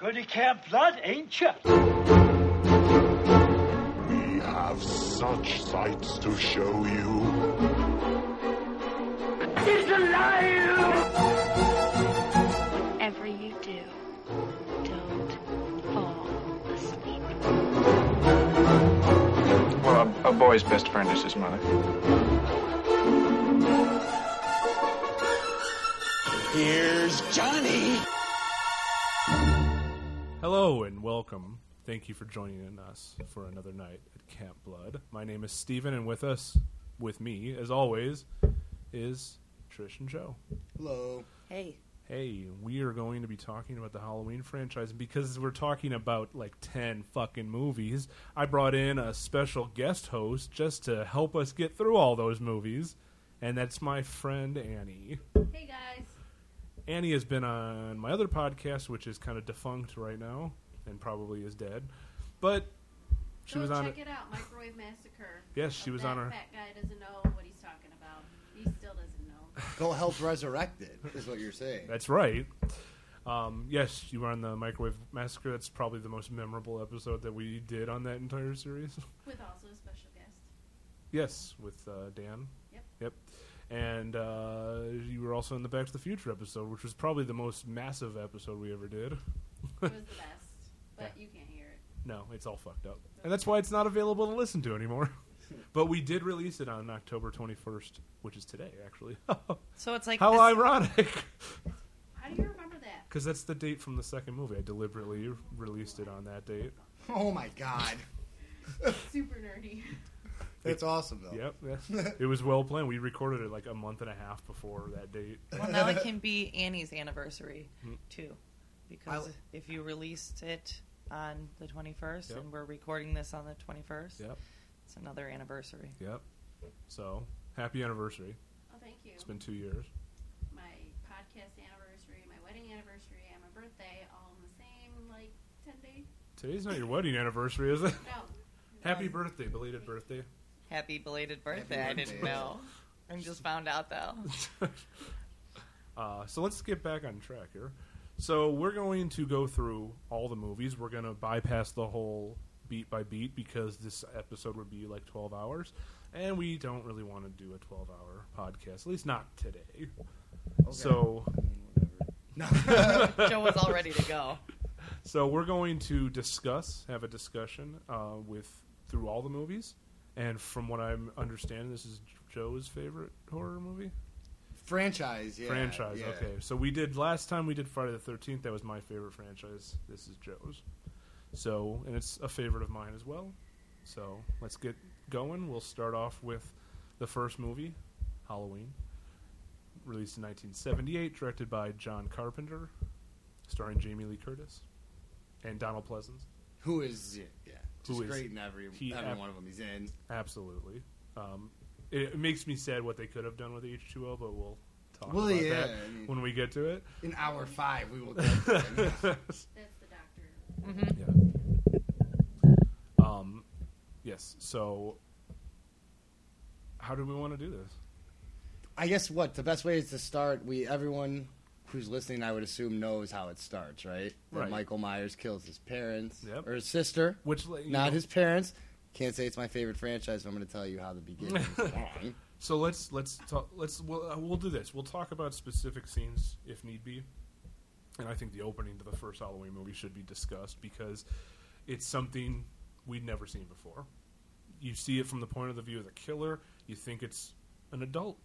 Good at Camp Blood, ain't you? We have such sights to show you. Whatever you do, don't fall asleep. Well, a, a boy's best friend is his mother. Hello and welcome. Thank you for joining us for another night at Camp Blood. My name is Steven, and with us, with me, as always, is Trish and Joe. Hey, Hey, we are going to be talking about the Halloween franchise and because we're talking about like 10 fucking movies. I brought in a special guest host just to help us get through all those movies, and that's my friend Annie. Hey guys. Annie has been on my other podcast, which is kind of defunct right now and probably is dead. But she Go was on. check it out, Microwave Massacre. Yes, she Oh, was that on our- Fat guy doesn't know what he's talking about. He still doesn't know. Go help resurrect it, is what you're saying. That's right. Um, yes, you were on the Microwave Massacre. That's probably the most memorable episode that we did on that entire series. With also a special guest. yes, with uh, Dan. Yep. Yep. And uh, you were also in the Back to the Future episode, which was probably the most massive episode we ever did. It was the best, but you can't hear it. No, it's all fucked up. And that's why it's not available to listen to anymore. but we did release it on October 21st, which is today, actually. so it's like How this- ironic! How do you remember that? Because that's the date from the second movie. I deliberately released it on that date. Oh my god. Super nerdy. That's awesome, though. Yep, yeah. it was well planned. We recorded it like a month and a half before that date. Well, now it can be Annie's anniversary Hmm. too, because I- if you released it on the 21st Yep. and we're recording this on the 21st, Yep, it's another anniversary. yep. So happy anniversary! Oh, thank you. It's been two years. My podcast anniversary, my wedding anniversary, and my birthday all in the same like ten day. Today's not your wedding anniversary, is it? No. Happy birthday, belated birthday. Happy belated birthday! I didn't birthday. know. I just found out though. Uh, so let's get back on track here. So we're going to go through all the movies. We're going to bypass the whole beat by beat because this episode would be like 12 hours. And we don't really want to do a 12 hour podcast, at least not today. So Joe was all ready to go. So we're going to discuss, have a discussion uh, with through all the movies, and from what I'm understanding, this is Joe's favorite horror movie Franchise, yeah. franchise. yeah. Okay, so we did last time we did Friday the Thirteenth. That was my favorite franchise. This is Joe's. So, and it's a favorite of mine as well. So let's get going. We'll start off with the first movie, Halloween, released in 1978, directed by John Carpenter, starring Jamie Lee Curtis and Donald Pleasance. Who is, yeah. Just Who is- great in every, he every ab- one of them he's in. Absolutely. Um, it, it makes me sad what they could have done with H2O, but we'll talk Well, about yeah, that I mean- when we get to it. In hour five, we will get to him. That's the doctor. Yeah. Um, yes. So, how do we want to do this? I guess what? The best way is to start. We Everyone who's listening, I would assume, knows how it starts, right? That Right. Michael Myers kills his parents, Yep. or his sister, Which like, you not know, his parents. Can't say it's my favorite franchise, but I'm going to tell you how the beginning is wrong. So let's let's talk. Let's we'll, uh, we'll do this. We'll talk about specific scenes if need be, and I think the opening to the first Halloween movie should be discussed because it's something we'd never seen before. You see it from the point of the view of the killer. You think it's an adult.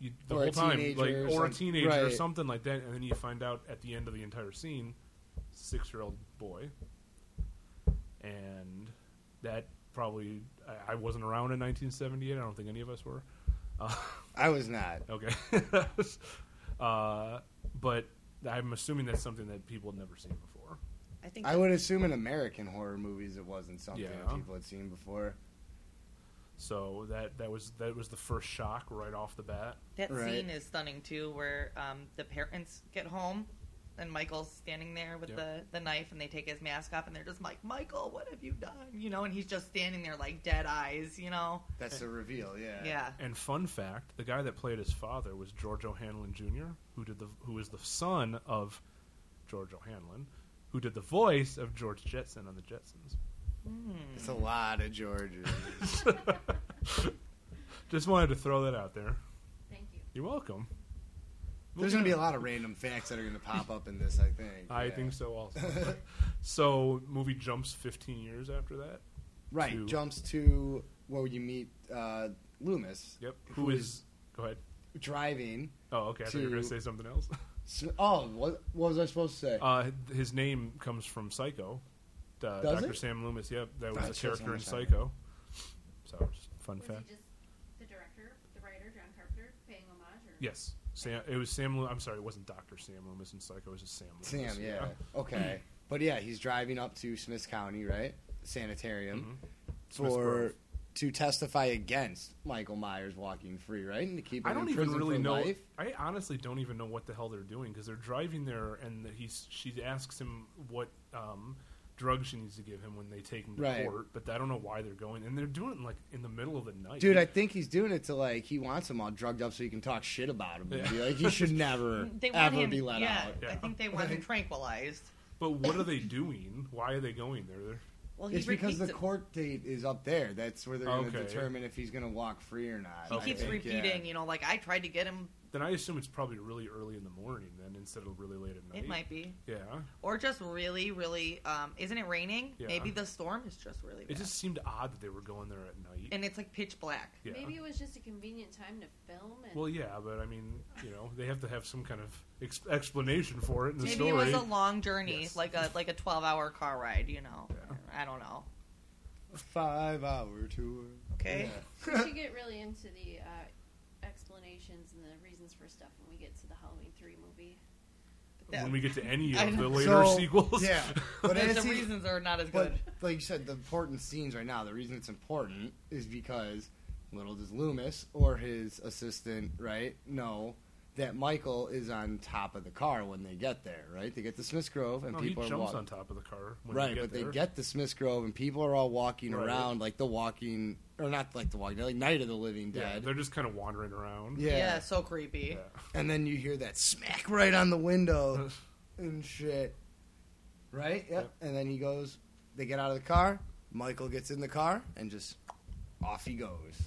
You, the Or a whole time, teenager like or or a some- teenager or right. something like that, and then you find out at the end of the entire scene, six-year-old boy, and that probably I, I wasn't around in 1978. I don't think any of us were. I was not. Okay. uh, but I'm assuming that's something that people had never seen before. I think I would assume in American horror movies it wasn't something Yeah. that people had seen before. So that that was that was the first shock right off the bat. that Right. scene is stunning too, where um, the parents get home and Michael's standing there with Yep. the, the knife, and they take his mask off, and they're just like, "Michael, what have you done?" You know, and he's just standing there like dead eyes. You know, That's the reveal, yeah. yeah. And fun fact, the guy that played his father was George O'Hanlon Jr., who did the who was the son of George O'Hanlon, who did the voice of George Jetson on the Jetsons. It's a lot of Georges. Just wanted to throw that out there. Thank you. You're welcome. There's going to be a lot of random facts that are going to pop up in this, I think. I Yeah. think so also. so movie jumps 15 years after that. Right. to- Jumps to where you meet uh, Loomis. Yep. Who Who is- is? Go ahead. Driving. Oh, okay. I thought you were going to- to say something else. S- Oh, what, what was I supposed to say? Uh, his name comes from Psycho. Uh, Does Dr. it? Sam Loomis. Yep, that was That a shows character how in much I Psycho. So, just a fun Was fact. he just the director, the writer, John Carpenter, paying homage? Or? Yes, Sam. It was Sam. Loo- I'm sorry, it wasn't Doctor Sam Loomis in Psycho. It was just Sam. Loomis. Sam, yeah. Okay. But yeah, he's driving up to Smith County, right? Sanitarium Mm-hmm. Smith's for Grove. to testify against Michael Myers walking free, right? And to keep him I don't in even prison really for know. life. I honestly don't even know what the hell they're doing because they're driving there, and he's she asks him what um, drugs she needs to give him when they take him to Right. court, but I don't know why they're going, and they're doing it like in the middle of the night, Dude, I think he's doing it to like he wants them all drugged up so he can talk shit about him. and Yeah. Be like he should never They want ever him, be let yeah, out. I Yeah. think they want him tranquilized. but what are they doing? Why are they going there? They're, Well, he It's because repeats the it. court date is up there. That's where they're going to Okay. determine if he's going to walk free or not. He I keeps think, yeah. repeating, you know, like I tried to get him. then I assume it's probably really early in the morning, then instead of really late at night. It might be, Yeah, or just really, really. Um, isn't it raining? Yeah. Maybe the storm is just really. it bad. just seemed odd that they were going there at night. and it's like pitch black. yeah. Maybe it was just a convenient time to film. And Well, yeah, but I mean, you know, they have to have some kind of ex- explanation for it in the Maybe story. it was a long journey, Yes. like a like a twelve hour car ride. You know, I don't know. five hour tour. Okay. we should get really into the uh, explanations and the reasons for stuff when we get to the Halloween three movie. Yeah. when we get to any I of the know. later So, sequels. Yeah, but But the it's- reasons are not as But good. like you said, the important scenes right now. The reason it's important is because little does Loomis or his assistant, right, know that Michael is on top of the car when they get there. Right, they get to Smiths Grove and no, Oh, he people jumps are walking. on top of the car. When right, they get but there. they get to Smiths Grove and people are all walking Right. around like the walking, or not like the walking, like Night of the Living Yeah, Dead. they're just kind of wandering around. Yeah. Yeah, so creepy. and then you hear that smack right on the window and shit. Right? Yep. Yep. And then he goes, they get out of the car. Michael gets in the car and just off he goes.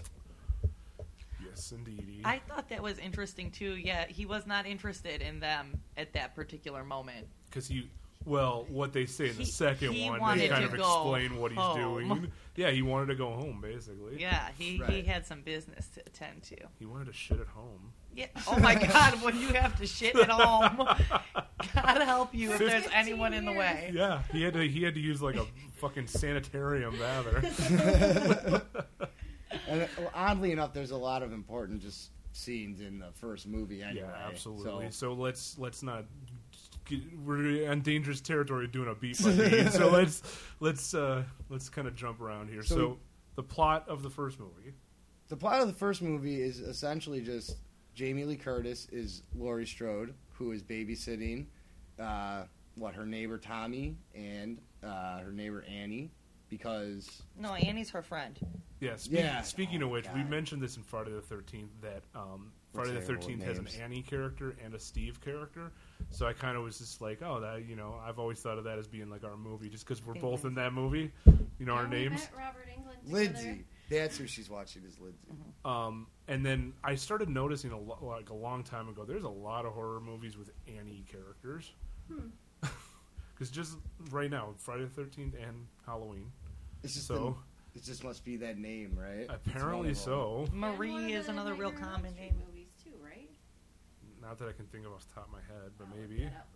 Yes, indeed. I thought that was interesting too. Yeah, he was not interested in them at that particular moment. Because he, well, what they say in the He- second he one, they wanted kind to of go explain what he's home. doing. Yeah, he wanted to go home, basically. Yeah, he, he Right. had some business to attend to. He wanted to shit at home. Yeah. Oh my God, when you have to shit at home, God help you if there's 15 anyone in the years. way. Yeah, he had to he had to use like a fucking sanitarium bathroom. And well, oddly enough, there's a lot of important just scenes in the first movie anyway. Yeah, absolutely. So, So, let's let's not get, we're on dangerous territory doing a beat by beat. so let's let's uh, let's kind of jump around here. So- So, the plot of the first movie. the plot of the first movie is essentially just Jamie Lee Curtis is Laurie Strode, who is babysitting uh, what her neighbor Tommy and uh, her neighbor Annie because No, Annie's her friend. Yeah. Speaking, Yeah. speaking Oh, of which, we God. mentioned this in Friday the Thirteenth that um, We're Friday the terrible with Thirteenth has an names. Annie character and a Steve character. So I kind of was just like, oh, that you know, I've always thought of that as being like our movie, just because we're Thank both you. in that movie. You know How our we names. met Robert England together. Lindsay. That's who she's watching is Lindsay. Um, and then I started noticing a lo- like a long time ago. There's a lot of horror movies with Annie characters. Hmm. Because just right now, Friday the Thirteenth and Halloween. It's just So- the- it just must be that name, right? It's one Apparently of them. so. And one of Marie the is another real Nightmare on Elm common Street name. Movies too, right? Not that I can think of off the top of my head, but I'll look maybe. that up.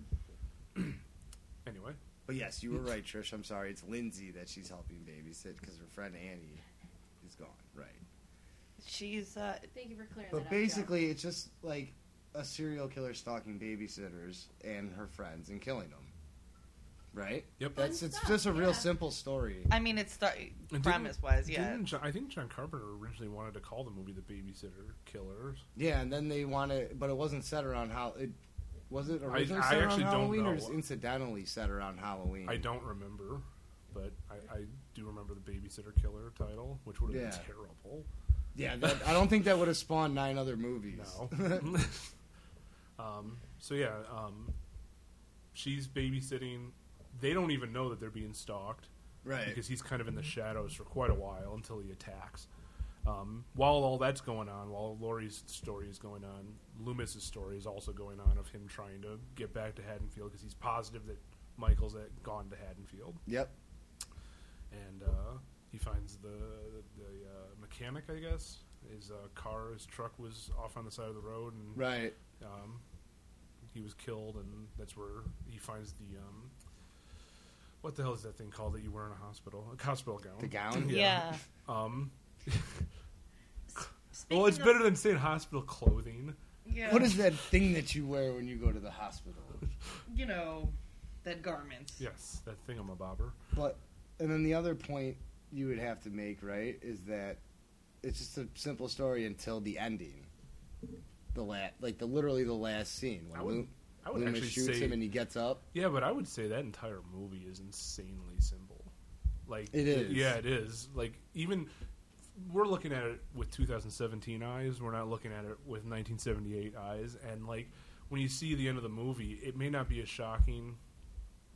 Anyway, But yes, you were right, Trish. I'm sorry. It's Lindsay that she's helping babysit because her friend Annie is gone. Right. She's uh, Thank you for clearing that But up. basically, it's just like a serial killer stalking babysitters and her friends and killing them. Right. Yep. That's Fun it's stuff, just a real yeah. simple story. I mean, it's star- didn't- premise wise, yeah. didn't John, I think John Carpenter originally wanted to call the movie The Babysitter Killers. Yeah, and then they want to, but it wasn't set around how it. Was it originally I set around actually don't Halloween or know. just incidentally set around Halloween? I don't remember, but I, I do remember the Babysitter Killer title, which would have Yeah. been terrible. Yeah, that, I don't think that would have spawned nine other movies. No. um, so yeah, um, she's babysitting They don't even know that they're being stalked Right. because he's kind of in the shadows for quite a while until he attacks. Um, while all that's going on, while Laurie's story is going on, Loomis's story is also going on of him trying to get back to Haddonfield because he's positive that Michael's uh, gone to Haddonfield, yep. and uh, he finds the the uh, mechanic, I guess, his uh, car, his truck was off on the side of the road, and Right. um, he was killed, and that's where he finds the um, what the hell is that thing called that you wear in a hospital? A hospital gown. The gown. Yeah. Um, well, it's better than saying hospital clothing. Yeah, What is that thing that you wear when you go to the hospital? you know that garment? Yes, that thing I'm a bobber. But and then the other point you would have to make, right, is that it's just a simple story until the ending. The la- like the literally the last scene when I would- Lu- I would Loomis actually shoots say, him and he gets up. yeah, but I would say that entire movie is insanely simple. Like It is. yeah, it is. Like even we're looking at it with 2017 eyes. We're not looking at it with 1978 eyes. And like when you see the end of the movie, it may not be as shocking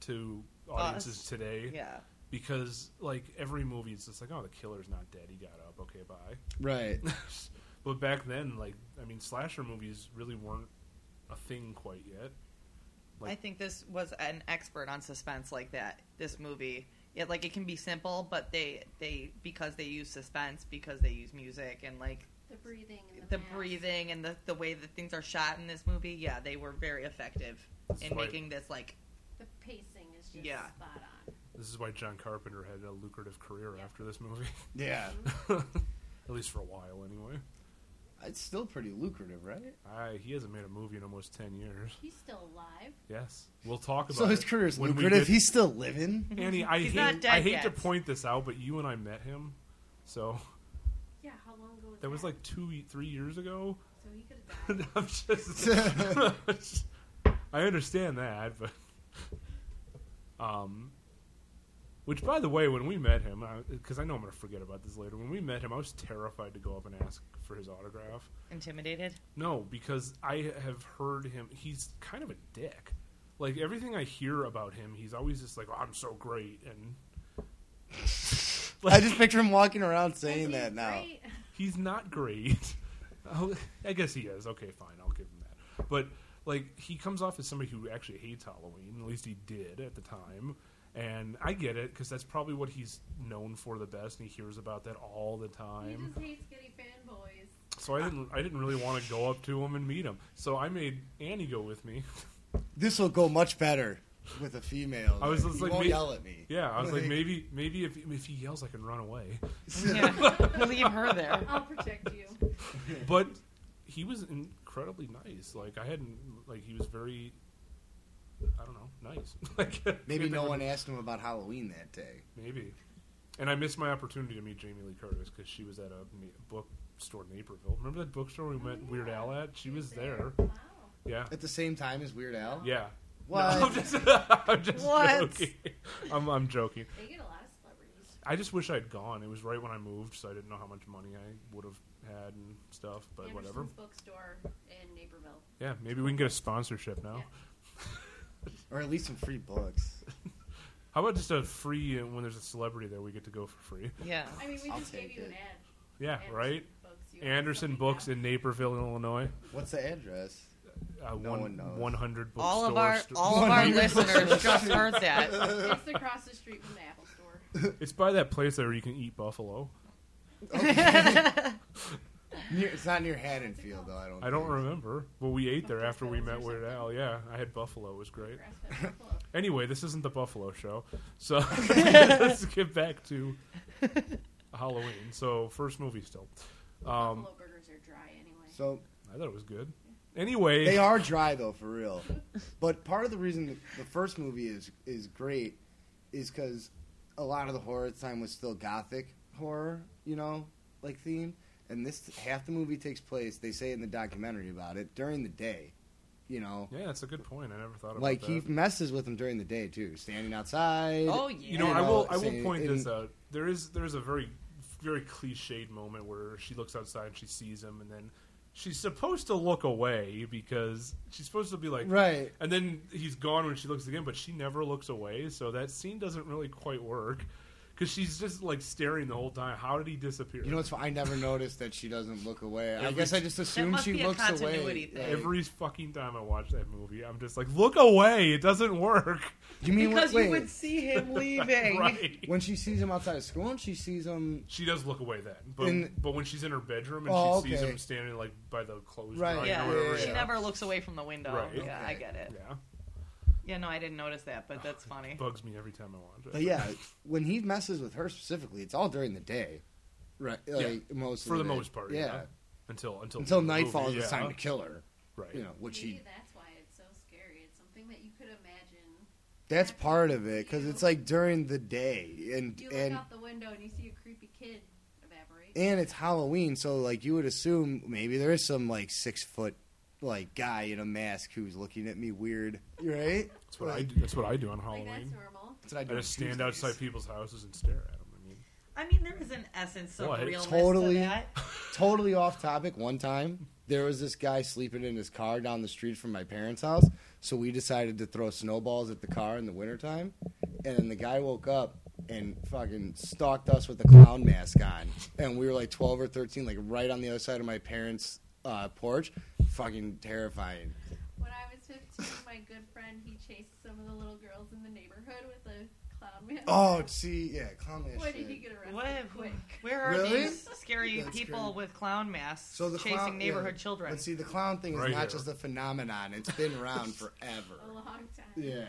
to audiences Us. today Yeah. because like every movie is just like, oh, the killer's not dead. He got up. Okay, bye. Right. but back then, like, I mean, slasher movies really weren't a thing quite yet. I Like- think this was an expert on suspense like that. This movie, yeah, like it can be simple, but they they because they use suspense because they use music and like The breathing. And the mask. breathing and the the way that things are shot in this movie. Yeah, they were very effective That's in why- making this like The pacing is just Yeah. spot on. This is why John Carpenter had a lucrative career after this movie, Yeah. at least for a while, anyway. It's still pretty lucrative, right? I, he hasn't made a movie in almost ten years. He's still alive. Yes, we'll talk about. So his it career is when we lucrative. get- He's still living. Annie. I He's hate, not dead I hate yet. to point this out, but you and I met him, so Yeah, how long ago was that was like two, three years ago. So he could have died. I'm just. I understand that, but um, which by the way, when we met him, because I, know I'm going to forget about this later. When we met him, I was terrified to go up and ask for his autograph. intimidated. No, because I have heard him. He's kind of a dick. Like everything I hear about him, he's always just like, oh, "I'm so great," and I just picture him walking around saying Wasn't he that now. great? he's not great. Oh, I guess he is. Okay, fine. I'll give him that. But like he comes off as somebody who actually hates Halloween. At least he did at the time. And I get it because that's probably what he's known for the best, and he hears about that all the He time. just hates getting fanboys. So I didn't, I didn't really want to go up to him and meet him. So I made Annie go with me. This will go much better with a female. I was there. just He like, won't maybe- yell at me. Yeah, I was like, maybe, maybe if if he yells, I can run away. Yeah, leave her there. I'll protect you. But he was incredibly nice. Like I hadn't, like he was very, I don't know, nice. like Maybe no never- one asked him about Halloween that day. Maybe. And I missed my opportunity to meet Jamie Lee Curtis because she was at a ma- bookstore in Naperville. Remember that bookstore we met Weird Al at? She was there. Wow. Yeah. At the same time as Weird Al. Yeah. What? I'm just, I'm just What? joking. I'm, I'm joking. They get a lot of celebrities. I just wish I'd gone. It was right when I moved, so I didn't know how much money I would have had and stuff, but Anderson's whatever. bookstore in Naperville. Yeah, maybe we can get a sponsorship now. Yeah. Or at least some free books. How about just a free, uh, when there's a celebrity there, we get to go for free? Yeah, I mean, we I'll just gave take you it. an ad. Yeah, Anderson right? Books, you want Anderson something Books now? in Naperville, Illinois. What's the address? Uh, No one, one knows. 100 bookstores. all of our all of our listeners just heard that. It's across the street from the Apple Store. It's by that place there where you can eat buffalo. Near, it's not near Haddonfield, though. I don't. I don't think. remember, but we ate there Buffalo after we Bills met or Weird something? Al. Yeah, I had buffalo. It was great. Grass-fed Um, buffalo. Anyway, this isn't the buffalo show, so let's get back to Halloween. So first movie still. Um, buffalo burgers are dry anyway. So I thought it was good. Anyway, they are dry though, for real. But part of the reason the first movie is is great is because a lot of the horror at the time was still gothic horror, you know, like theme. And this half the movie takes place. They say in the documentary about it during the day, you know. Yeah, that's a good point. I never thought about Like that. he messes with them during the day too, standing outside. Oh yeah. you know, I will. I Say will point in- this out. There is there is a very very cliched moment where she looks outside and she sees him, and then she's supposed to look away because she's supposed to be like Right. and then he's gone when she looks again, but she never looks away. So that scene doesn't really quite work because she's just like staring the whole time. How did he disappear? You know what's fu- I never noticed that she doesn't look away. I Every- guess I just assumed must she be a looks continuity away. thing. Like- Every fucking time I watch that movie, I'm just like, look away. It doesn't work. you mean because wait, you would see him leaving. right. when she sees him outside of school and she sees him She does look away then, but In- but when she's in her bedroom and Oh, she sees okay. him standing like by the clothes Right. dryer Yeah, or whatever, she yeah. never looks away from the window. Right. Yeah, Okay. I get it. Yeah. Yeah, no, I didn't notice that, but that's funny. bugs me every time I watch it. But yeah, when he messes with her specifically, it's all during the day. Right. Like most of for the day. most part, yeah. Until until Until the night movie, falls, yeah. it's time to kill her. Right. You know, which Maybe he that's why it's so scary. It's something that you could imagine. that's part of it cuz it's like during the day and You look and out the window and you see a creepy kid evaporate. and it's Halloween, so like you would assume maybe there is some like 6 foot like guy in a mask who's looking at me weird, right? That's what I Like, do. That's what I do on like Halloween. that's normal. that's what I I do. just stand Tuesdays. outside people's houses and stare at them. I mean, I mean, there is an essence of What? realness Totally. to that. totally off topic one time there was this guy sleeping in his car down the street from my parents house so we decided to throw snowballs at the car in the wintertime and then the guy woke up and fucking stalked us with a clown mask on and we were like 12 or 13 like right on the other side of my parents uh, porch fucking terrifying When I was 15, my good friend he chased some of the little girls in the neighborhood with a clown mask. oh see yeah clown mask Why shit. did he get arrested? What, Quick. where are Really? these scary That's people scary. with clown masks so the chasing clown, neighborhood yeah. children? but see the clown thing is Right not here. just a phenomenon it's been around forever A long time. yeah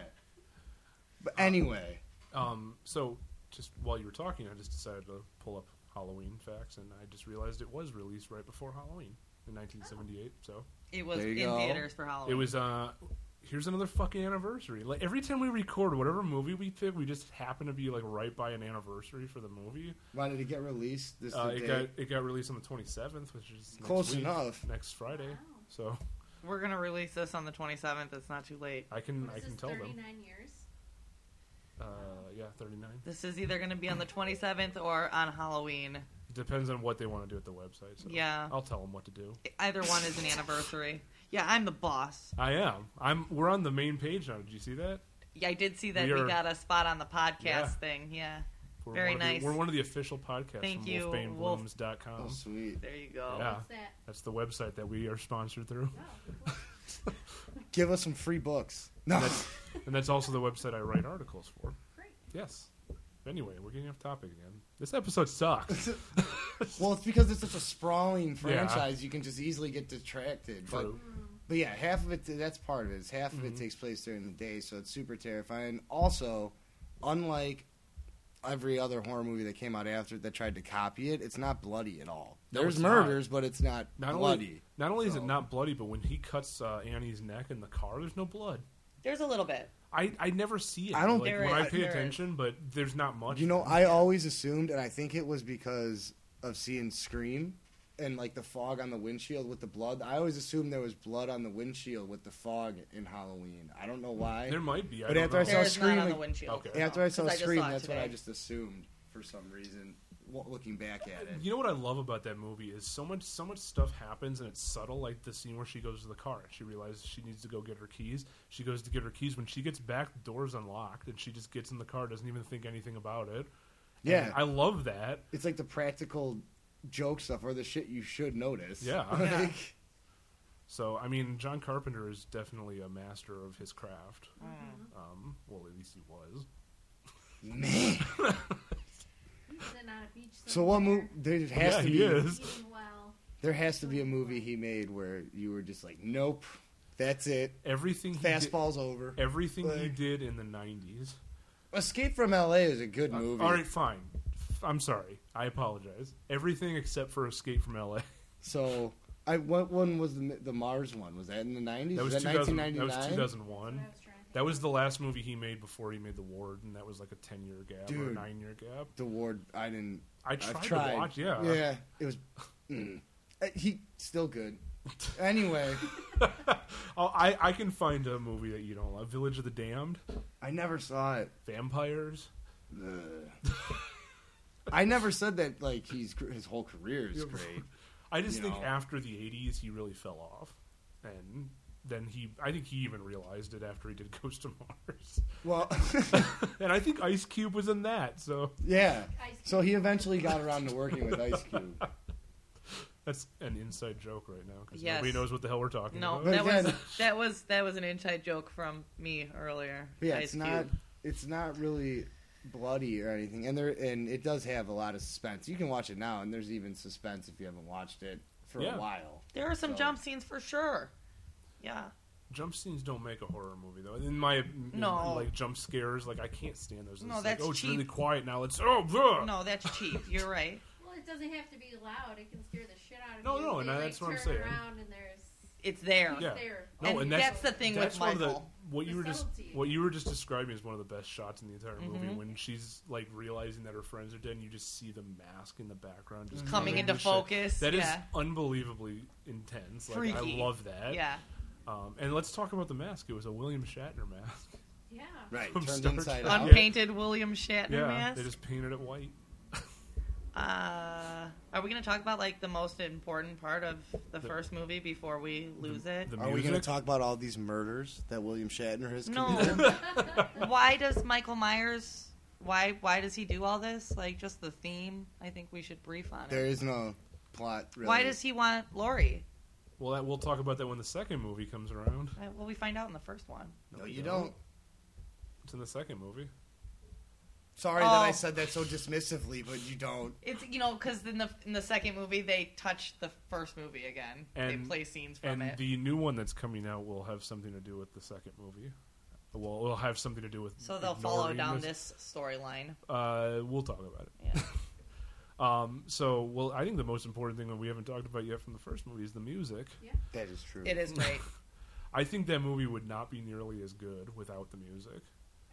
but anyway um, so just while you were talking, I just decided to pull up Halloween facts, and I just realized it was released right before Halloween in 1978. So It was There in you go. theaters for Halloween. it was. Uh, here's another fucking anniversary. Like every time we record whatever movie we pick, we just happen to be like right by an anniversary for the movie. Why did it get released? This Uh, the it date? got it got released on the 27th, which is next Close week, enough. Next Friday, Wow. so We're gonna release this on the 27th. It's not too late. I can What I is can this, tell them. 39 years. Uh, yeah, 39. This is either gonna be on the 27th or on Halloween. Depends on what they want to do at the website. So Yeah. I'll tell them what to do. Either one is an anniversary. Yeah, I'm the boss. I am. I'm. We're on the main page now. Did you see that? Yeah, I did see that We we, are- got a spot on the podcast Yeah. thing. Yeah, We're Very one of the- nice. we're one of the official podcasts Thank from you, Wolf- WolfbangBlooms.com. oh, sweet. there you go. Yeah. What's that? That's the website that we are sponsored through, Oh, cool. Give us some free books. No, and that's also the website I write articles for. great. Yes. Anyway, we're getting off topic again. This episode sucks. well, it's because it's such a sprawling franchise, you can just easily get distracted. But, True. Mm-hmm. but yeah, half of it that's part of it. Is half of it takes place during the day, so it's super terrifying. Also, unlike every other horror movie that came out after it that tried to copy it, it's not bloody at all. No, There's it's not. murders, but it's not, Not bloody. only not only is it So- not bloody, but when he cuts uh, Annie's neck in the car, there's no blood. There's a little bit. I, I never see it. I don't- like, There when is- I pay there is. attention, but there's not much. You know, I always assumed, and I think it was because of seeing Scream and like the fog on the windshield with the blood. I always assumed there was blood on the windshield with the fog in Halloween. I don't know why. there might be. I But don't after I know. saw There is not on Scream- the windshield. Okay. After I saw 'Cause just Scream, it that's what I today. just assumed for some reason. wa- Looking back at it, You know what I love about that movie is so much so much stuff happens and it's subtle, like the scene where she goes to the car and she realizes she needs to go get her keys. She goes to get her keys. When she gets back, the door's unlocked and she just gets in the car, doesn't even think anything about it. And Yeah. I love that. it's like the practical joke stuff or the shit you should notice. Yeah. Like, So I mean, John Carpenter is definitely a master of his craft. Um, well, at least he was. man. He's sitting on a beach So what somewhere, movie? There has yeah, to he be. is. Eating well. There has to be a movie he made where you were just like, nope, that's it. Everything he did, Fastball's over. everything he Like- did in the nineties. Escape from LA is a good movie. All right, fine. F- I'm sorry. I apologize. Everything except for Escape from L.A. So, I what one was the, the Mars one? Was that in the nineties? That was, was that 2000, nineteen that ninety was nine? 2001. That's what I was trying to think. That was the last movie he made before he made The Ward, and that was like a 10 year gap or a Dude. 9 year gap. The Ward. I didn't. I I've tried, tried. to watch, yeah. Yeah, it was. Mm. Uh, He still good. Anyway, Oh, I, I can find a movie that you don't love Village of the Damned, I never saw it. Vampires. Ugh. I never said that. Like he's gr- his whole career is Yeah. great. I just you think know. after the '80s, he really fell off, and then he. I think he even realized it after he did Ghost to Mars, Well, and I think Ice Cube was in that. So yeah. Ice So he eventually got around to working with Ice Cube. that's an inside joke right now because Yes. nobody knows what the hell we're talking No, about. But that was again- that was that was an inside joke from me earlier. But yeah, Ice it's not Cube. it's not really bloody or anything, and there and it does have a lot of suspense. You can watch it now, and there's even suspense if you haven't watched it for Yeah. a while. There are some So- jump scenes for sure. Yeah, Jump scenes don't make a horror movie though. In my in, No. like jump scares, like I can't stand those. No, It's that's like, oh, it's cheap. really quiet now. Let's oh, bleh. no, that's cheap. You're right. Well, it doesn't have to be loud. It can scare the shit out of No, you. no, They, and like, that's what I'm turn saying. Around and there's It's there. he's Yeah. there. No, and, and that's, that's- the thing That's with one of the Michael. what you The were just subtlety. what you were just describing is one of the best shots in the entire movie Mm-hmm. when she's like realizing that her friends are dead and you just see the mask in the background just Mm-hmm. Coming into to shit. focus, That is yeah. unbelievably intense. Like Freaky. I love that. Yeah, Um, and let's talk about the mask. It was a William Shatner mask. Yeah. Right, From turns Star inside Trek. out. unpainted William Shatner yeah, mask. they just painted it white. Uh, are we going to talk about like the most important part of the, first movie before we lose it? The Are we going to music? talk about all these murders that William Shatner has no. committed? why does Michael Myers? Why why does he do all this? Like just the theme. I think we should brief on it. There is no plot. Really. Why does he want Lori? Well, that, we'll talk about that when the second movie comes around. Uh, Well, we find out in the first one. No, you don't. It's in the second movie. Sorry that I Oh. said that so dismissively, but you don't. It's you know because in the in the second movie they touch the first movie again. And- they play scenes from And it. the new one that's coming out will have something to do with the second movie. Well, it'll have something to do with. so they'll follow ignoring down this storyline. Uh, we'll talk about it. Yeah. Um, so, well, I think the most important thing that we haven't talked about yet from the first movie is the music. That is true. it is great. I think that movie would not be nearly as good without the music.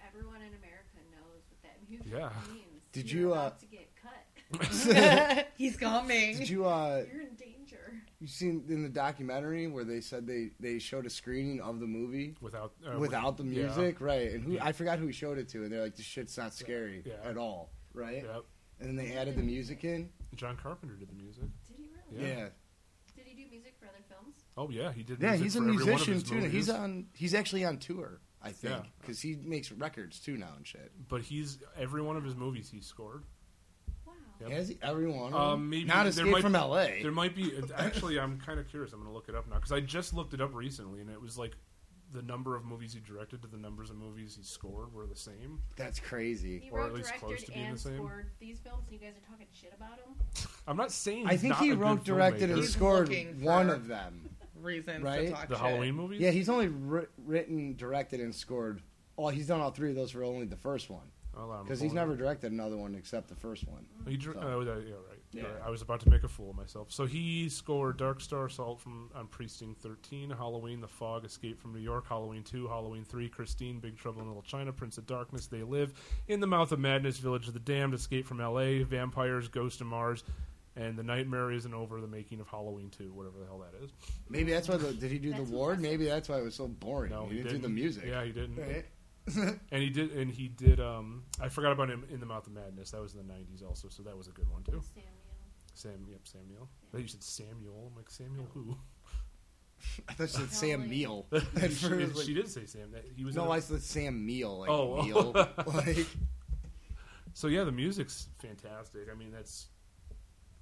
Everyone in America knows what that music Yeah. means. Did You're you, uh, about to get cut? He's coming. Did you uh You're in danger. you seen in the documentary where they said they they showed a screening of the movie Without uh, without the yeah. music, right? And who Yeah. I forgot who he showed it to, and they're like, "This shit's not scary Yeah. at all, right?" Yep. And then they added the music in. John Carpenter did the music. Did he Yeah. really? Yeah, yeah, Did he do music for other films? Oh yeah, he did. music he's a for every one of musician his too. movies. He's on. He's actually on tour, I think, Yeah. because he makes records too now and shit. but he's every one of his movies he scored. Wow. Yep. Has he? Everyone. Um, maybe not there Escape might- from L.A. There might be. Actually, I'm kind of curious. I'm going to look it up now because I just looked it up recently, and it was like the number of movies he directed to the numbers of movies he scored were the same. That's crazy. He Or at wrote, least directed, close to being and the same. scored these films, and you guys are talking shit about him. I'm not saying. I he's think not he a good wrote, directed, filmmaker. and He's scored looking for- one of them. Reasons Right? to talk the shit. Halloween movies. Yeah, he's only wri- written, directed, and scored. All he's done all three of those for only the first one Hold on, I'm because he's pulling never it. directed another one except the first one. He dr- so. oh, that- yeah, right. Yeah. Right. I was about to make a fool of myself. So he scored Dark Star Assault from on Precinct 13, Halloween, The Fog, Escape from New York, Halloween 2, Halloween 3, Christine, Big Trouble in Little China, Prince of Darkness, They Live, In the Mouth of Madness, Village of the Damned, Escape from L.A., Vampires, Ghost of Mars, and The Nightmare Isn't Over, The Making of Halloween 2, whatever the hell that is. Maybe that's why the, did he do That's the ward? impressive. Maybe that's why it was so boring. No, he, didn't, do the music. Yeah, he didn't. Right? And he did, and he did. Um, I forgot about him in the Mouth of Madness. That was in the '90s, also. So that was a good one too. Sam Neill. Sam, yep, Samuel. I thought you said Samuel. I'm like Samuel who? I thought you said Sam like- Meal. she, At first, like, she did say Sam. That he was in no, a- I said Sam Meal. Like Oh. Meal. like so yeah, the music's fantastic. I mean, that's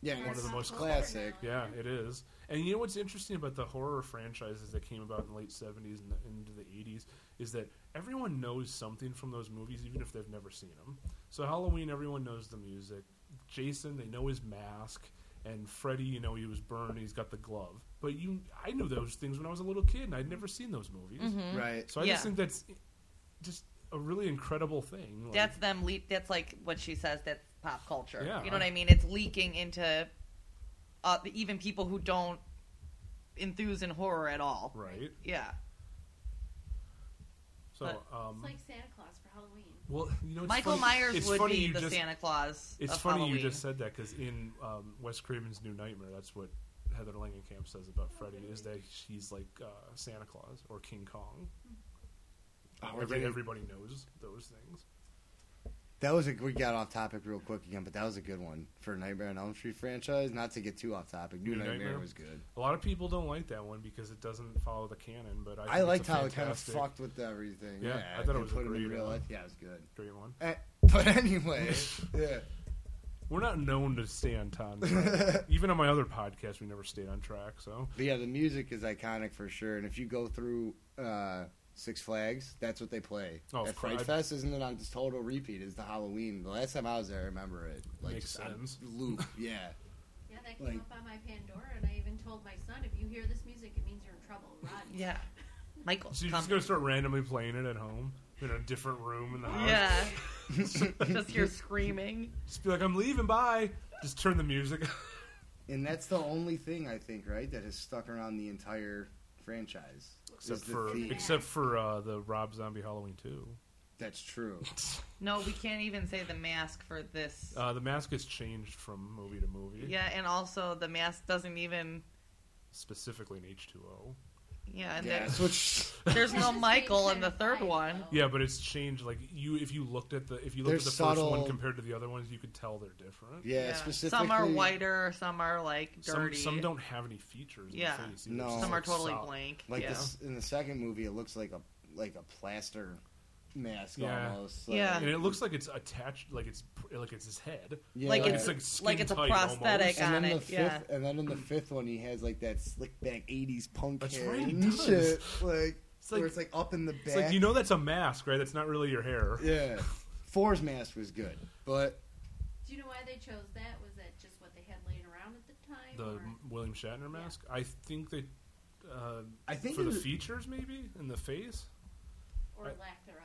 yeah, One of it's the most classic. yeah, it is. And you know what's interesting about the horror franchises that came about in the late '70s and the, into the '80s is that everyone knows something from those movies, even if they've never seen them. So Halloween, everyone knows the music. Jason, they know his mask. And Freddy, you know, he was burned. He's got the glove. But you, I knew those things when I was a little kid, and I'd never seen those movies. Mm-hmm. right. So I Yeah. just think that's just a really incredible thing. Like, That's them. Le- that's like what she says. That's pop culture. Yeah. You know what I mean? It's leaking into uh, even people who don't enthuse in horror at all. right. Yeah. So, But- um, It's like Santa Claus for Halloween. well, you know, it's Michael funny- Myers it's would funny be you the just, Santa Claus. It's of funny Halloween. you just said that because in um, Wes Craven's New Nightmare, that's what Heather Langenkamp says Oh, about Freddy is that he's like uh, Santa Claus or King Kong. Oh, we're Every, getting- everybody knows those things. That was a we got off topic real quick again, but that was a good one for Nightmare on Elm Street franchise. Not to get too off topic, New, New Nightmare, Nightmare? was good. A lot of people don't like that one because it doesn't follow the canon, but I, think I, it's liked a how it kind of fantastic, fucked with everything. Yeah, Yeah, I thought it and was a put him in great real one. life. Yeah, it was good. great one. Eh, but anyway, yeah. We're not known to stay on time. Even on my other podcast, we never stayed on track. So But yeah, the music is iconic for sure. And if you go through uh, Six Flags, that's what they play. Oh, At of course. Fright Fest, isn't it on this total repeat? Is the Halloween. The last time I was there, I remember it. Like, Makes just on sense. Loop, yeah. Yeah, that came Like- up on my Pandora, and I even told my son, if you hear this music, it means you're in trouble. Run. Yeah. Michael, So you're come. just gonna start randomly playing it at home in a different room in the house. Yeah. just hear screaming. Just be like, I'm leaving. Bye. Just turn the music. And that's the only thing I think, right, that has stuck around the entire franchise. except is the for theme. except for uh, the Rob Zombie Halloween two. that's true. No, we can't even say the mask for this. Uh, the mask has changed from movie to movie. yeah, and also the mask doesn't even. Specifically in H two O. Yeah, and Yeah, there- that's what- there's no Just being Michael in the terrified, third one. though. Yeah, but it's changed. Like you, if you looked at the if you looked They're at the subtle. first one compared to the other ones, you could tell they're different. yeah, Yeah. specifically. Some are whiter, some are like Some dirty. some don't have any features. Yeah. In the face either. No. It's Some just, are like, totally solid. blank. Like yeah. this in the second movie, it looks like a like a plaster mask Yeah. almost. Yeah. And it looks like it's attached, like it's like it's his head. Yeah. Like Like it's it's like like it's a skin-tight almost. prosthetic and on then it. the fifth, yeah. and then in the fifth one, he has like that slick back '80s punk That's hair right, he and does. shit, like, It's like- where it's like up in the back. It's like you know that's a mask, right? That's not really your hair. yeah. Four's mask was good, but Do you know why they chose that? Was that just what they had laying around at the time? The or- William Shatner mask. I think they, uh, I think for it the was- features maybe and the face. or I- lack thereof.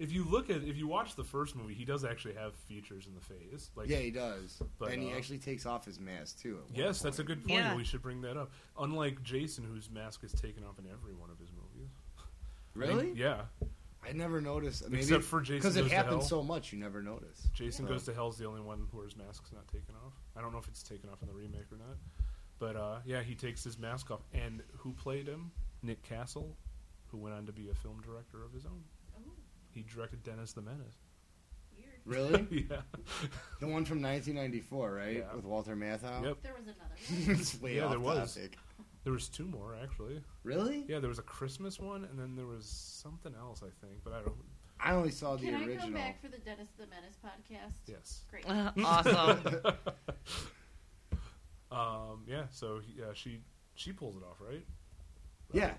If you look at if you watch the first movie, he does actually have features in the face. Like yeah, he does, But, and he uh, actually takes off his mask too. at one Yes, that's a point. good point. Yeah. We should bring that up. Unlike Jason, whose mask is taken off in every one of his movies. I think- Really? yeah. I never noticed. Maybe, Except for Jason because it Goes to happened Hell. so much, you never notice. Jason Yeah. Goes to Hell's the only one where his mask's not taken off. I don't know if it's taken off in the remake or not. But uh, yeah, he takes his mask off. And who played him? Nick Castle, who went on to be a film director of his own. Oh, He directed Dennis the Menace. weird. Really? yeah. The one from 1994, right? Yeah. With Walter Matthau. Yep. There was another one. it's way Yeah, off there was. topic. There was two more actually. Really? Yeah, there was a Christmas one and then there was something else I think, but I don't I only saw the Can I original. Uh-huh. go back for the Dennis the Menace podcast? yes. Great. awesome. Um, yeah, so he, uh, she she pulls it off, right? yeah.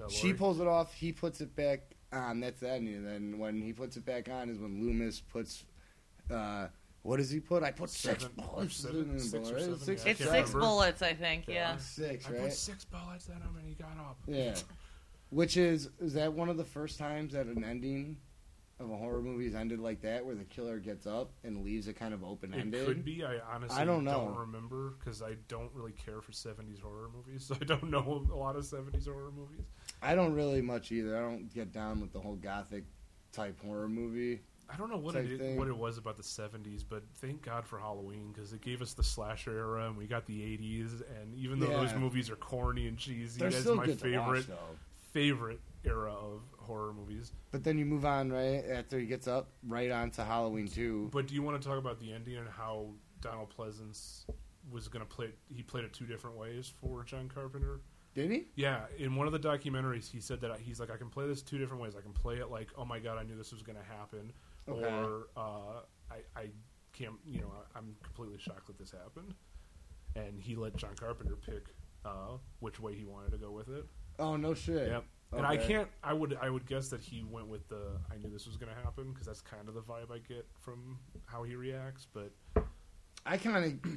Uh, She Lori? pulls it off. He puts it back on. That's that. And then when he puts it back on is when Loomis puts. Uh, what does he put? I put six Seven- bullets. seven- in the six or bullet, right? seven, yeah. It's can't six remember. bullets, I think. Yeah. Six, I right? put six bullets in him and he got up. Yeah. Which is is that one of the first times that an ending of a horror movie is ended like that, where the killer gets up and leaves it kind of open It ended? could be. I honestly I don't know. remember because I don't really care for '70s horror movies, so I don't know a lot of '70s horror movies. I don't really much either. I don't get down with the whole gothic type horror movie. I don't know what Same it thing. what it was about the '70s, but thank God for Halloween because it gave us the slasher era, and we got the '80s. And even though those Yeah. movies are corny and cheesy, They're that's still my good to watch favorite though. favorite era of horror movies. But then you move on right after he gets up, right on to Halloween two. But do you want to talk about the ending and how Donald Pleasance was going to play? He played it two different ways for John Carpenter. Did he? Yeah, in one of the documentaries, he said that he's like, I can play this two different ways. I can play it like, oh my god, I knew this was going to happen, Okay. or uh, I, I can't, you know, I, I'm completely shocked that this happened. And he let John Carpenter pick uh, which way he wanted to go with it. Oh no shit. Yep. And I Okay. can't. I would. I would guess that he went with the. I knew this was going to happen because that's kind of the vibe I get from how he reacts. But I kind of,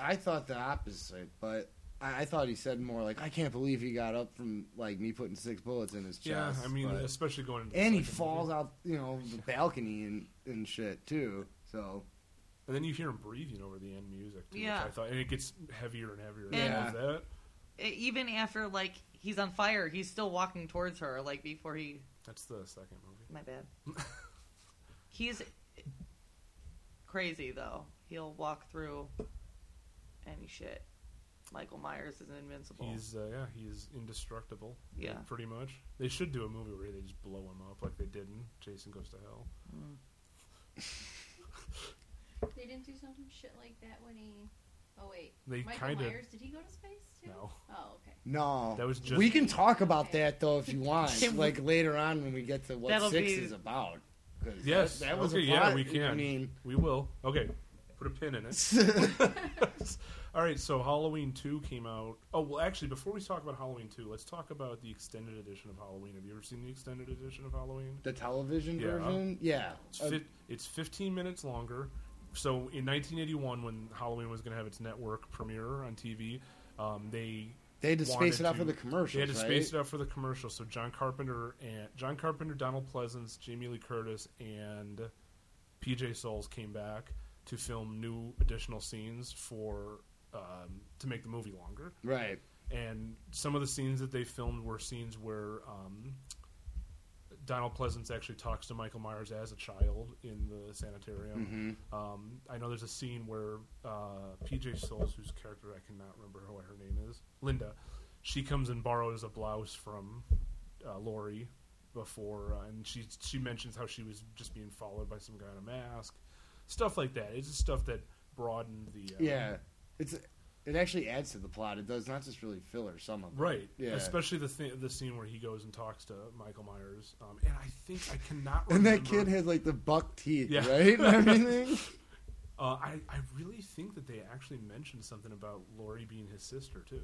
I thought the opposite, but I, I thought he said more like, I can't believe he got up from like me putting six bullets in his yeah, chest. I mean, but- especially going into the and he second falls movie. out, you know, the balcony and and shit too. So and then you hear him breathing over the end music. Too, Yeah. which I thought, and it gets heavier and heavier. Yeah. I love that. E- Even after like he's on fire, he's still walking towards her. Like before he, That's the second movie. my bad. he's crazy though. He'll walk through any shit. Michael Myers is invincible. He's uh, yeah, he's indestructible. Yeah. pretty much. They should do a movie where they just blow him up like they did in Jason Goes to Hell. do some shit like that when he? Oh wait, They Michael kinda- Myers did he go to space too? No. Oh okay. No, That was just- We can talk about that though if you want, Can we- like later on when we get to what That'll six be- is about. 'Cause that- Yes. that, was a okay, yeah, plot- we can. I mean, we will. Okay, put a pin in it. All right, so Halloween 2 came out. Oh, well, actually, before we talk about Halloween 2, let's talk about the extended edition of Halloween. Have you ever seen the extended edition of Halloween? the television Yeah. version, yeah, It's, Uh, fif- it's 15 minutes longer. So in 1981, when Halloween was going to have its network premiere on TV, um, they they had to wanted space it out to- for the commercials. They had to right? space it out for the commercials. So John Carpenter and John Carpenter, Donald Pleasance, Jamie Lee Curtis, and PJ Souls came back to film new additional scenes for um, to make the movie longer. right. And some of the scenes that they filmed were scenes where um, Donald Pleasance actually talks to Michael Myers as a child in the sanitarium. Um, I know there's a scene where uh, PJ Souls, whose character I cannot remember what her name is, Linda, she comes and borrows a blouse from uh, Lori before, uh, and she she mentions how she was just being followed by some guy in a mask, stuff like that. It's just stuff that broadened the uh, Yeah, it's it actually adds to the plot. It does not just really filler some of it. Right. Yeah. Especially the th- the scene where he goes and talks to Michael Myers, um, and I think I cannot. And Remember, that kid had like the buck teeth, Yeah. right? And everything. Uh, I I really think that they actually mentioned something about Lori being his sister too.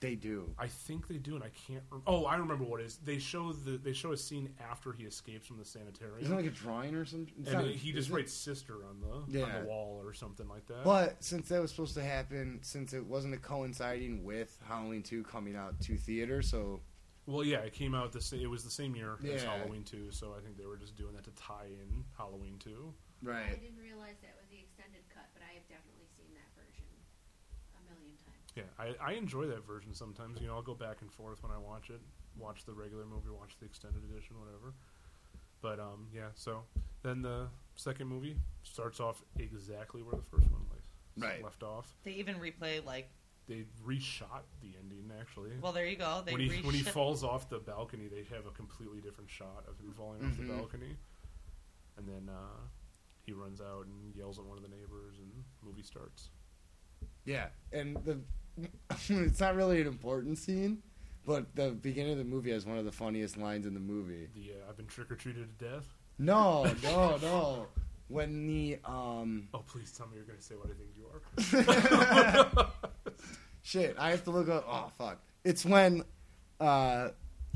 they do. I think they do, and I can't. Rem- oh, I remember what it is. They show the they show a scene after he escapes from the sanitarium, Isn't it like a drawing or something? It's and not- it- he just is it? writes "sister" on the on Yeah. the wall or something like that. But since that was supposed to happen, since it wasn't coinciding with Halloween two coming out to theater, so well, yeah, it came out the sa- it was the same year as Yeah. Halloween two, so I think they were just doing that to tie in Halloween two. I didn't realize that was the extended cut, but I have definitely seen that version a million times. Yeah, I, I enjoy that version sometimes. You know, I'll go back and forth when I watch it, watch the regular movie, watch the extended edition, whatever. But um, yeah. So then the second movie starts off exactly where the first one was Right. left off. They even replay like, They reshot the ending actually. well, there you go. They when he when he reshoot- falls off the balcony, they have a completely different shot of him falling off the Mhm. balcony, and then uh, he runs out and yells at one of the neighbors, and movie starts. yeah. And the it's not really an important scene, but the beginning of the movie has one of the funniest lines in the movie. The uh, I've been trick or treated to death. No, no, no. When the um Oh, please tell me you're going to say what I think you are. shit, I have to look up. Oh fuck! It's when uh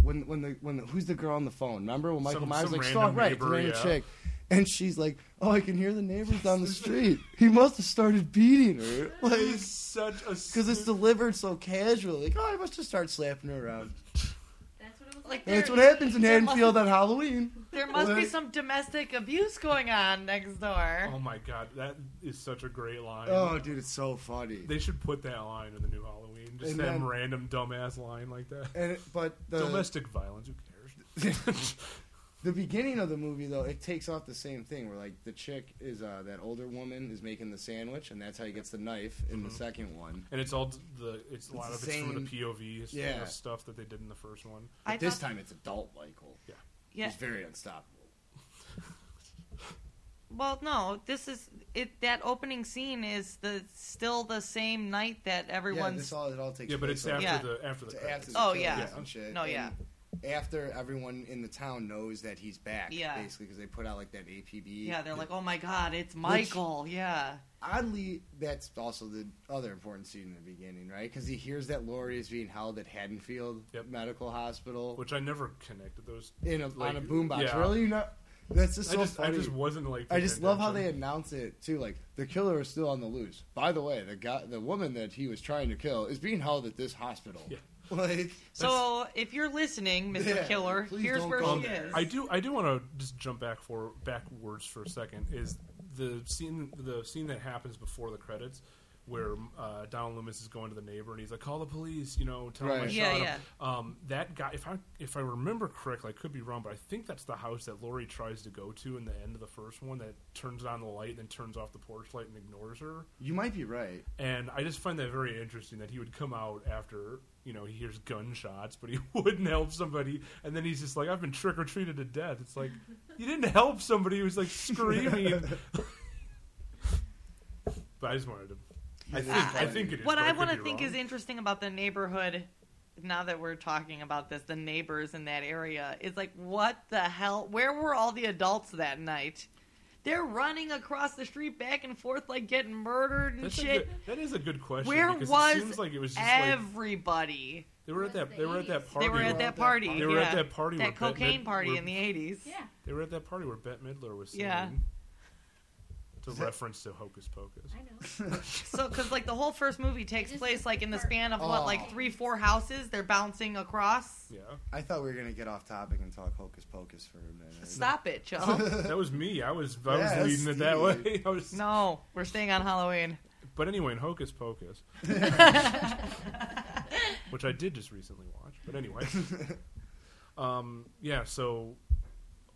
when when the when the, who's the girl on the phone? Remember when Michael Some- Myers some like random stalk right neighbor, random yeah. chick, and she's like, oh, I can hear the neighbors down the street. He must have started beating her. That Like, is such a Because it's delivered so casually. Like, oh, I must just start slapping her around. That's what it was Like like. That's There- what happens in there Haddonfield on Halloween. There must be What? some domestic abuse going on next door. Oh my god, that is such a great line. Oh, dude, it's so funny. They should put that line in the new Halloween. Just And that then- random dumbass line like that. And it, but the, Domestic violence, who cares? the beginning of the movie though, it takes off the same thing where like the chick is uh, that older woman is making the sandwich, and that's how he gets the knife in the Mm-hmm. second one. and it's all d- the it's a lot It's of the it's from the same- POV s- Yeah. uh, stuff that they did in the first one. But I this thought- time it's adult Michael. yeah. He's very unstoppable. Well, no, this is it. That opening scene is the still the same night that yeah, everyone's. this all it all takes. Yeah, but it's place over- after Yeah. the after the it's credits. after the Oh, killings yeah. and shit. No, and yeah. After everyone in the town knows that he's back, Yeah. basically, because they put out like that APB. yeah, they're like, oh my god, it's Michael. yeah, oddly, that's also the other important scene in the beginning, right? Because he hears that Lori is being held at Haddonfield Yep. Medical Hospital which I never connected those. in a, like, on a boombox. yeah. Really, you know, that's just I so just funny. I just wasn't like. I just love how they paying attention. announce it too. Like the killer is still on the loose. By the way, the guy, the woman that he was trying to kill is being held at this hospital. Yeah. Like, So if you're listening, Mr. Yeah, Killer, please here's don't where go she there. is. I do. I do want to just jump back for backwards for a second. Is the scene the scene that happens before the credits, where uh, Donald Loomis is going to the neighbor and he's like, "Call the police," you know, tell him I Right. Yeah, shot yeah. him. Um, that guy. If I if I remember correctly, I could be wrong, but I think that's the house that Lori tries to go to in the end of the first one. That turns on the light and then turns off the porch light and ignores her. you might be right. And I just find that very interesting that he would come out after, you know, he hears gunshots, but he wouldn't help somebody. And then he's just like, I've been trick or treated to death. It's like, you didn't help somebody who was like screaming. But I just wanted to. I Yeah. think, I think it is. What but I could want to be think wrong. is interesting about the neighborhood, now that we're talking about this, the neighbors in that area, is like, what the hell? Where were all the adults that night? They're running across the street back and forth, like getting murdered and That's a shit. good, that is a good question. Where because was it seems like it was just like everybody? they were at that they were at that party. They were where- at that party. They were at yeah. that party where That Bette Mid- cocaine party where- in the 80s. Yeah. They were at that party where Bette Midler was singing. Yeah. It's a reference to Hocus Pocus. I know. So, because like the whole first movie takes Just place the like in the first- span of what, Oh. like three, four houses? They're bouncing across. Yeah, I thought we were gonna get off topic and talk hocus pocus for a minute. Stop it, Joe. that was me. I was I Yeah, was leading it that Steve. way. I was, No, we're staying on Halloween. But anyway, in Hocus Pocus, which I did just recently watch. But anyway, um, yeah. So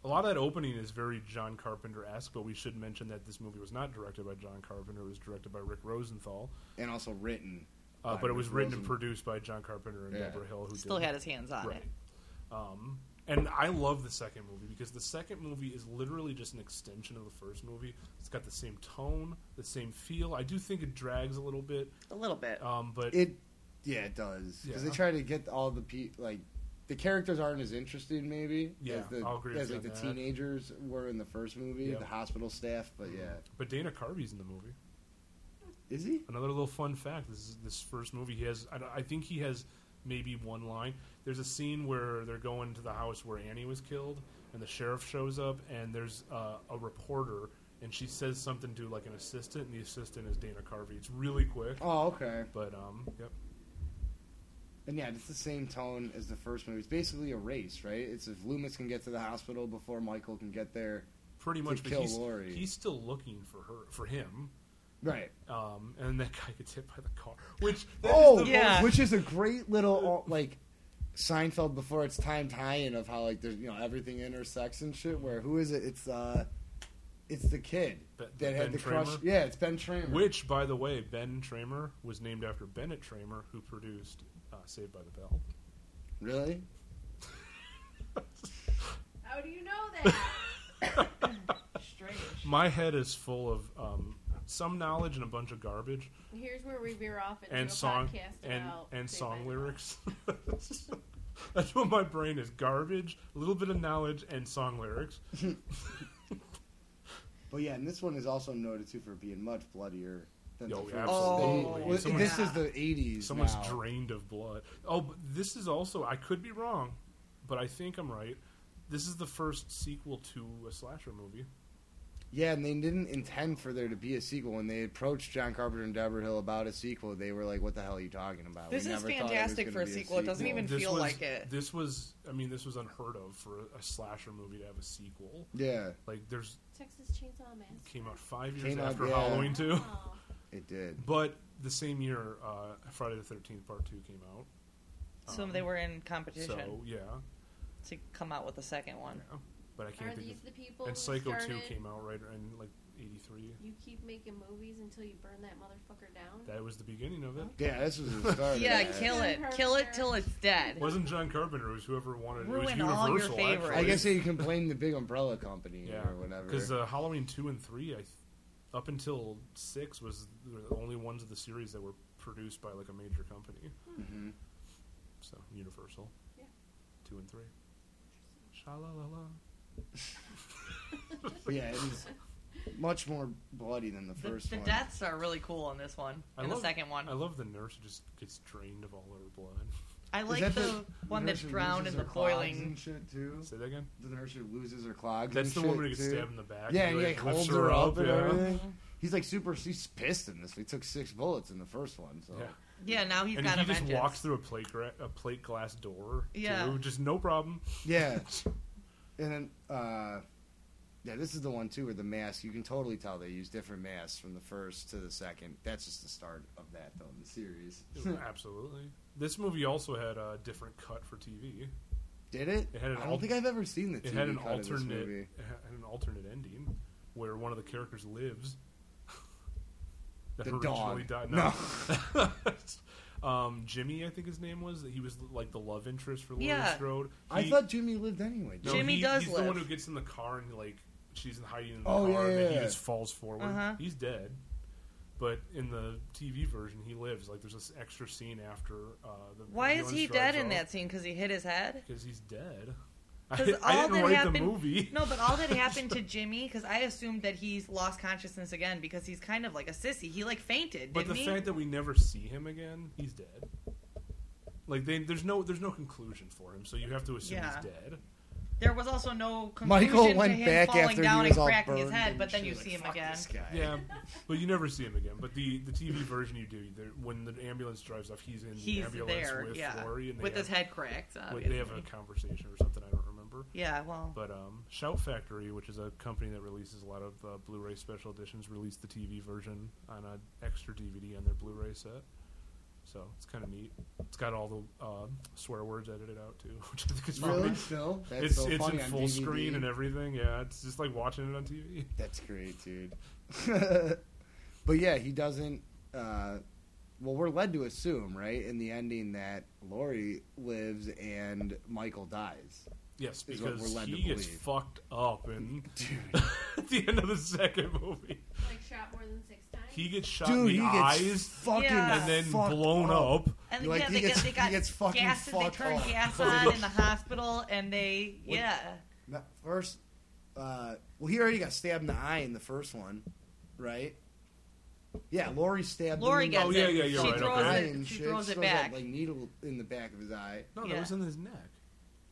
a lot of that opening is very John Carpenter esque. But we should mention that this movie was not directed by John Carpenter. It was directed by Rick Rosenthal. And also written. Uh, by but it was Rick written and Rosen- produced by John Carpenter and Yeah. Deborah Hill, who Still did, had his hands on Right. it. Um, and I love the second movie because the second movie is literally just an extension of the first movie. It's got the same tone, the same feel. I do think it drags a little bit, A little bit. um, but It, yeah, it does because Yeah. they try to get all the pe- like the characters aren't as interesting maybe Yeah, as the I'll agree as with like you the on that. teenagers were in the first movie, Yep. the hospital staff. But yeah, but Dana Carvey's in the movie. is he? Another little fun fact: this is this first movie. He has, I, don't- I think he has maybe one line. There's a scene where they're going to the house where Annie was killed, and the sheriff shows up, and there's uh, a reporter, and she says something to like an assistant, and the assistant is Dana Carvey. It's really quick, Oh, okay. but um, yep. And yeah, it's the same tone as the first movie. It's basically a race, right? It's if Loomis can get to the hospital before Michael can get there, pretty to much. But kill he's, Lori. he's still looking for her, for him. right? Um, and that guy gets hit by the car, which that is Oh, the Yeah. most- which is a great little uh, like Seinfeld before it's time tie-in of how like there's you know everything intersects and shit. Where who is it? It's uh, it's the kid Be- that had Ben the crush. Tramer? Yeah, it's Ben Tramer. Which, by the way, Ben Tramer was named after Bennett Tramer, who produced uh, Saved by the Bell. really? How do you know that? Strange. My head is full of um, some knowledge and a bunch of garbage Here's where we veer off into and a song podcast and about and Saved by song the Bell. lyrics. That's what my brain is: garbage, a little bit of knowledge, and song lyrics. But yeah, and this one is also noted too for being much bloodier than Oh, the yeah, first. absolutely. Well, Someone's- this is the '80s. Someone's now. drained of blood. Oh, but this is also, I could be wrong, but I think I'm right. This is the first sequel to a slasher movie. Yeah, and they didn't intend for there to be a sequel. When they approached John Carpenter and Deborah Hill about a sequel, they were like, "What the hell are you talking about?" This is thought it was fantastic gonna for a be sequel. It doesn't even- This feel was, like it. This was, I mean, this was unheard of for a, a slasher movie to have a sequel. Yeah, Like, there's Texas Chainsaw Massacre. came out five years Came out, after yeah. Halloween two, Wow. it did. but the same year, uh, Friday the Thirteenth Part Two came out. So Um, they were in competition So yeah, to come out with the second one. yeah. But I Are can't think. these Of, the people and who Psycho Two started, came out right in like '83. You keep making movies until you burn that motherfucker down. That was the beginning of it. Yeah, this was the start. of Yeah, that. kill it. Kill it till it's dead. It wasn't John Carpenter. It was whoever wanted. it was Ruin Universal. all your favorites. actually. I guess you can blame the big umbrella company yeah, or whatever. Because uh, Halloween two and three, I th- up until six, was were the only ones of the series that were produced by like a major company. Hmm. Mhm. So Universal. Yeah. Two and three. Sha-la-la-la. But yeah, it was much more bloody than the The, first the one. deaths are really cool in this one. I In the love- second one, I love the nurse who just gets drained of all her blood. I Is like that the, one that's nurse who drowned loses in the her clogs boiling. and shit too. Say that again. The nurse who loses her clogs. That's the and woman who shit, gets too. stabbed in the back. Yeah, and he like, like, holds lifts her up and yeah. everything. He's like super. He's pissed in this. He took six bullets in the first one. So Yeah. Yeah, now he's and got he a just vengeance. walks through a plate gra- a plate glass door. Yeah. too, just no problem. yeah, and then uh, yeah, this is the one too where the mask. You can totally tell they use different masks from the first to the second. That's just the start of that though in the series. Absolutely. This movie also had a different cut for TV. Did it? It had an I don't al- think I've ever seen the TV It had an cut of this alternate, movie. it had an alternate ending where one of the characters lives. that The originally dog. died. No. um, Jimmy, I think his name was. He was like the love interest for Laurie Yeah. Strode. I He- thought Jimmy lived anyway. no, didn't Jimmy he- does He's live. the one who gets in the car and like she's hiding in the Oh, car yeah, and yeah, he yeah. just falls forward. Uh-huh. He's dead. But in the TV version, he lives. Like there's this extra scene after uh, the. Why is he dead in that scene? Because he hit his head. Because he's dead. I, Because I all didn't that write happened, the movie. no, but all that happened to Jimmy, because I assumed that he's lost consciousness again because he's kind of like a sissy. He like fainted, But didn't the he? fact that we never see him again, he's dead. Like they, there's no there's no conclusion for him, so you have to assume Yeah. he's dead. there was also no conclusion Michael to went him back falling after down he was and all cracking burned his head, and but then she you was see like, him "Fuck again. this guy." Yeah, but you never see him again. But the the TV version you do, there- when the ambulance drives up, he's in the He's ambulance there, with yeah, Lori, and they with have, his head cracked. like, they have a obviously. conversation or something. I don't remember. yeah, well, But um, Shout Factory, which is a company that releases a lot of uh, Blu-ray special editions, released the TV version on an extra DVD on their Blu-ray set. So it's kind of neat. It's got all the uh, swear words edited out too, which I think is Really? really. Still? That's it's so it's funny in on full DVD. screen and everything. Yeah, it's just like watching it on TV. That's great, dude. but yeah, he doesn't. Uh, well, we're led to assume, right, in the ending that Lori lives and Michael dies. Yes, Is what because we're led to he gets believe. fucked up in at the end of the second movie. Like shot more than six times. He gets shot in Dude, he the gets eyes fucking Yeah. and then fucked blown up. and Like, yeah, he they gets- got they he got gets fucking gases. They fucked turned up. gas on in the hospital, and they yeah. Ma- First, uh, well, he already got stabbed in the eye in the first one, right? Yeah, Lori stabbed. him Lori in the gets Oh, yeah, it. yeah, you're she right, throws okay. eye it. and She shit. throws it that, back. like needle in the back of his eye. No, Yeah. that was in his neck.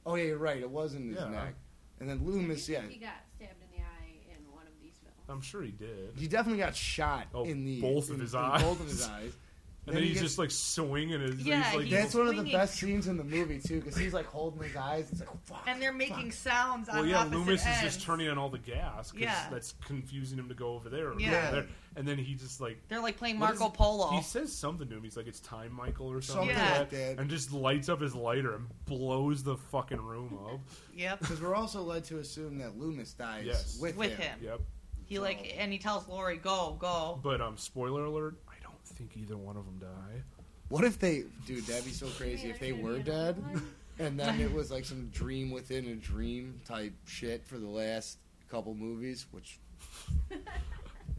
Oh yeah, you're right. It was in his Yeah. neck. And then I Loomis, yeah, think He got stabbed in the eye in one of these films. I'm sure he did. he definitely got shot Oh, in the both of in- his in eyes. Both of his eyes. And then, he he's gets- just like swinging his. Yeah, he's, like, he- That's one of the swinging. best scenes in the movie too, because he's like holding his eyes. It's like fuck. and they're making fuck. sounds on Well, yeah, opposite Loomis ends. is just turning on all the gas because Yeah. that's confusing him to go over there. Or Yeah. Over there. And then he just like They're like playing what is Marco it? Polo. He says something to him. He's like, "It's time, Michael," or something, Something Yeah. like that. and just lights up his lighter and blows the fucking room up. yep. Because we're also led to assume that Loomis dies Yes. with, With him. him. Yep. He like and he tells Lori, "Go, go." But um, spoiler alert: I don't think either one of them die. What if they, dude? That'd be so crazy Yeah, if they there's were gonna be another dead, one. and then it was like some dream within a dream type shit for the last couple movies, which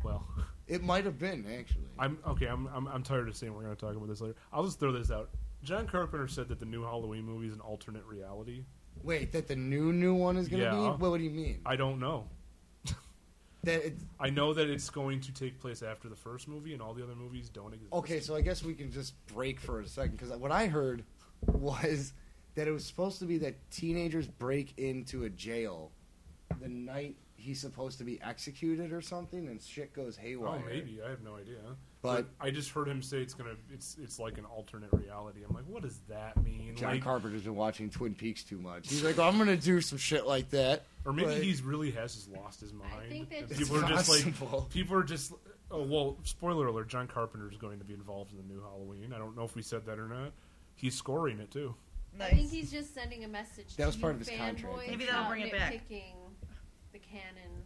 Well, it might have been actually. I'm okay. I'm I'm, I'm tired of saying we're going to talk about this later. I'll just throw this out. John Carpenter said that the new Halloween movie is an alternate reality. Wait, that the new new one is gonna Yeah. be? What, what do you mean? I don't know. that it's, I know that it's going to take place after the first movie, and all the other movies don't exist. Okay, so I guess we can just break for a second because what I heard was that it was supposed to be that teenagers break into a jail the night he's supposed to be executed or something, and shit goes haywire. Well, Oh, maybe I have no idea. But- I just heard him say it's gonna. It's it's like an alternate reality. I'm like, what does that mean? John Like- Carpenter's been watching Twin Peaks too much. He's like, I'm gonna do some shit like that. or maybe but- he's really has just lost his mind. think that and just- people are just possible. like people are just. Oh well, spoiler alert: John Carpenter is going to be involved in the new Halloween. I don't know if we said that or not. He's scoring it too. Nice. I think he's just sending a message. That to was part you of his contract. fanboys Maybe that'll about bring it back. nitpicking the canon.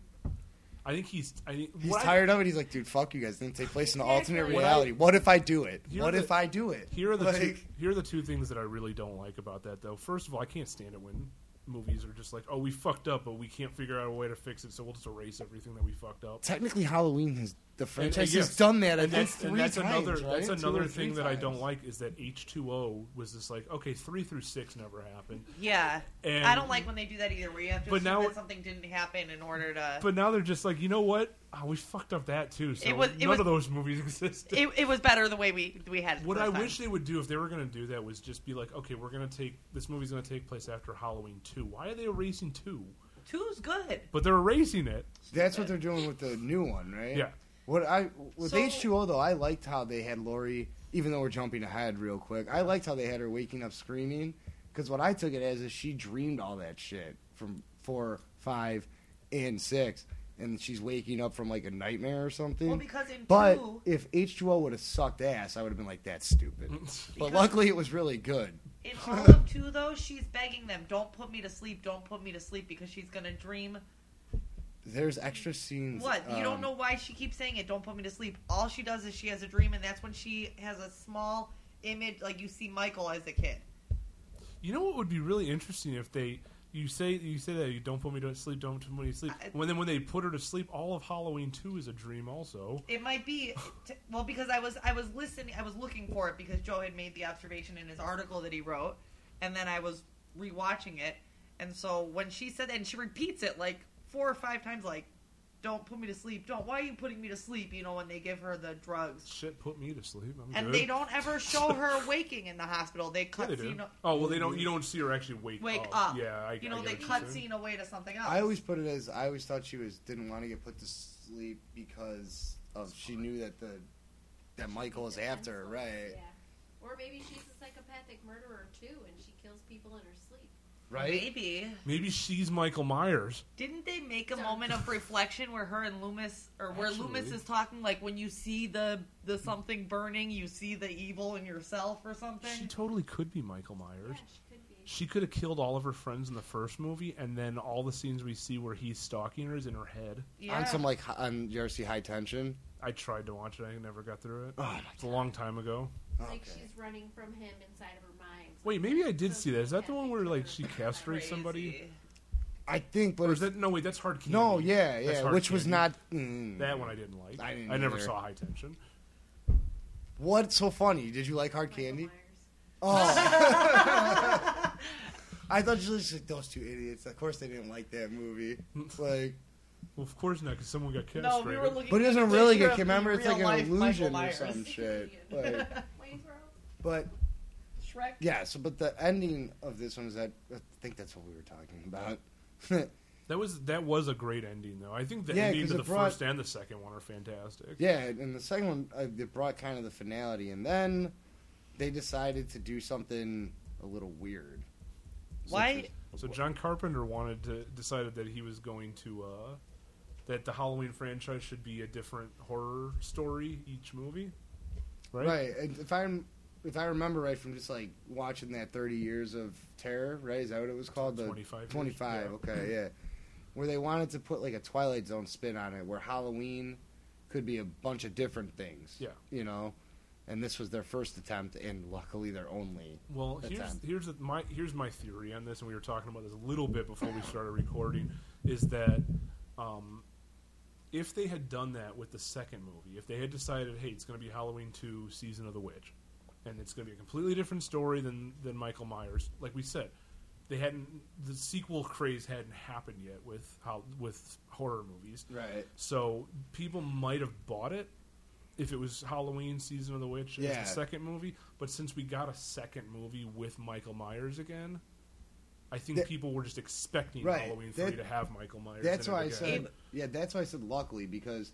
I think he's. I think, He's what I- tired of it. He's like, dude, fuck you guys. Didn't take place in an alternate Exactly. reality. What if I do it? You're what the- if I do it? Here are the two, like, here are the two things that I really don't like about that though. First of all, I can't stand it when movies are just like, "Oh, we fucked up, but we can't figure out a way to fix it, so we'll just erase everything that we fucked up." technically Halloween has the And- franchise yes. has done that. I And think that's, three and that's times, another right? that's Two or another three thing that I don't times. like is that H two O was just like, okay, three through six never happened, yeah. And- I don't like when they do that either. Where you have to But assume now- that something didn't happen in order to. but now they're just like, you know what? Oh, we fucked up that too. So It was- it none was- of those movies existed. it, it was better the way we we had. It the What first I time. wish they would do if they were going to do that was just be like, okay, we're going to take this movie's going to take place after Halloween two. Why are they erasing two? two's good. But they're erasing it. That's what they're doing with the new one, right? Yeah. What I with So- H two O though, I liked how they had Lori. Even though we're jumping ahead real quick, I liked how they had her waking up screaming because what I took it as is she dreamed all that shit from four, five, and six, and she's waking up from like a nightmare or something. Well, because in but two, if H two O would have sucked ass, I would have been like, "That's stupid." but Because- luckily, it was really good. in all of two though, she's begging them, "Don't put me to sleep. Don't put me to sleep," because she's gonna dream There's extra scenes. What? You um, don't know why she keeps saying it. Don't put me to sleep. All she does is she has a dream, and that's when she has a small image, like you see Michael as a kid. You know what would be really interesting if they You say you say that you don't put me to sleep, don't put me to sleep. I- when then when they put her to sleep, all of Halloween two is a dream. Also, It might be t- well because I was I was listening I was looking for it because Joe had made the observation in his article that he wrote, and then I was rewatching it, and so when she said that and she repeats it like four or five times like, "Don't put me to sleep, don't why are you putting me to sleep?" You know when they give her the drugs, shit put me to sleep. I'm and good. they don't ever show her waking in the hospital. They Yeah, cut they do. scene oh well, they don't. You don't see her actually wake wake up. up. Yeah, I, you I know get they what you're cut saying. scene away to something else. I always put it as I always thought she was didn't want to get put to sleep because of she knew that the that Michael was after her, right? Yeah. Or maybe she's a psychopathic murderer too, and she kills people in her sleep. Right? maybe Maybe she's Michael Myers. Didn't they make a Sorry. moment of reflection where her and Loomis, or where Actually. Loomis is talking, like when you see the the something burning, you see the evil in yourself or She something? totally could be Michael Yeah, Myers. she could be. She could have killed all of her friends in the first movie, and then all the scenes we see where he's stalking her is in her head. yeah. On some like hi- on Jersey High Tension. I tried to watch it, I never got through it. Oh my it's a long time ago. Like Okay. she's running from him inside of her mind. Wait, maybe I did So see that. Is that the psychopathic one where like she murderer. castrates somebody? Crazy. I think, but Or is it's- that no? Wait, that's hard candy. no, yeah, That's yeah, Hard which was Candy. not mm. that one. I didn't like. I didn't never either. saw High Tension. What's so funny? Did you like hard Michael candy? Myers. Oh. I thought you were just like those two idiots. Of course they didn't like that movie. Like, Well, of course not, because someone got castrated. No, we were looking. but it at the doesn't really picture get. of the Remember, it's like real-life an illusion Michael or Myers. some shit. Like, Waynesboro? but Shrek. yeah. So, but the ending of this one is that I think that's what we were talking about. That was that was a great ending though. I think the Yeah, endings of 'cause it the brought- first and the second one are fantastic. yeah, and the second one uh, it brought kind of the finality, and then they decided to do something a little weird. Why? So John Carpenter wanted to decided that he was going to uh, that the Halloween franchise should be a different horror story each movie. Right? Right. and If I'm if I remember right from just like watching that 30 years of terror, right? Is that what it was called? The 25 years, 25. yeah. Okay, yeah. Where they wanted to put like a Twilight Zone spin on it, where Halloween could be a bunch of different things. Yeah. You know, and this was their first attempt, and luckily their only. Well, That's here's on. here's the, my here's my theory on this, and we were talking about this a little bit before we started recording. Is that um, if they had done that with the second movie, if they had decided, hey, it's going to be Halloween two, season of the witch, and it's going to be a completely different story than than Michael Myers, like we said, they hadn't the sequel craze hadn't happened yet with how with horror movies, Right. so people might have bought it if it was Halloween season of the witch as Yeah. the second movie. But since we got a second movie with Michael Myers again, I think That- people were just expecting Right, Halloween three that- to have Michael Myers. That's in it why I again. said. Yeah, that's why I said luckily because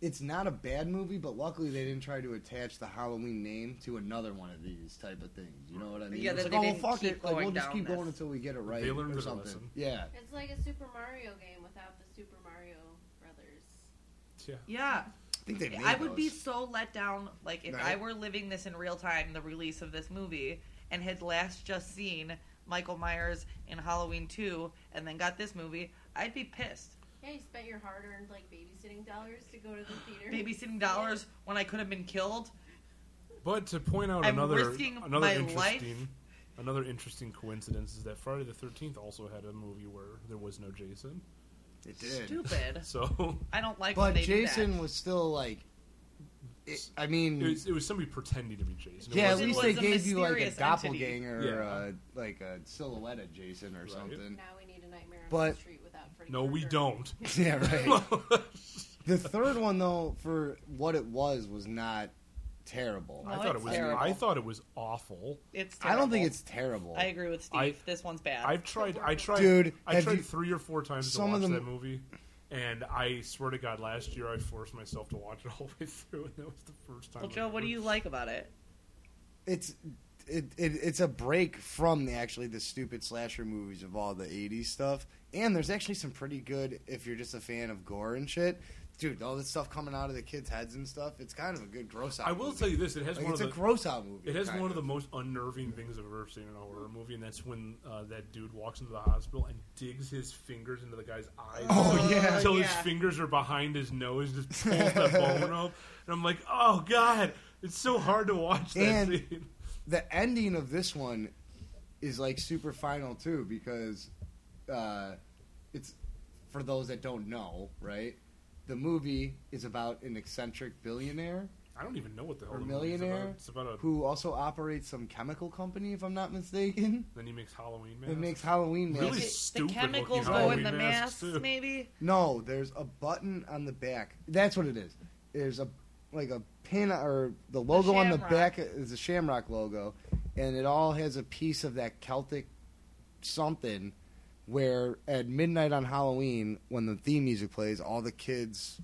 it's not a bad movie, but luckily they didn't try to attach the Halloween name to another one of these type of things. You know what I mean? Yeah, It's that like, they oh, didn't fuck keep it. Like, we'll going just down keep going this. until we get it right They learned or a something. lesson. Yeah. It's like a Super Mario game without the Super Mario Brothers. yeah. Yeah. I think they made I would be those. so let down. Like if I Right. were living this in real time, the release of this movie, and had last just seen Michael Myers in Halloween Two, and then got this movie, I'd be pissed. Yeah, you spent your hard-earned like babysitting dollars to go to the theater. Babysitting dollars when I could have been killed. But to point out I'm another risking another my interesting life. another interesting coincidence is that Friday the Thirteenth also had a movie where there was no Jason. It did. Stupid. Mm. So I don't like when But they do Jason that. was still like. It, I it mean, was, it was somebody pretending to be Jason. It yeah, at wasn't It least was they a gave you like a mysterious doppelganger or Yeah. a, like a silhouette of Jason or Right. something. Now we need a nightmare on But- the street without Freddy. No, we Krueger. don't. yeah, right. The third one, though, for what it was, was not terrible. I No, thought it it's was. terrible. I thought it was awful. It's I don't terrible. think it's terrible. I agree with Steve. I- this one's bad. I've tried. I tried. Dude, I have tried you- three or four times to some watch of them- that movie, and I swear to God, last year I forced myself to watch it all the way through, and that was the first time. well, I Joe, what ever- do you like about it? It's it, it it's a break from the, actually the stupid slasher movies of all the '80s stuff, and there's actually some pretty good if you're just a fan of gore and shit. Dude, all this stuff coming out of the kids' heads and stuff, it's kind of a good gross out. I will movie. tell you this: it has Like, one it's of a the. gross out movie. it has kind one of the most unnerving things I've ever seen in a horror movie, and that's when uh, that dude walks into the hospital and digs his fingers into the guy's eyes. Oh, yeah. until his yeah. fingers are behind his nose, just pulls that bone up, and I'm like, oh god, it's so hard to watch that And- scene. the ending of this one is like super final too because uh, it's for those that don't know, right? The movie is about an eccentric billionaire I don't even know what the hell or Oh, the movie's about. millionaire It's about a. who also operates some chemical company, if I'm not mistaken. Then he makes Halloween man. That makes Halloween Really masks. The- stupid The chemicals looking go in the Halloween masks, masks, too. maybe. No, there's a button on the back. That's what it is. There's a like a pin or the logo on the shamrock. back is a shamrock logo, and it all has a piece of that Celtic something. Where at midnight on Halloween, when the theme music plays, all the kids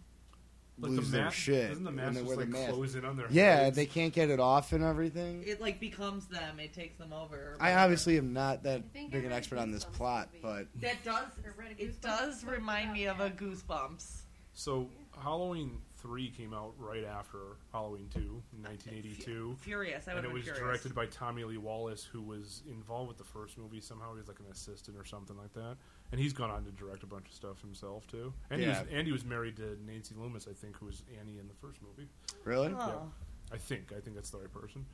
Like lose the their mask, shit. Doesn't the and mask they just wear the like mask. close in on their Yeah, heads? they can't get it off and everything. It like becomes them. It takes them over. or I whatever. obviously am not that think big I an read expert on this Goosebumps plot, movie. but that does. I read a Goosebumps It does book remind me about of a that. Goosebumps. So Halloween three came out right after Halloween two, in 1982, Furious. I would and have it been was furious. directed by Tommy Lee Wallace, who was involved with the first movie somehow. He was like an assistant or something like that, and he's gone on to direct a bunch of stuff himself too. And he was Yeah. and he was married to Nancy Loomis, I think, who was Annie in the first movie. really, Oh. I think I think that's the right person.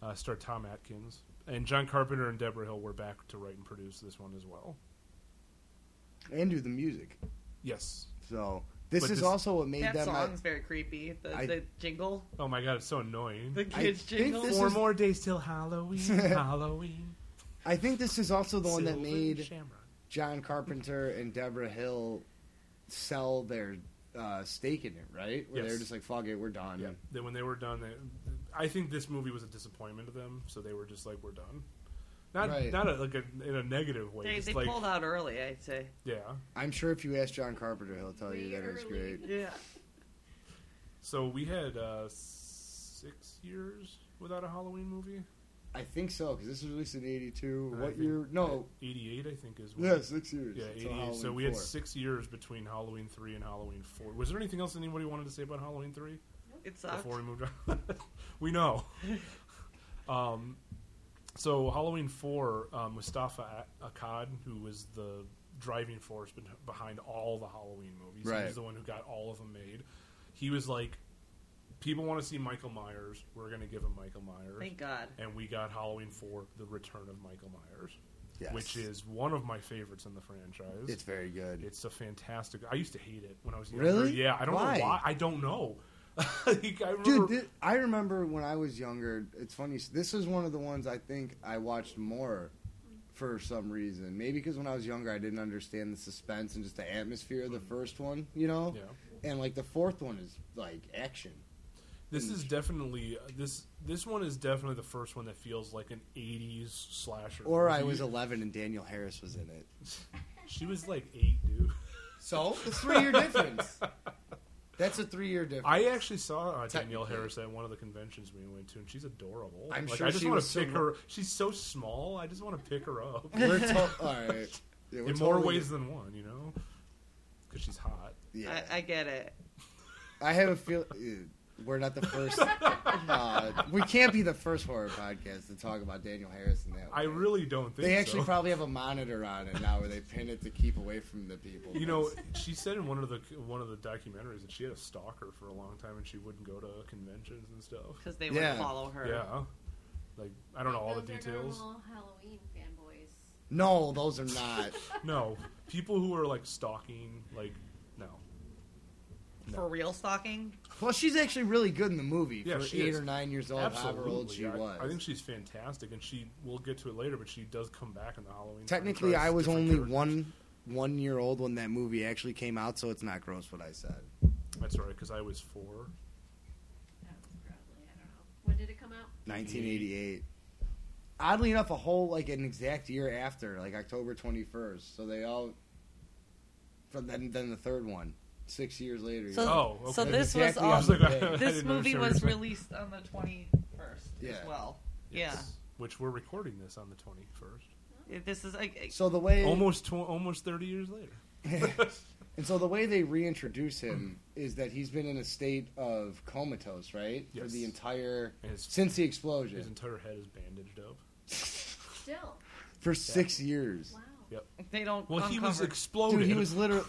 Uh, star Tom Atkins and John Carpenter and Deborah Hill were back to write and produce this one as well. and do the music. Yes. So this But is this- also what made That them. song's very creepy. The, I- the jingle, Oh my god, it's so annoying. the I kids think jingle. this Four is- more days till Halloween. Halloween. I think this is also the one that Silver made Shamrock. John Carpenter and Deborah Hill sell their uh, stake in it, right? Where they Yes. were just like, "Fuck it, we're done." Yeah. Then when they were done, they, I think this movie was a disappointment to them, so they were just like, "We're done." Not Right. not a, like a, in a negative way. they just they like, pulled out early. I'd say. Yeah. I'm sure if you ask John Carpenter, he'll tell you Way that it was early. great. Yeah. So we had uh, six years without a Halloween movie. I think so because this was released in '82. I What think- year? No, Eighty-eight, I think, is. yeah, six years. Yeah, Till 88. So Halloween we had four. six years between Halloween 3 and Halloween 4. Was there anything else anybody wanted to say about Halloween 3 It sucked. before we moved on? we know. um, so Halloween 4, um, Mustafa A- Akkad, who was the driving force be- behind all the Halloween movies, he Right. was the one who got all of them made. He was like, people want to see Michael Myers. We're going to give him Michael Myers. Thank God. and we got Halloween 4, The Return of Michael Myers. Yes. Which is one of my favorites in the franchise. It's very good. It's a fantastic. I used to hate it when I was younger. Really? Yeah, I don't Why? know why. I don't know. Like, I remember, Dude, thi- I remember when I was younger. It's funny. s- This is one of the ones I think I watched more for some reason. Maybe because when I was younger, I didn't understand the suspense and just the atmosphere of the first one, you know? Hmm. yeah. And like the fourth one is like action. This is definitely this. This one is definitely the first one that feels like an '80s slasher. Or I movie. was 11 and Daniel Harris was in it. She was like eight, dude. So? The three year difference. That's a three year difference. I actually saw uh, Danielle Technically. Harris at one of the conventions we went to, and she's adorable. I'm like, sure I just she want was to pick so- her. She's so small. I just want to pick her up We're to- all right. Yeah, we're in more totally- ways than one, you know, because she's hot. Yeah. I, I get it. I have a feel. ew, We're not the first. uh, we can't be the first horror podcast to talk about Daniel Harris and that. I way. really don't think They actually so. probably have a monitor on it now where they pin it to keep away from the people. You know, she said in one of the one of the documentaries that she had a stalker for a long time and she wouldn't go to conventions and stuff. Because they Yeah. would follow her. Yeah, like I don't know all the Those are details. normal Halloween fanboys. no, those are not. No, people who are like stalking, like no, For real stalking? Well, she's actually really good in the movie Yeah, for she eight is. or nine years old, however old she I, was. I think she's fantastic, and she we'll get to it later, but she does come back in the Halloween. Technically, franchise, I was different only characters. one one year old when that movie actually came out, so it's not gross what I said. That's right, because I was four. That was probably I don't know. When did it come out? 1988. Oddly enough, a whole like an exact year after, like October 21st. So they all. From then, then the third one, six years later. So- Oh, okay. so this was Exactly I all. was like, I This this didn't know movie she was- was released on the 21st Yeah. as well. Yes, Which we're recording this on the twenty first, Yeah. This is like so the way almost tw- almost thirty years later. And so the way they reintroduce him is that he's been in a state of comatose, right? For Yes. the entire And his- since the His explosion. entire head is bandaged up. Still. For six years. Wow. Yep. they don't Well, he was uncover- exploded. Dude, he was literally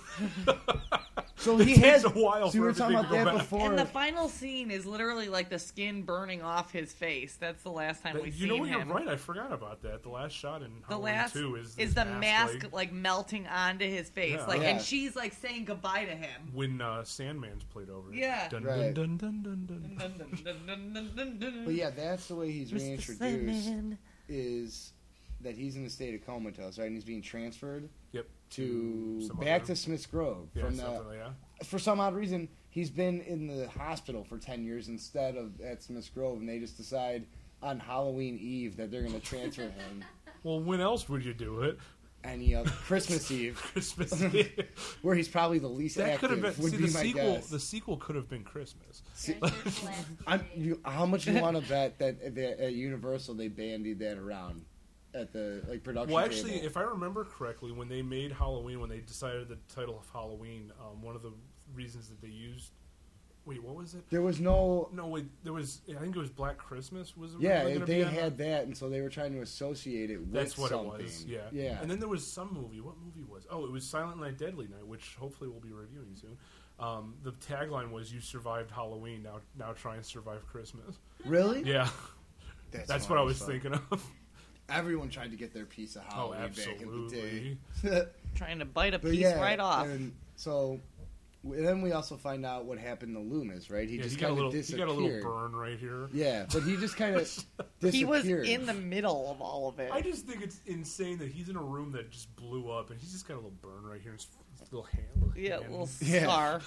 So It he takes has. a while so you for were talking everything about to go that back. before. And the final scene is literally like the skin burning off his face. That's the last time That- we you see know what? him. You're right. I forgot about that. The last shot in The Halloween last Two is, is the his mask like, like, melting onto his face, Yeah. like, Yeah. and she's like saying goodbye to him. when uh, Sandman's played over. it. Yeah. Dun, Right. dun, dun, dun, dun, dun. Dun, dun, dun, dun, dun, dun, dun. But yeah, that's the way he's Mr. reintroduced. Sandman. Is that he's in a state of comatose, right? And he's being transferred Yep. to Some back other- to Smith's Grove Mm-hmm. yeah, from something the like that. for some odd reason, he's been in the hospital for 10 years instead of at Smith's Grove, and they just decide on Halloween Eve that they're going to transfer him. Well, when else would you do it? Any other Christmas Eve, Christmas Eve. where he's probably the least that could have active, been. would See, be the my sequel. guess. The sequel could have been Christmas. Character's last I'm, name. you, how much you want to bet that, that at Universal they bandied that around at the like production? Well, actually, table? if I remember correctly, when they made Halloween, when they decided the title of Halloween, um, one of the reasons that they used. Wait, what was it? there was no, No, wait. There was. I think it was Black Christmas. Was yeah, originally gonna they be on- had that, and so they were trying to associate it with That's what something. it was. Yeah. yeah. And then there was some movie. What movie was? Oh, it was Silent Night, Deadly Night, which hopefully we'll be reviewing soon. Um, the tagline was "You survived Halloween. Now, now try and survive Christmas." really, Yeah, that's, that's what I was thought. thinking of. Everyone tried to get their piece of Oh, Halloween Oh, back in the day. absolutely. trying to bite a But piece yeah, right off. And so and then we also find out what happened to Loomis, right? He Yeah, just he got a kind little. of He disappeared. got a little burn right here. Yeah, but he just kind of disappeared. He was in the middle of all of it. I just think it's insane that he's in a room that just blew up, and he's just got a little burn right here. His, his little hand. Little yeah, hand. little Yeah. scar.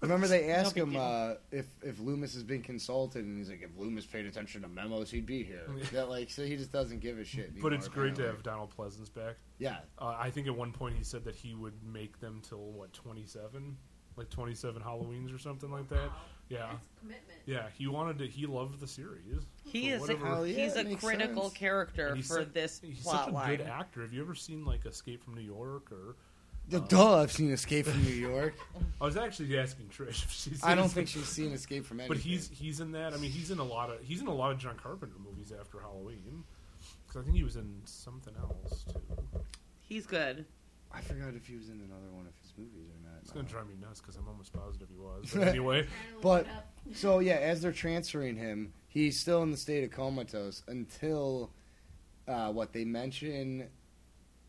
Remember they asked No big him deal. uh, if if Loomis has been consulted, and he's like, if Loomis paid attention to memos, he'd be here. Yeah. That like, so he just doesn't give a shit. But anymore, it's great to apparently. have Donald Pleasance back. Yeah, Uh, I think at one point he said that he would make them till what twenty seven, like twenty seven Halloweens or something like that. Wow. Yeah, That's commitment. yeah. He wanted to. He loved the series. He For is whatever- a, Hell yeah, he's it a makes critical sense. character And he's for such- this He's plot such a line. good actor. Have you ever seen like Escape from New York? Or duh. I've seen Escape from New York. I was actually asking Trish if she's. I don't think she's seen Escape from anything. But he's he's in that. I mean, he's in a lot of he's in a lot of John Carpenter movies after Halloween. Because I think he was in something else too. He's good. I forgot if he was in another one of his movies or not. It's gonna drive me nuts because I'm almost positive he was. But anyway, Trying to look But it up. so yeah, as they're transferring him, he's still in the state of comatose until uh, what they mention.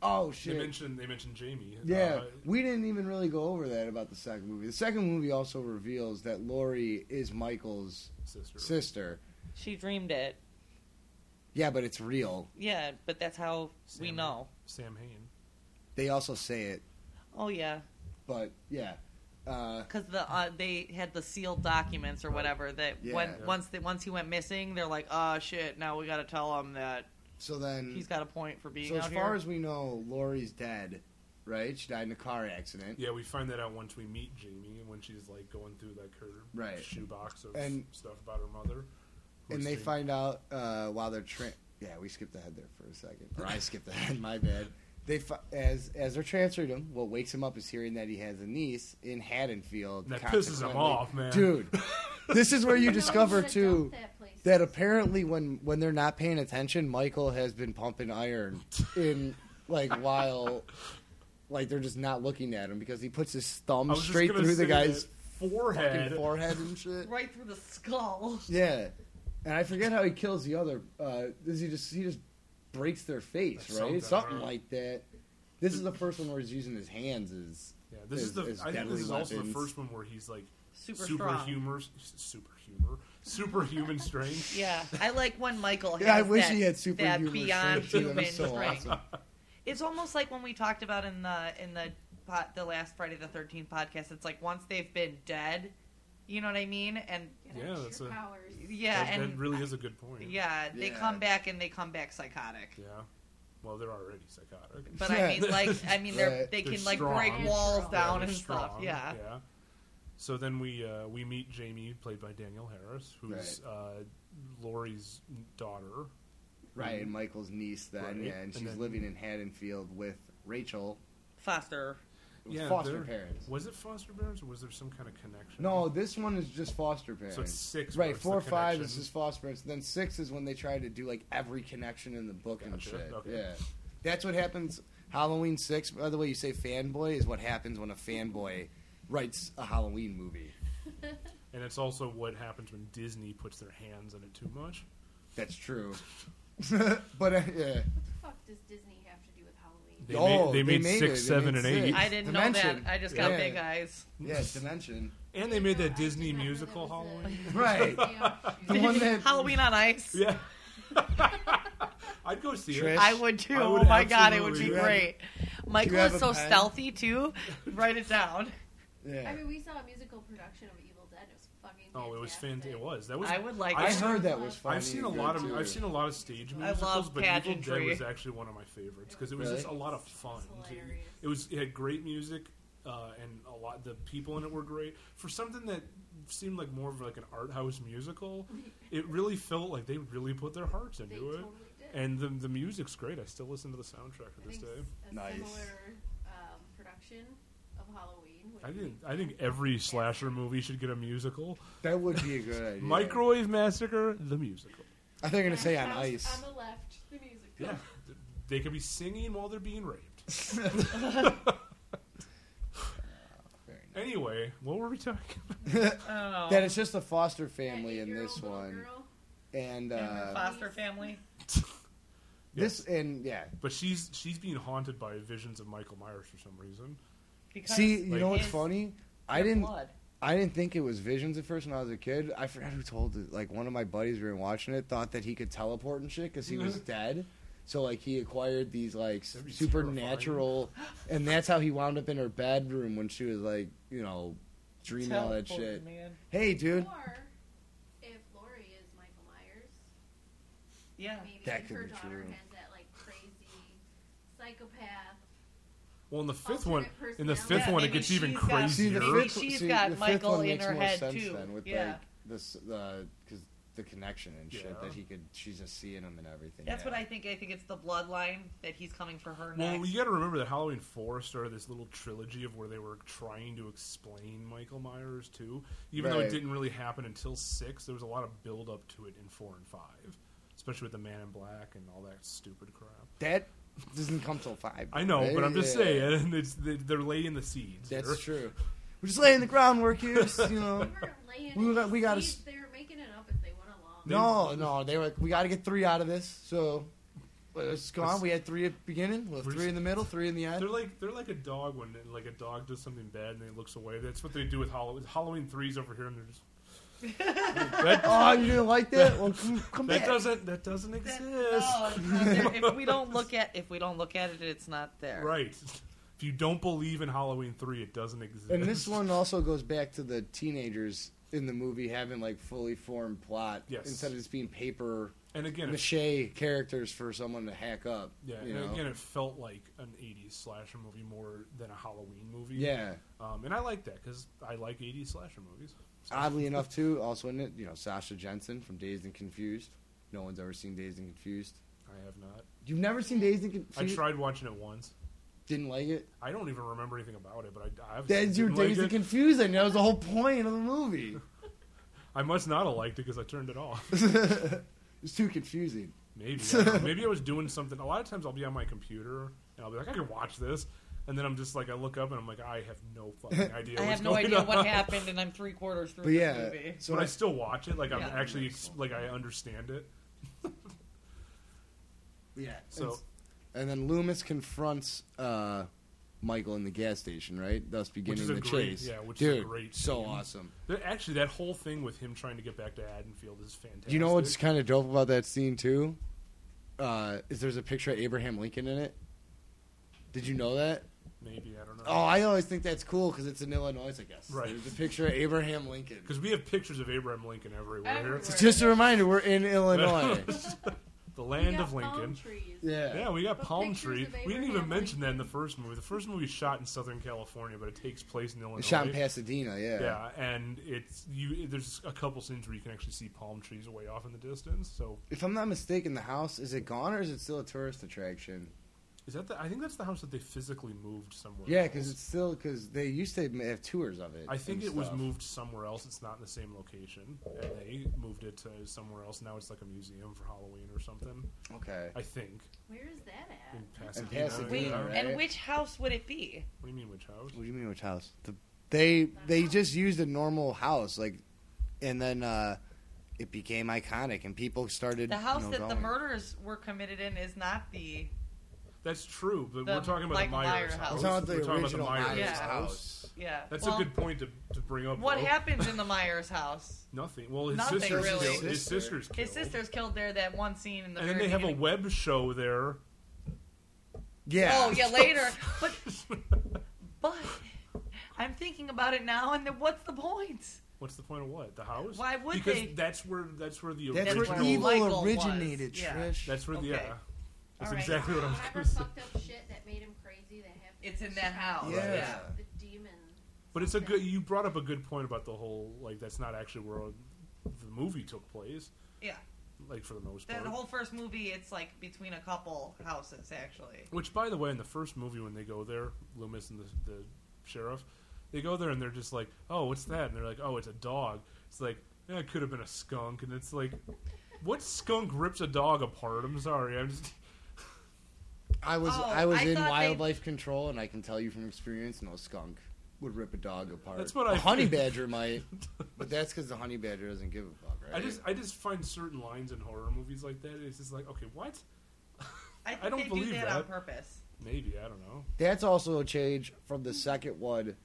Oh they shit! mentioned they mentioned Jamie. yeah, Uh, we didn't even really go over that about the second movie. The second movie also reveals that Lori is Michael's sister. sister. She dreamed it. Yeah, but it's real. Yeah, but that's how we Sam. know. Sam Hain. They also say it, Oh yeah, but yeah, uh, because the uh, they had the sealed documents or whatever that Yeah. when Yeah. once they, once he went missing, they're like, oh shit, now we got to tell him that so then he's got a point for being Mm. so out as far here. as we know, Lori's dead. Right? She died in a car accident. Yeah, we find that out once we meet Jamie and when she's like going through like her Right. shoebox of And- stuff about her mother. who's and they Jamie. find out uh, while they're tra- yeah we skipped ahead there for a second or I skipped ahead my bad they fi- as as they're transferring him what wakes him up is hearing that he has a niece in Haddonfield That pisses him Consequently- off, man. dude this is where you No, discover should've too dumped That place. that apparently when when they're not paying attention Michael has been pumping iron in like while like they're just not looking at him because he puts his I thumb was just straight gonna through the say that guy's forehead. fucking forehead and shit right through the skull. yeah, and I forget how he kills the other. Uh, does he just he just breaks their face, Or right? Something, something, right? like that. This is the first one where he's using his hands. Is Yeah, this as- is the. as I think deadly this is also the weapons. first one where he's like Super super strong. humor, super humor, superhuman strength. Yeah, I like when Michael. Has yeah, I wish that, he had that superhuman beyond strength. That human was so strength. awesome. It's almost like when we talked about in the in the pot, the last Friday the Thirteenth podcast. It's like once they've been dead, you know what I mean? And Get out Yeah, your that's a- powers. yeah, that, and that really is a good point. yeah, they Yeah. come back and they come back psychotic. Yeah. Well, they're already psychotic. But I mean, Yeah. like, I mean, they're, Right. they They're can like strong. break They're walls strong. down Yeah, they're and stuff. strong, Yeah. Yeah. So then we uh, we meet Jamie, played by Daniel Harris, who's Right. uh, Lori's daughter. Right, and Michael's niece then, Right. yeah, and And she's then- living in Haddonfield with Rachel, Foster. with Yeah, foster they're- parents. Was it foster parents, or was there some kind of connection? No, this one is just foster parents. so it's six. where Right, it's four, the five is connection. just foster parents. Then six is when they try to do like every connection in the book and Gotcha, shit. okay. Yeah, that's what happens. Halloween six, by the way, you say fanboy is what happens when a fanboy writes a Halloween movie. And it's also what happens when Disney puts their hands on it too much. That's true. but uh, yeah. the fuck does Disney have to do with Halloween? They No, made, they they made made six, it. They seven, and made six. eight, I didn't know Dimension. that. I just got Yeah. big eyes. Yeah, it's Dimension. and they made No, I that did Disney not know that musical was a- Halloween. Right. The one that Halloween on Ice. Yeah, I'd go see Trish. it. I would too. I oh would my god, it would be absolutely- great. Michael have is a so pen? stealthy too. Write it down. Yeah. I mean, we saw a musical production of Evil Dead. It was fucking. Oh, it was fantastic. fantastic. It was that was. I would like. I I've it. heard that was funny. I've seen a and lot good, of too. I've seen a lot of stage I musicals, love but Evil pageantry. Dead was actually one of my favorites because it was Really? just a lot of fun. It's dude. hilarious. It was it had great music uh, and a lot the people in it were great. For something that seemed like more of like an art house musical, it really felt like they really put their hearts They into it. totally did. And the the music's great. I still listen to the soundtrack I to this think day. s- a Nice. similar um, production of Halloween. would I be- think I think every slasher movie should get a musical. That would be a good idea. Microwave Massacre, the musical. I think I'm gonna say on House ice. On the left, the music. Yeah, Th- they could be singing while they're being raped. Anyway, what were we talking about? Oh. That it's just the foster That family in eight-year-old this little one, girl, and And Um, her uh, foster family. this and yeah. But she's she's being haunted by visions of Michael Myers for some reason. Because See, you know Like- what's Is funny? I didn't. Blood. I didn't think it was visions at first when I was a kid. I forgot who told it. Like one of my buddies we were watching it thought that he could teleport and shit because he Mm-hmm. was dead. So like he acquired these like That'd be supernatural, and that's how he wound up in her bedroom when she was like you know dreaming all that Teleport, shit. Man. Hey dude, Or if Lori is Michael Myers, Yeah. maybe That if could her be daughter true. has that like crazy psychopath. Well, in the fifth one, Alternate in the personality. fifth one, it Maybe gets even she's got- see crazier. the Maybe fifth. she's see, got the fifth Michael one in makes her more head, sense too. Then with Yeah. like this the because the connection and shit Yeah. that he could she's just seeing him and everything. That's yeah. what I think. I think it's the bloodline that he's coming for her next. Well, you got to remember that Halloween Four started this little trilogy of where they were trying to explain Michael Myers too, even though it Right. didn't really happen until six. There was a lot of build up to it in four and five, especially with the Man in Black and all that stupid crap. That doesn't come till five. I know, but I'm just Yeah. saying it's they're laying the seeds. here. uh, That's true. We're just laying the groundwork here. just, you know. They were laying We got- we gotta seeds. s- They were making it up as they went along. no, no. They were like, we got to get three out of this. So let's go on. Let's- We had three at the beginning. Well, We're three in the middle. Three in the end. They're like they're like a dog when like a dog does something bad and then he looks away. That's what they do with Halloween. Halloween threes over here, and they're just that, Oh, you didn't like that? Well, come, come that back. doesn't that doesn't That- oh. exist. no, it's not there. if we don't look at if we don't look at it, it's not there. Right. If you don't believe in Halloween three, it doesn't exist. And this one also goes back to the teenagers in the movie having like fully formed plot Yes. instead of just being paper and again, it, mache characters for someone to hack up. yeah, you know? and again, it felt like an '80s slasher movie more than a Halloween movie. yeah. Um, and I like that because I like '80s slasher movies. So- Oddly enough, too, also in it, you know, Sasha Jensen from Dazed and Confused. No one's ever seen Dazed and Confused. I have not. You've never seen Dazed and I Confused? tried watching it once. Didn't like it. I don't even remember anything about it, but I, I obviously That's your didn't like Dazed it. and Confused. And that was the whole point of the movie. I must not have liked it because I turned it off. It's too confusing. Maybe I don't know. maybe I was doing something. A lot of times I'll be on my computer and I'll be like, I can watch this, and then I'm just like, I look up and I'm like, I have no fucking idea. I what's have no going idea on. what happened, and I'm three quarters through But this yeah, movie. so But I I, still watch it. Like Yeah. I'm actually ex- like I understand it. yeah. So and then Loomis confronts uh, Michael in the gas station, right? Thus beginning is a the great- chase. yeah, which is a Dude, great so scene. awesome. there- actually, that whole thing with him trying to get back to Haddonfield is fantastic. You know what's kind of dope about that scene too? Uh, is there's a picture of Abraham Lincoln in it? Did you know that? maybe I don't know. Oh, I always think that's cool because it's in Illinois, I guess. Right. There's a picture of Abraham Lincoln. because we have pictures of Abraham Lincoln everywhere. here. Everywhere. Just a reminder, we're in Illinois. the We land got of palm Lincoln. trees. yeah. Yeah, we got But palm pictures tree. of We didn't even Abraham mention that in the Lincoln. first movie. The first movie is shot in Southern California, but it takes place in Illinois. It's shot in Pasadena, yeah. Yeah, and it's you. There's a couple scenes where you can actually see palm trees way off in the distance. So If I'm not mistaken, the house is it gone or is it still a tourist attraction? is that the? I think that's the house that they physically moved somewhere. Yeah, else. because it's still because they used to have tours of it. I think and it was stuff. moved somewhere else. It's not in the same location, and they moved it to somewhere else. Now it's like a museum for Halloween or something. Okay, I think Where is that at? in in Pasadena. Pasadena. yeah. right? And which house would it be? What do you mean which house? What do you mean which house? The They they just used a normal house, like, and then uh, it became iconic, and people started. The house you know, that the going. murders were committed in is not the. That's true, but The we're talking about Mike the Myers Myers house. house. It's not the we're talking about the original Myers Myers house. house. Yeah. That's well, a good point to, to bring up. What though. happens in the Myers house? Nothing. Well, his Nothing, sister's really. killed. His Sister. sister's killed. His sister's killed there. That one scene in the. And then very they have a beginning. web show there. Yeah. Oh yeah, later. But but I'm thinking about it now, and then what's the point? What's the point of what? The house? Why would because they? that's where that's where the That's original. where That's where evil Michael originated, was. Yeah. Trish. That's where the Okay. yeah. That's All right. exactly what I was Whatever going to say. fucked up shit that made him crazy that happened. It's to in that house. Yeah. yeah. The demon. But it's a good. You brought up a good point about the whole like that's not actually where the movie took place. Yeah. Like for the most The part. whole first movie, it's like between a couple houses, actually. Which, by the way, in the first movie when they go there, Loomis and the, the sheriff, they go there and they're just like, "Oh, what's that?" And they're like, "Oh, it's a dog." It's like "Yeah, it could have been a skunk, and it's like, what skunk rips a dog apart? I'm sorry, I'm just. I was Oh, I was I in thought they- wildlife control, and I can tell you from experience, no skunk would rip a dog apart. That's what I A honey think. badger might, but that's because the honey badger doesn't give a fuck, I right? just I just find certain lines in horror movies like that. It's just like, okay, what? I, think I don't they believe do that, on that. purpose. Maybe I don't know. that's also a change from the second one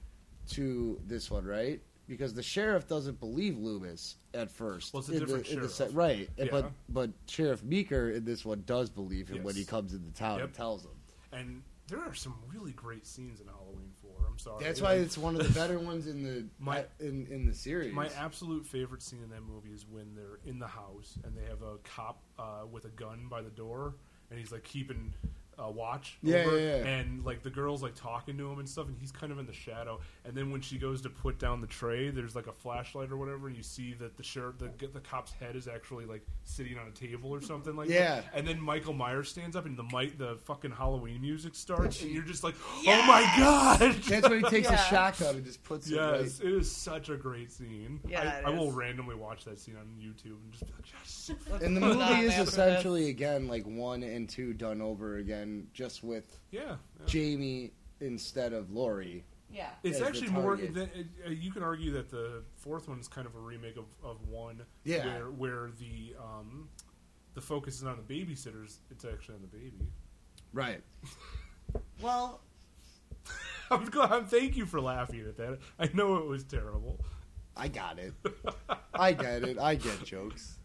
to this one, right? Because the sheriff doesn't believe Loomis at first. Well, it's a in the- different in the sheriff. se- right? and- Yeah. But but Sheriff Meeker in this one does believe him when he Yes. comes into town Yep. and tells him. And there are some really great scenes in Halloween Four. I'm sorry. That's why Like, it's one of the better ones in the My- in in the series. My absolute favorite scene in that movie is when they're in the house and they have a cop uh, with a gun by the door, and he's like keeping uh, watch. Yeah, over, yeah, yeah. And like the girl's like talking to him and stuff, and he's kind of in the shadow. And then when she goes to put down the tray, there's like a flashlight or whatever, and you see that the sheriff, the, the cop's head is actually like sitting on a table or something like Yeah. that. And then Michael Myers stands up, and the mic, the fucking Halloween music starts, and you're just like, oh my god. That's when he takes Yeah. a shotgun and just puts it right Yes, it is such a great scene. Yeah, I, it I will is. randomly watch that scene on YouTube and just be like, yes. And the Put it on movie is after essentially again like one and two done over again, just with yeah. yeah. Jamie instead of Laurie. Yeah. It's as the actually more. target. Than, uh, you can argue that the fourth one is kind of a remake of, of one. Yeah. Where where the um, the focus is on the babysitters. It's actually on the baby. Right. Well, I'm glad. I'm- Thank you for laughing at that. I know it was terrible. I got it. I get it. I get jokes.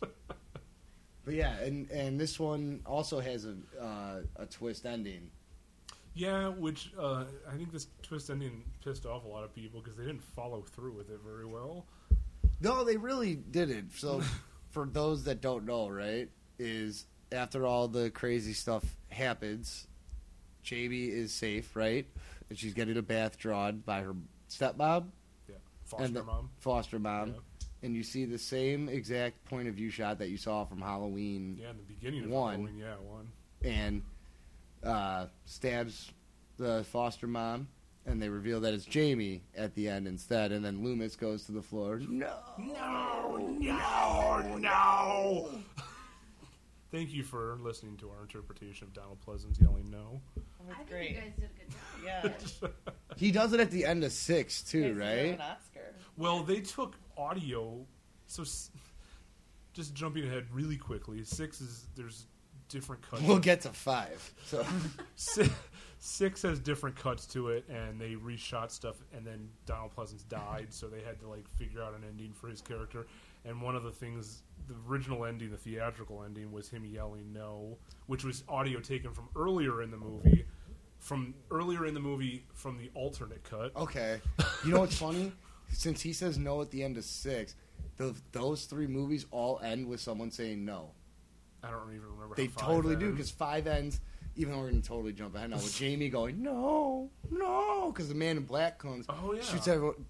But yeah, and and this one also has a uh, a twist ending. yeah, which uh, I think this twist ending pissed off a lot of people because they didn't follow through with it very well. No, they really didn't. So for those that don't know, right, is after all the crazy stuff happens, Jamie is safe, right? And she's getting a bath drawn by her stepmom. Yeah, foster and the- mom. Foster mom. Yeah. And you see the same exact point of view shot that you saw from Halloween Yeah, in the beginning of One. Halloween, yeah, one. and uh, stabs the foster mom. And they reveal that it's Jamie at the end instead. And then Loomis goes to the floor. No. No, no. Thank you for listening to our interpretation of Donald Pleasant's yelling no. I that's think great. you guys did a good job. yeah. He does it at the end of six, too, Guys right? deserve An Oscar. Well, they took audio, so s- just jumping ahead really quickly. Six is there's different cuts. We'll get to five. So six, six has different cuts to it, and they reshot stuff. And then Donald Pleasance died, so they had to like figure out an ending for his character. And one of the things, the original ending, the theatrical ending, was him yelling "no," which was audio taken from earlier in the movie, from earlier in the movie from the alternate cut. okay, you know what's funny? Since he says no at the end of six, the, those three movies all end with someone saying no. I don't even remember. They how five totally do ends. because five ends. Even though we're gonna totally jump ahead now with Jamie going no, no, because the Man in Black comes, Oh, yeah. shoots everyone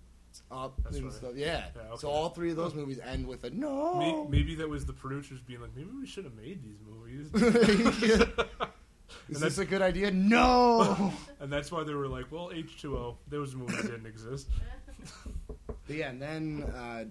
up That's and right. stuff. Yeah. Yeah, okay. So all three of those movies end with a no. May- Maybe that was the producers being like, maybe we should have made these movies. Is that's- this a good idea? No. and that's why they were like, well, H2O, those movies didn't exist. But yeah, and then uh,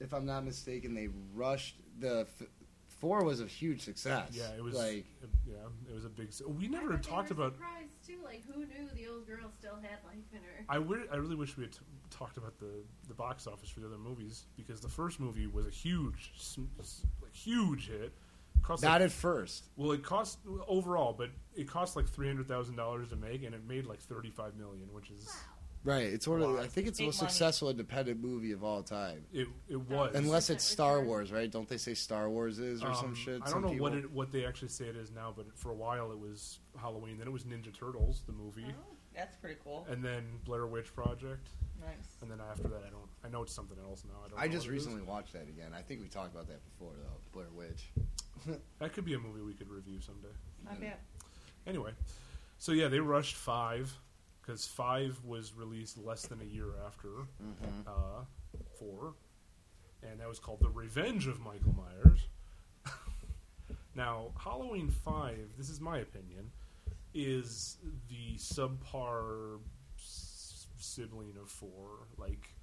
if I'm not mistaken, they rushed the f- four was a huge success. Yeah, it was like yeah, it was a big. s- We I never thought they talked were about. Surprised too. Like who knew the old girl still had life in her? I, wi- I really wish we had t- talked about the, the box office for the other movies because the first movie was a huge, sm- s- like huge hit. Cost not like, at first. well, it cost overall, but it cost like three hundred thousand dollars to make, and it made like thirty five million, which is Right. It's sort of. Wow. I think it's the Big most money. successful independent movie of all time. it it was Unless that it's the Star term? Wars, right? Don't they say Star Wars is or some Um, shit? I don't Some know people- what it, what they actually say it is now, but for a while it was Halloween, then it was Ninja Turtles the movie, Oh, That's pretty cool. and then Blair Witch Project, Nice. and then after that I don't I know it's something else now. I don't. I know just what it is. recently watched that again. I think we talked about that before, though. Blair Witch. that could be a movie we could review someday. Not bad. Anyway, so yeah, they rushed five because five was released less than a year after uh, four, and that was called the Revenge of Michael Myers. now, Halloween five, this is my opinion, is the subpar s- sibling of four. Like,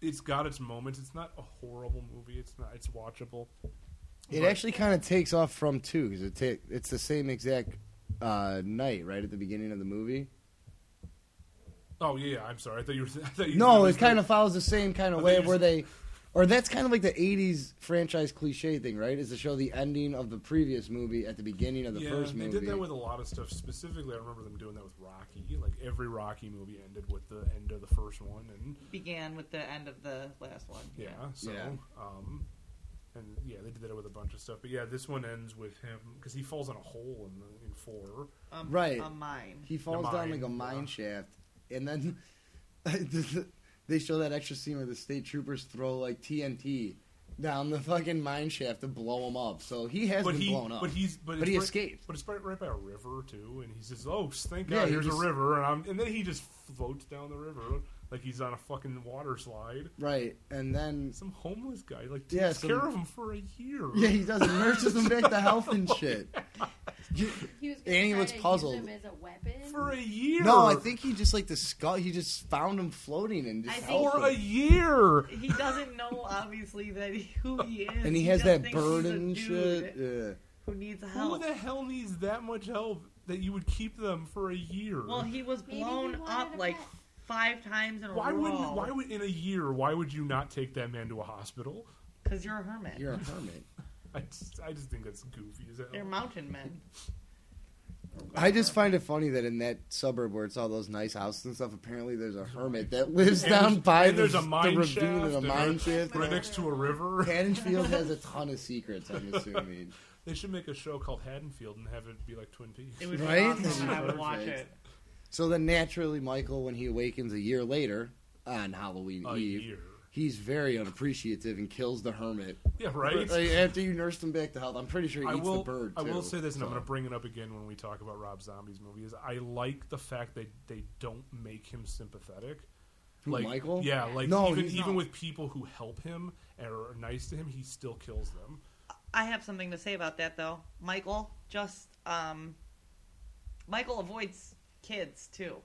it's got its moments. It's not a horrible movie. It's not. It's watchable. It But- actually kind of takes off from two because it ta- it's the same exact uh, night, right at the beginning of the movie. Oh yeah, yeah, I'm sorry. I thought you were. I thought you No, said it kind of follows the same kind I of thought way you where just- they, or that's kind of like the '80s franchise cliche thing, right? Is to show the ending of the previous movie at the beginning of the yeah, first they movie. did that with a lot of stuff. Specifically, I remember them doing that with Rocky. Like every Rocky movie ended with the end of the first one, and Began with the end of the last one. yeah, so Yeah. um, and yeah, they did that with a bunch of stuff. But yeah, this one ends with him because he falls in a hole in the, in four. Um, Right. A mine. he falls The mine, down like a mine yeah. shaft, and then they show that extra scene where the state troopers throw like TNT down the fucking mine shaft to blow him up. So he has But been he, blown up. but he's, but, But it's he right- escaped. But it's right, right by a river too, and he says, "Oh, thank Yeah, God, he here's just- a river," and I'm, and then he just floats down the river like he's on a fucking water slide. right, and then Some homeless guy like takes Yeah, some- care of him for a year. yeah, he does. He nurses him back to health and Oh shit. He was And he Annie looks puzzled. Use him as a weapon. for a year. No, I think he just like the skull. He just found him floating and just I think- helped for a him. year. He doesn't know, obviously, that he, who he is. and he has just that thinks he's a bird and dude shit. Yeah. Who needs Who help? the hell needs that much help that you would keep them for a year? Well, he was Maybe he blown wanted up a like pet. five times in a why row. wouldn't? Why would in a year? Why would you not take that man to a hospital? Because you're a hermit. You're a hermit. I just, I just think that's goofy as They're hell. mountain men. I just find it funny that in that suburb where it's all those nice houses and stuff, apparently there's a hermit that lives And down there's- by and the, there's a the mine ravine shaft and a and mine there's- shaft. Right next to a river. Haddonfield has a ton of secrets, I'm assuming. They should make a show called Haddonfield and have it be like Twin Peaks. It would be Right? awesome. I would watch Perfect. it. so then naturally, Michael, when he awakens a year later on Halloween a Eve, year. he's very unappreciative and kills the hermit. Yeah, right. Like, after you nursed him back to health, I'm pretty sure he I eats will. the bird. I will too, say this, and I'm so. going to bring it up again when we talk about Rob Zombie's movies. I like the fact that they don't make him sympathetic. Who, Michael? Yeah, like No, even he's even not. with people who help him and are nice to him, he still kills them. I have something to say about that though. Michael just um Michael avoids kids too.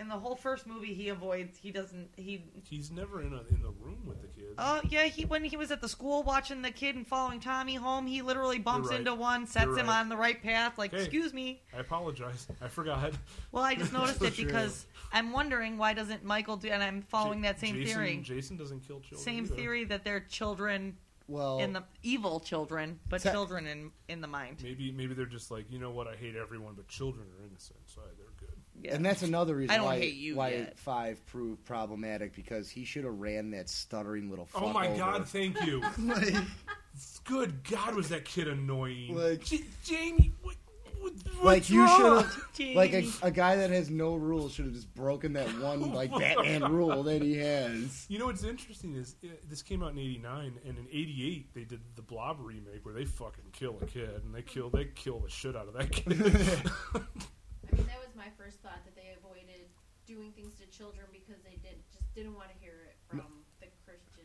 In the whole first movie he avoids he doesn't he He's never in a, in the room with the kids. Oh yeah, he when he was at the school watching the kid and following Tommy home, he literally bumps right. into one, sets You're him right. on the right path like, Okay. "Excuse me." I apologize. I forgot. Well, I just noticed it That's true. because I'm wondering why doesn't Michael do and I'm following Ja- that same Jason, theory. Jason doesn't kill children. Same either. theory that they're children Well, in the evil children, but Te- children in in the mind. Maybe maybe they're just like you know what I hate everyone, but children are innocent, so they're good. Yeah. And that's another reason I don't why, hate you why yet. five proved problematic because he should have ran that stuttering little. Fuck Oh my over. God! Thank you. Like, good God, was that kid annoying? Like- J- Jamie, what, what, like what's you should wrong? have, like a, a guy that has no rules should have just broken that one like Batman rule that he has. You know what's interesting is uh, this came out in '89, and in '88 they did the Blob remake where they fucking kill a kid and they kill they kill the shit out of that kid. I mean, that was my first thought that they avoided doing things to children because they did just didn't want to hear it from the Christian.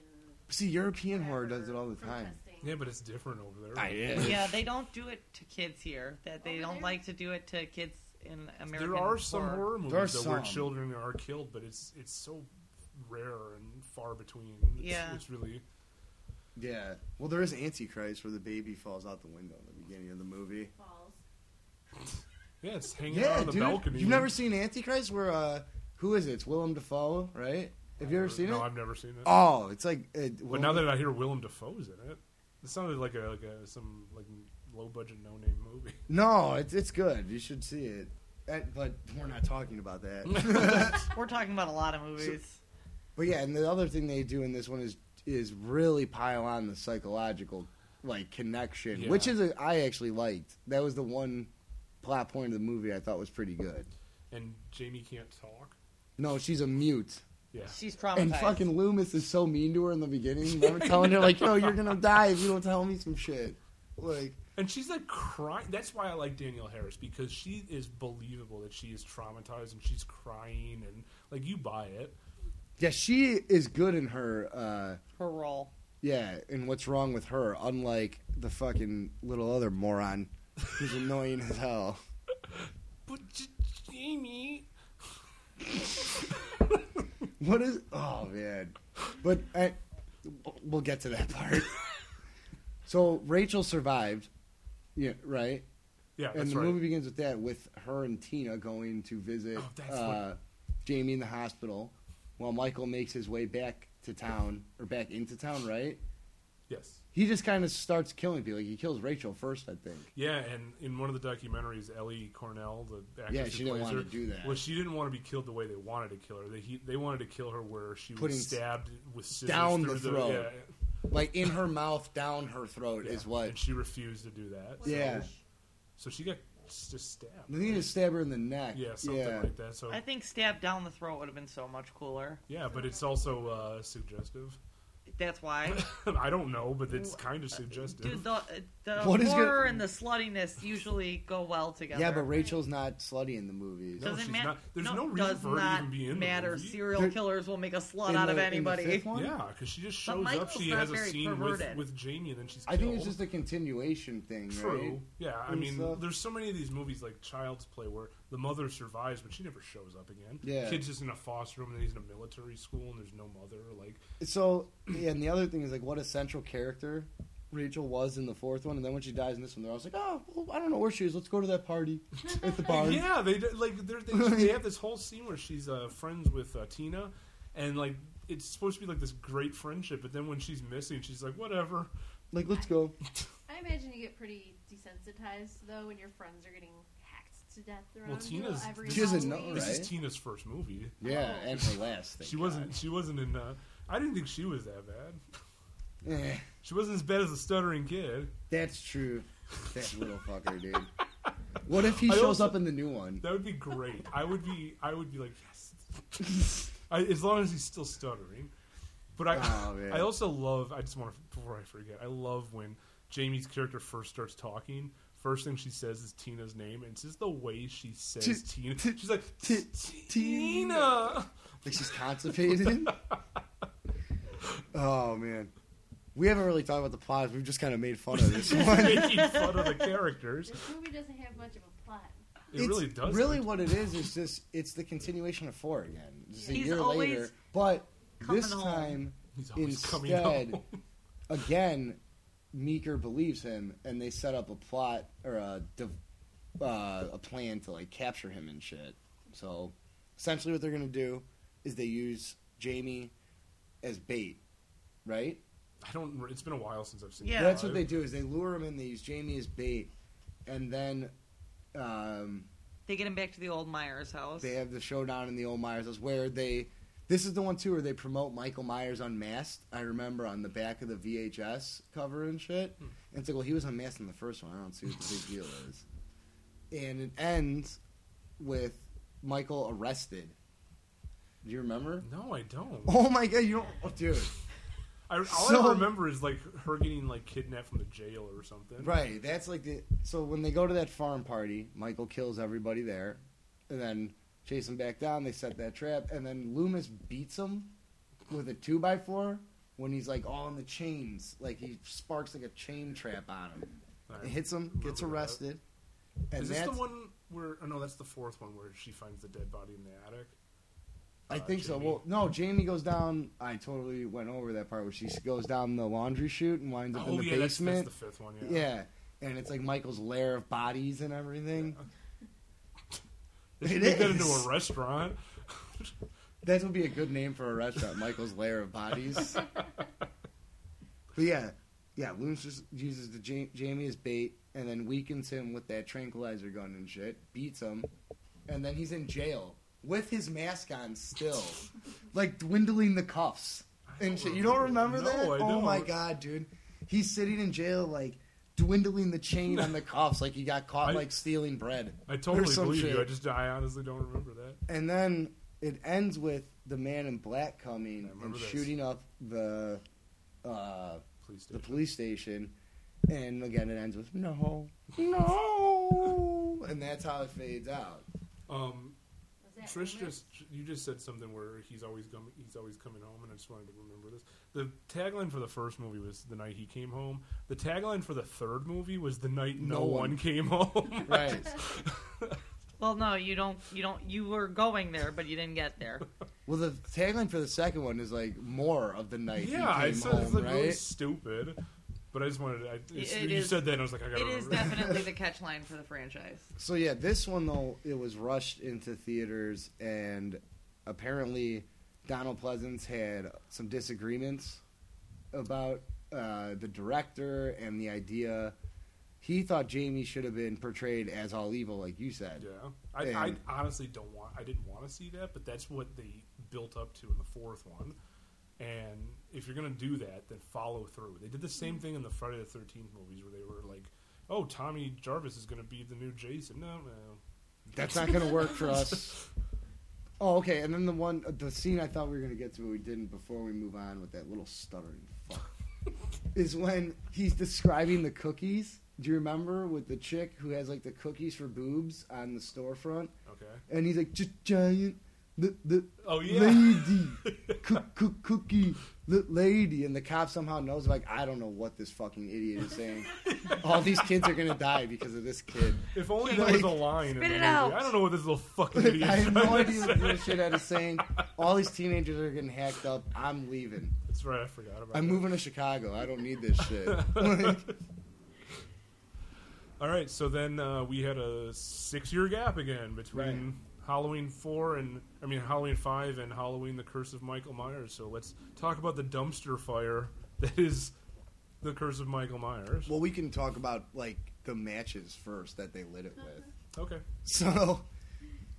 See, European horror does it all the time. protesting. yeah, but it's different over there. I am. yeah, they don't do it to kids here. That they Over don't there? like to do it to kids in American. Oh, There are some horror, movies There are though, where some. children are killed, but it's it's so rare and far between. It's, Yeah. it's really Yeah. Well, there is Antichrist where the baby falls out the window at the beginning of the movie. Falls. Yes, hanging out Yeah, on the dude. balcony. You've never seen Antichrist? Where uh, who is it? It's Willem Dafoe, right? Have you ever seen Uh, No, it? I've never seen it. Oh, it's like. Uh, but now that I hear Willem Dafoe's in it, it sounded like a like a some like low budget no name movie. no, it's it's good. You should see it. Uh, But we're not talking about that. We're talking about a lot of movies. but yeah, and the other thing they do in this one is is really pile on the psychological like connection, Yeah. which is a, I actually liked. That was the one plot point of the movie I thought was pretty good. And Jamie can't talk. No, she's a mute. Yeah, She's traumatized. And fucking Loomis is so mean to her in the beginning. Remember telling her like, "Yo, you're gonna die if you don't tell me some shit." Like, and she's like crying. That's why I like Danielle Harris because she is believable that she is traumatized and she's crying and like you buy it. yeah, she is good in her. uh her role. Yeah, and what's wrong with her? Unlike the fucking little other moron who's annoying as hell. But J- Jamie, What is? Oh man, but I, we'll get to that part. so Rachel survived. Yeah, right. yeah, and that's the right. movie begins with that, with her and Tina going to visit Oh, that's uh, Jamie in the hospital, while Michael makes his way back to town or back into town. Right? Yes. He just kind of starts killing people. Like he kills Rachel first, I think. Yeah, and in one of the documentaries, Ellie Cornell, the actress Yeah, who she didn't plays want her, to do that. well, she didn't want to be killed the way they wanted to kill her. They he, they wanted to kill her where she Putting was stabbed with scissors down through the throat. yeah, Like in her mouth, down her throat yeah. is what. and she refused to do that. so- Yeah. so she got s- just stabbed. They need to stab her in the neck. yeah, something like that. So I think stab down the throat would have been so much cooler. yeah, but it's also uh, suggestive. That's why. I don't know, but it's kind uh, of suggestive. Dude, the, the What is horror good- and the sluttiness usually go well together. Yeah, but Rachel's not slutty in the movies. No, doesn't she's matter. not- there's no reason for her to even be in the matter. movie. Serial There- killers will make a slut In out of the- in the anybody. fifth one? yeah, because she just But shows up. Michael's She not has a very scene with, perverted. with Jamie, and then she's. I killed. think it's just a continuation thing, True. right? uh, Yeah, I And mean, stuff. there's so many of these movies like Child's Play where the mother survives, but she never shows up again. Yeah. kid's just in a foster home, and then he's in a military school, and there's no mother. Like, So, yeah, and the other thing is like what a central character Rachel was in the fourth one, and then when she dies in this one, they're always like, "Oh, well, I don't know where she is. Let's go to that party at the bar." yeah, they did- like they're, they they have this whole scene where she's uh, friends with uh, Tina, and like it's supposed to be like this great friendship, but then when she's missing, she's like, whatever. Like, let's go. I imagine you get pretty desensitized though when your friends are getting hacked to death around Tina's- you every She doesn't know, Halloween. This Right. is Tina's first movie. Yeah, and her last thing. she wasn't. She wasn't in. Uh, I didn't think she was that bad. Eh, She wasn't as bad as the stuttering kid. that's true. That little fucker, dude. What if he I shows also- up in the new one? That would be great. I would be. I would be like yes. I, as long as he's still stuttering. But I. Oh, man. I also love. I just want to before I forget. I love when Jamie's character first starts talking. First thing she says is Tina's name, and it's just the way she says Ti- Tina. ti- She's like ti- Tina. Like she's constipated. oh man, we haven't really talked about the plot. We've just kind of made fun of this She's one. making fun of the characters. This movie doesn't have much of a plot. It really does. Really, what it is is just it's the continuation of four again, just a He's year always later. But coming this home. time, He's always coming Instead- home. again, Meeker believes him, and they set up a plot or a div- uh, a plan to like capture him and shit. So essentially, what they're gonna do is they use Jamie as bait, right? I don't. It's been a while since I've seen. Yeah. it That's what live. they do is they lure him in. They use Jamie as bait, and then um, They get him back to the old Myers house. they have the showdown in the old Myers house where they. This is the one too where they promote Michael Myers unmasked. I remember on the back of the VHS cover and shit. And it's like, well, he was unmasked in the first one. I don't see what the big deal is. And it ends with Michael arrested. Do you remember? No, I don't. Oh my god, you don't, oh, dude. I, all So- I remember is like her getting like kidnapped from the jail or something. Right. That's like the so when they go to that farm party, Michael kills everybody there, and then chase him back down. They set that trap, and then Loomis beats him with a two by four when he's like all in the chains. Like he sparks like a chain trap on him. All It right. hits him, Remember gets that. arrested, and Is this that's the one where? Oh no, that's the fourth one where she finds the dead body in the attic. I think so. Jamie. Well, no, Jamie goes down. I totally went over that part where she goes down the laundry chute and winds up in Oh the yeah, that's, that's basement. the fifth one. yeah. Yeah. and it's like Michael's lair of bodies and everything. They It should make that into is. a restaurant. That would be a good name for a restaurant, Michael's lair of bodies. But yeah, yeah, Loomis just uses the ja- Jamie as bait and then weakens him with that tranquilizer gun and shit, beats him, and then he's in jail with his mask on still, like dwindling the cuffs and shit. You don't remember No, that? I Oh my don't. god, dude, he's sitting in jail like dwindling the chain on the cuffs, like he got caught I- like stealing bread. I totally some believe shit. you. I just I honestly don't remember that. And then it ends with the man in black coming and remember this. shooting up the. Uh, Please the do. police station, and again it ends with no, no, and that's how it fades out. Um, Was that Trish Homer? just you just said something where he's always coming he's always coming home, and I just wanted to remember this. The tagline for the first movie was "The night he came home." The tagline for the third movie was "The night no, No one. one. came home." Right. Well, no, you don't. You don't. You were going there, but you didn't get there. Well, the tagline for the second one is like more of the night. yeah, I he came said it's home, like right. really stupid, but I just wanted. To, I, it's- it you is- said that, and I was like, I gotta It is remember. definitely the catch line for the franchise. So yeah, this one though it was rushed into theaters, and apparently Donald Pleasance had some disagreements about uh, the director and the idea. He thought Jamie should have been portrayed as all evil, like you said. Yeah, I, I And- honestly don't want. I didn't want to see that, but that's what they built up to in the fourth one. And if you're gonna do that, then follow through. They did the same thing in the Friday the Thirteenth movies, where they were like, "Oh, Tommy Jarvis is gonna be the new Jason." No, no, That's not going to work for us. Oh, okay. And then the one, the scene I thought we were going to get to, but we didn't before we move on with that little stuttering fuck, is when he's describing the cookies. Do you remember with the chick who has like the cookies for boobs on the storefront? okay. And he's like, "Gi- giant, the, the Oh, yeah. lady, cook, cook, cookie, the lady. And the cop somehow knows, like, I don't know what this fucking idiot is saying. All these kids are going to die because of this kid. If only there was a Like, line. in spit the it movie. out. I don't know what this little fucking Like, idiot. I have tried no to idea say. what this shit had to say. All these teenagers are getting hacked up. I'm leaving. That's right. I forgot about. I'm that. moving to Chicago. I don't need this shit. Like, All right, so then uh, we had a six-year gap again between Halloween four and I mean Halloween five and Halloween: The Curse of Michael Myers. So let's talk about the dumpster fire that is the Curse of Michael Myers. well, we can talk about like the matches first that they lit it with. okay, So,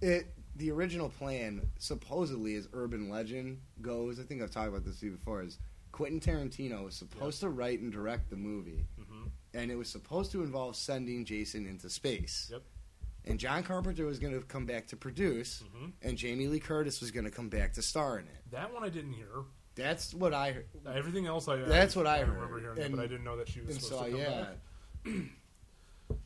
it the original plan supposedly is urban legend goes. I think I've talked about this to you before. Is Quentin Tarantino was supposed to write and direct the movie, Mhm. and it was supposed to involve sending Jason into space. Yep. And John Carpenter was going to come back to produce, Mhm. and Jamie Lee Curtis was going to come back to star in it. that one I didn't hear. That's what I. heard. Everything else I That's what I remember heard. hearing, that, And- but I didn't know that she was And supposed so to come yeah. back.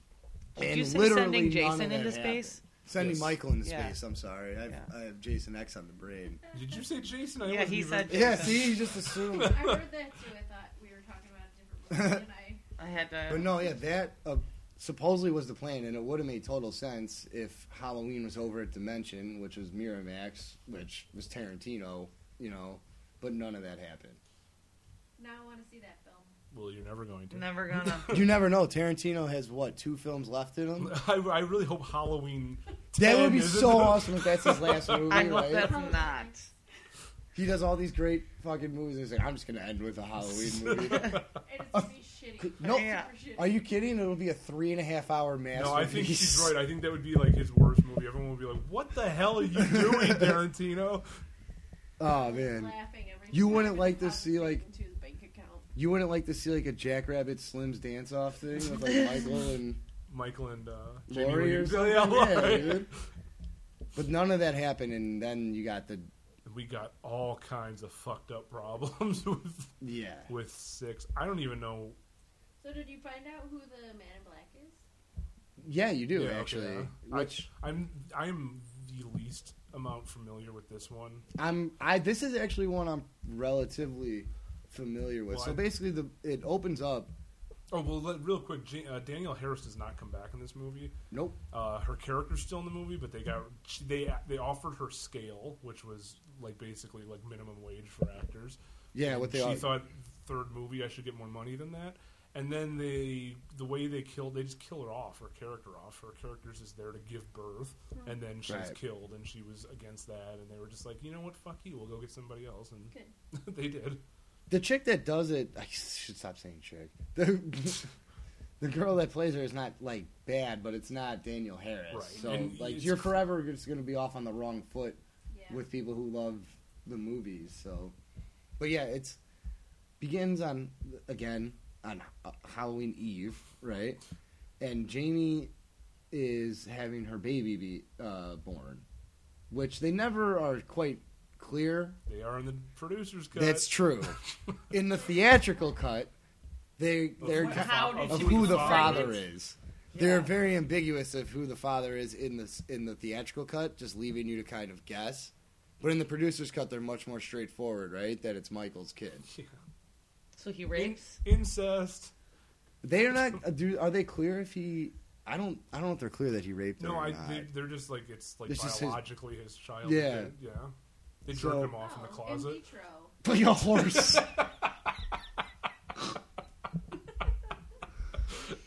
Did you And say literally sending none of Jason that into happened. space? Sending Yes. Michael into Yeah. space. I'm sorry. I have, Yeah. I have Jason X on the brain. Did you say Jason? I Yeah, wasn't he even- said- Yeah. See, you just assumed. I heard that too. I thought we were talking about a different movie, and I I had to. But no, yeah, that uh, supposedly was the plan, and it would have made total sense if Halloween was over at Dimension, which was Miramax, which was Tarantino, you know. But none of that happened. now I want to see that film. Well, you're never going to. Never gonna. You never know. Tarantino has what two films left in him. I, I really hope Halloween. That 10 would be isn't so the- awesome if that's his last movie, I hope right? that's not. He does all these great fucking movies. And he's like, I'm just gonna end with a Halloween movie. And it's gonna be shitty. no. Super Are shitty. you kidding? It'll be a three and a half hour masterpiece. No, I think she's right. I think that would be like his worst movie. Everyone would be like, "What the hell are you doing, Tarantino?" Oh man, Laughing every You time wouldn't like to I'm see, like- taken to the bank account. you wouldn't like to see like a Jackrabbit Slim's dance off thing with like Michael and Michael and uh, Jamie Lori Lee- or something? Yeah, Laurie. Yeah, dude. But none of that happened, and then you got the And We got all kinds of fucked up problems with yeah. with six. I don't even know. So did you find out who the Man in Black is? Yeah, you do Yeah, okay, actually. yeah. Which I'm I'm the least amount familiar with this one. I'm I this is actually one I'm relatively familiar with. Well, so I- basically, the it opens up. Oh well, let, real quick, Ja- uh, Danielle Harris does not come back in this movie. Nope. Uh, her character's still in the movie, but they got she, they they offered her scale, which was like basically like minimum wage for actors. Yeah, And what they she are. thought third movie I should get more money than that. And then they the way they killed they just kill her off, her character off. Her character's just there to give birth and then she's Right. killed and she was against that and they were just like, You know what, fuck you, we'll go get somebody else and they did. the chick that does it, I should stop saying chick. The, the girl that plays her is not like bad, but it's not Daniel Harris. Right. So And like it's- you're forever just going to be off on the wrong foot Yeah. with people who love the movies. So, but yeah, it's begins on again on uh, Halloween Eve, right? And Jamie is having her baby be uh, born, which they never are quite clear They are in the producer's cut. that's true. In the theatrical cut, they they're what- ki- How did of she who was the pregnant? father is. They're very ambiguous of who the father is in this in the theatrical cut, just leaving you to kind of guess. But in the producer's cut, they're much more straightforward, right? That it's Michael's kid. Yeah. So he rapes. Incest. They're not. uh, Do are they clear if he? I don't. I don't know if they're clear that he raped her. No, or I not. they, they're just like it's like It's just his- biologically his, child. Yeah. They- yeah. They jerked So- him off in the Oh, closet. In vitro. Like a horse.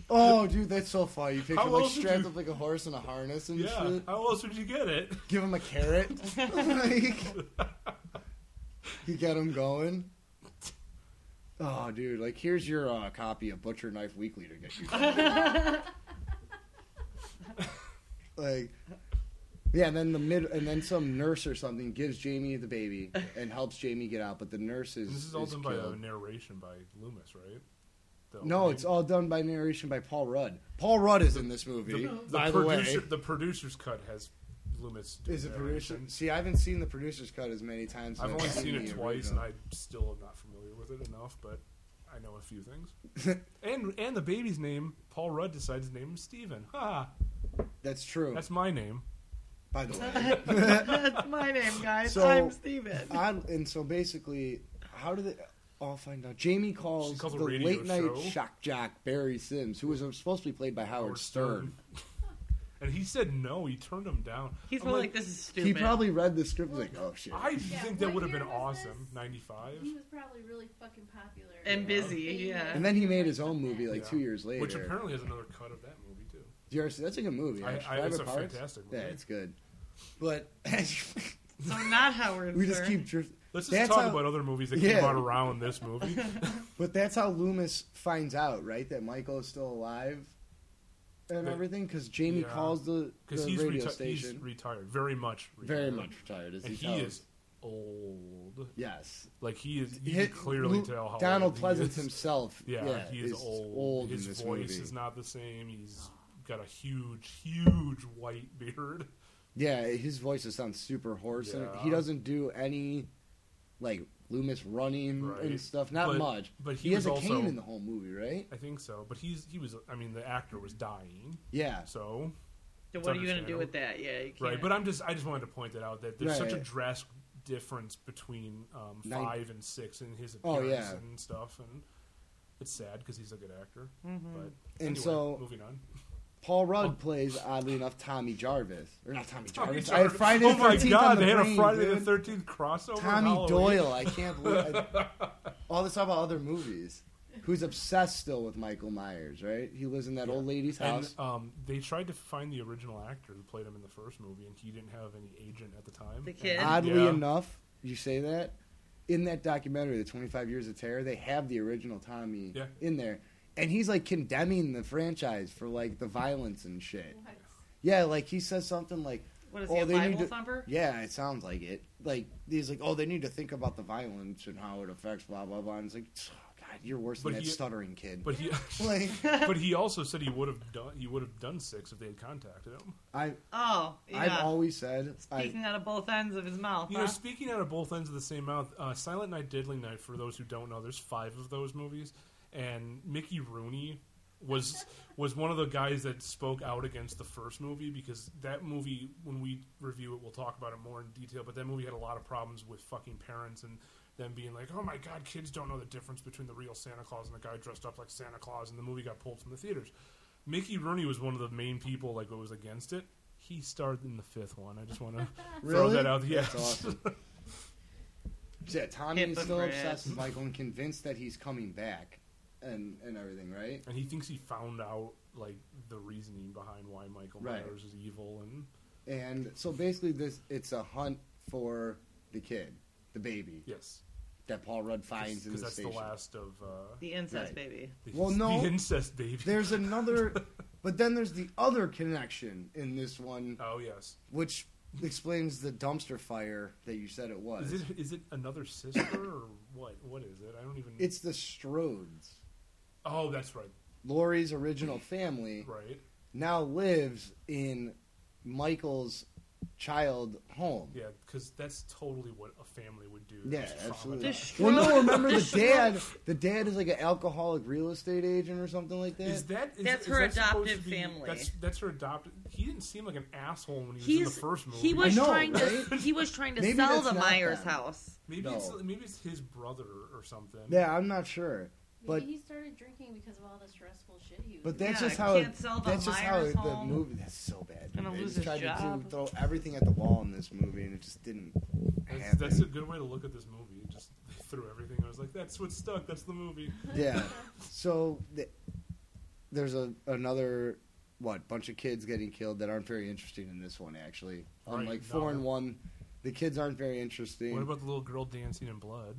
oh, dude, that's so funny. You picture How him like else did strapped you- up like a horse in a harness and Yeah. shit. How else would you get it? Give him a carrot. like, you get him going. Oh, dude, like here's your uh, copy of Butcher Knife Weekly to get you. going. like, yeah, and then the mid, and then some nurse or something gives Jamie the baby and helps Jamie get out, but the nurse is This is all done by uh, killed. a narration by Loomis, right? The No, opening- it's all done by narration by Paul Rudd. Paul Rudd is in this the, movie. the by the producer, way, the producer's cut has Loomis. doing is a producer. narration. See, I haven't seen the producer's cut as many times. as I've only seen it the twice, and original. I still am not familiar with it enough, but I know a few things. and and the baby's name, Paul Rudd decides to name him Steven. Ha! That's true. That's my name. by the way, That's my name, guys. So- uh, I'm Steven. I'm, and so basically, how do they? I'll find out. Jamie calls, She calls a the radio late night show. shock jock Barry Sims, who was supposed to be played by Howard, Howard Stern. And he said no. He turned him down. He's I'm more like, this is stupid. He probably read the script and was like, oh shit. I think that what would have year been was this? awesome. Ninety-five, He was probably really fucking popular. And busy, And yeah. and then he made his own movie like Yeah. two years later. which apparently has another cut of that movie too. Do you ever see- that's a good movie. I- actually. I- it's Private a Parts? fantastic Yeah, movie. it's good. But so not Howard. we just Stern. keep drifting. Let's just That's talk how- about other movies that Yeah. came out around this movie. But that's how Loomis finds out, right? That Michael is still alive and That- everything because Jamie Yeah. calls the, Because the he's, radio reti- he's station. retired, very much, retired. Very much retired, as and he, he tells. is old. Yes, Like he is, you Hit- can clearly Lu- tell how Donald old he Pleasance is. himself. Yeah, Yeah, he is, old. old His in this voice movie. is not the same. He's got a huge, huge white beard. Yeah, his voice just sounds super hoarse, and he Yeah. doesn't do any like Loomis running Right. and stuff. Not But- much. but he he was has a also- cane in the whole movie, right? I think so, but he's he was. I mean, the actor was dying, Yeah, so So what are you gonna do understandable. with that? Yeah, you can't. right. But I'm just I just wanted to point that out that there's such a Right. drastic difference between um, Nine- five and six in his Oh, appearance yeah. and stuff, and it's sad because he's a good actor. But Mm-hmm. And anyway, so- moving on. Paul Rudd plays oddly enough Tommy Jarvis, or not Tommy Oh. Tommy Jarvis. I Jarvis. had Friday oh the Thirteenth. my god, on the they had brain, a Friday dude. the Thirteenth crossover. Tommy Halloween. Doyle. I can't believe I, all this talk about other movies. Who's obsessed still with Michael Myers? Right? He lives in that old lady's And house. um, they tried to find the original actor who played him in the first movie, and he didn't have any agent at the time. The kid. Oddly yeah. enough, you say that in that documentary, the Twenty Five Years of Terror, they have the original Tommy Yeah. in there, and he's like condemning the franchise for like the violence and shit. What? Yeah, like he says something like, What is Oh, he a they need Bible to- thumper? Yeah, it sounds like it. Like he's like, oh, they need to think about the violence and how it affects blah blah blah. And it's like, God, you're worse than But that he- stuttering kid. But he, like, but he also said he would have done he would have done six if they had contacted him. I Oh, I've yeah. always said, I, Speaking out of both ends of his mouth. You know, huh? speaking out of both ends of the same mouth, uh, Silent Night, Deadly Night. For those who don't know, there's five of those movies, and Mickey Rooney was was one of the guys that spoke out against the first movie because that movie, when we review it, we'll talk about it more in detail. But that movie had a lot of problems with fucking parents and them being like, "Oh my god, kids don't know the difference between the real Santa Claus and the guy dressed up like Santa Claus," and the movie got pulled from the theaters. Mickey Rooney was one of the main people like who was against it. He starred in the fifth one. I just want to throw Really? that out. Yes. That's awesome. Yeah, Tommy is still Hypocrite. obsessed with Michael and convinced that he's coming back and and everything, right? and he thinks he found out like the reasoning behind why Michael Right. Myers is evil and And so basically, this it's a hunt for the kid, the baby yes, that Paul Rudd finds in the because that's station. the last of uh, The incest Right. baby. the, Well, no. the incest baby. There's another, but then there's the other connection in this one, oh yes, which explains the dumpster fire that you said it was. is it is it another sister or what? What is it? I don't even. It's the Strodes. oh, that's right, Lori's original family right, now lives in Michael's child home. yeah, because that's totally what a family would do. Yeah, Just absolutely. traumatize. Well, no, remember the dad. The dad is like an alcoholic real estate agent or something like that. Is that is, That's is her that supposed adoptive to be- family. That's that's her adoptive. He didn't seem like an asshole when he was in the He's first movie. he was I know, trying to right? he was trying to Maybe sell that's the not Myers them. house. maybe No. it's maybe it's his brother or something. yeah, I'm not sure, Maybe but he started drinking because of all the stressful shit he was. but doing. that's Yeah, just how it, can't sell the that's just how Myers it, the home. movie. That's so bad. Gonna They just lose his tried to do, job. throw everything at the wall in this movie, and it just didn't That's, happen. that's a good way to look at this movie. It Just they threw everything. I was like, that's what stuck. That's the movie. yeah. So th- there's a another what bunch of kids getting killed that aren't very interesting in this one actually. Right, Unlike four and no. one, the kids aren't very interesting. What about the little girl dancing in blood?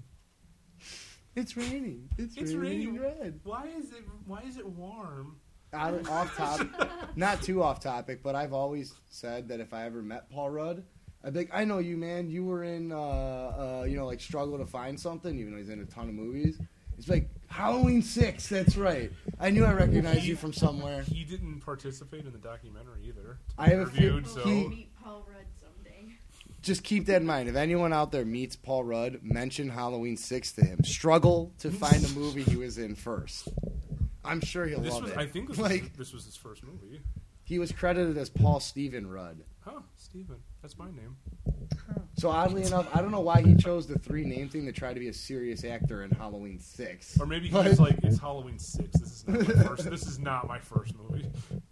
it's raining. It's, It's raining. raining. Red. Why is it Why is it warm? Out, off topic, not too off topic, but I've always said that if I ever met Paul Rudd, I'd be like, I know you, man. You were in, uh, uh, you know, like struggle to find something, even though he's in a ton of movies. It's like Halloween six. That's right. I knew I recognized you from somewhere. He didn't participate in the documentary either. to be I have a few- interviewed, Hopefully so he- we'll meet Paul Rudd someday. just keep that in mind. If anyone out there meets Paul Rudd, mention Halloween six to him. Struggle to find a movie he was in first. I'm sure he'll this love was. it. I think this, like was, this was his first movie. he was credited as Paul Steven Rudd. Huh, Steven. That's my name. So oddly enough, I don't know why he chose the three name thing to try to be a serious actor in Halloween six. Or maybe But- he's like, it's Halloween six. This is not my first. This is not my first movie.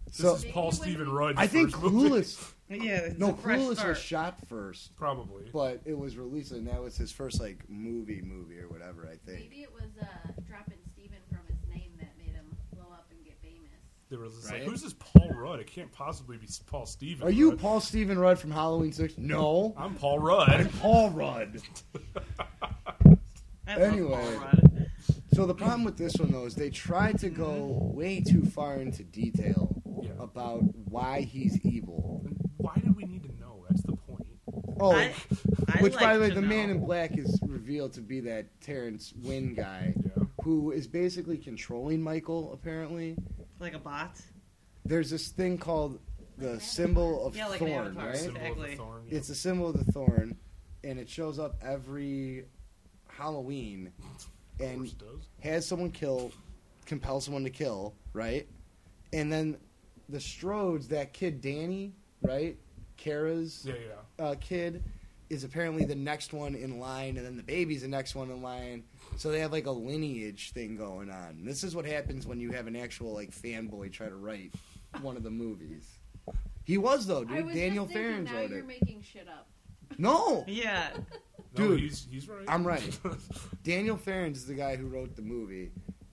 This So- is Paul Steven Rudd's I think first movie. Clueless. Yeah, it's No, a fresh Clueless start. was shot first, Probably. but it was released, and that was his first like movie, movie or whatever. I think. Maybe it was uh, dropping Steven from his name that made him blow up and get famous. There was this, Right? like, who's this Paul Rudd? It can't possibly be Paul Steven. Are you Rudd. Paul Steven Rudd from Halloween six? No, I'm Paul Rudd. Paul Rudd. I love Anyway. Paul Rudd. So the problem with this one though is they try to go way too far into detail Yeah. about why he's evil. Why did we need to know? That's the point. Oh, I- I'd which by the way, like to the man know. in black is revealed to be that Terrence Wynn guy Yeah. who is basically controlling Michael. Apparently, like a bot. there's this thing called the symbol of Yeah, like an thorn, avatar. right? Symbol of Exactly. the thorn. yeah. It's the symbol of the thorn, and it shows up every Halloween, Of course and it does. has someone kill, compel someone to kill, right? And then the Strodes, that kid Danny, right? Kara's Yeah, yeah. uh, kid is apparently the next one in line, and then the baby's the next one in line. So they have like a lineage thing going on. This is what happens when you have an actual like fanboy try to write one of the movies. He was though, I dude. was Daniel just thinking, Farron now wrote you're it. making shit up. no, Yeah, No, Dude, he's, he's right. I'm right. Daniel Farron is the guy who wrote the movie,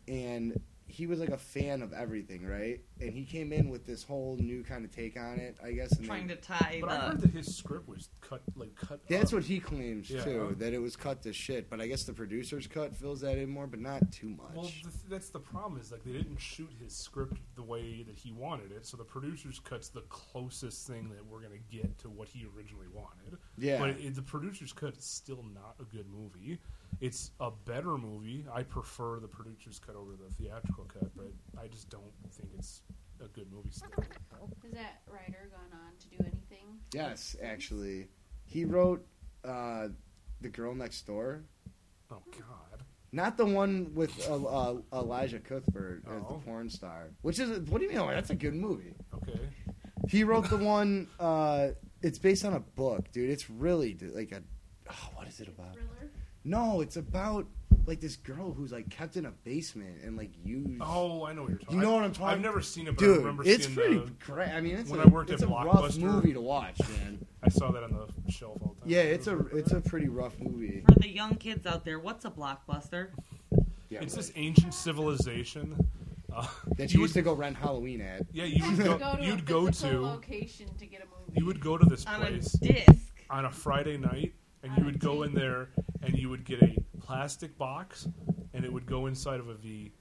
and he was like a fan of everything, right? And he came in with this whole new kind of take on it, I guess. And trying to they- tie but I heard the. that his script was cut, like cut. that's up. what he claims Yeah. too, that it was cut to shit. But I guess the producer's cut fills that in more, but not too much. Well, th- that's the problem is like they didn't shoot his script the way that he wanted it, so the producers cuts the closest thing that we're gonna get to what he originally wanted. Yeah. but it, the producers cut is still not a good movie. It's a better movie. I prefer the producers cut over the theatrical cut, but I just don't think it's a good movie. Still. Has that writer gone on to do anything? yes, actually, he wrote uh, the girl next door. Oh God, Not the one with uh, uh, Elijah Cuthbert as the Oh. porn star, which is what do you mean? oh, That's a good movie. okay. He wrote the one. Uh, it's based on a book, dude. It's really d- like a. Oh, ah, what is it about? Thriller? No, it's about like this girl who's like kept in a basement and like used. Oh, I know what you're talking. You know what I'm talking- I've never seen it, but I dude, remember it's seeing pretty the- great. I mean, it's when a, I worked it's at a rough Blockbuster- movie to watch, man. I saw that on the shelf all the time. yeah, it's a it's a pretty rough movie. For the young kids out there, what's a blockbuster? Yeah, It's right. this ancient civilization. Uh, that you you used would- to go rent Halloween at. yeah, you would You go. have to go to you'd a go physical to. location to get a movie. You would go to this On place a disc. on a Friday night, and On you a would go date. in there, and you would get a plastic box, and it would go inside of a V,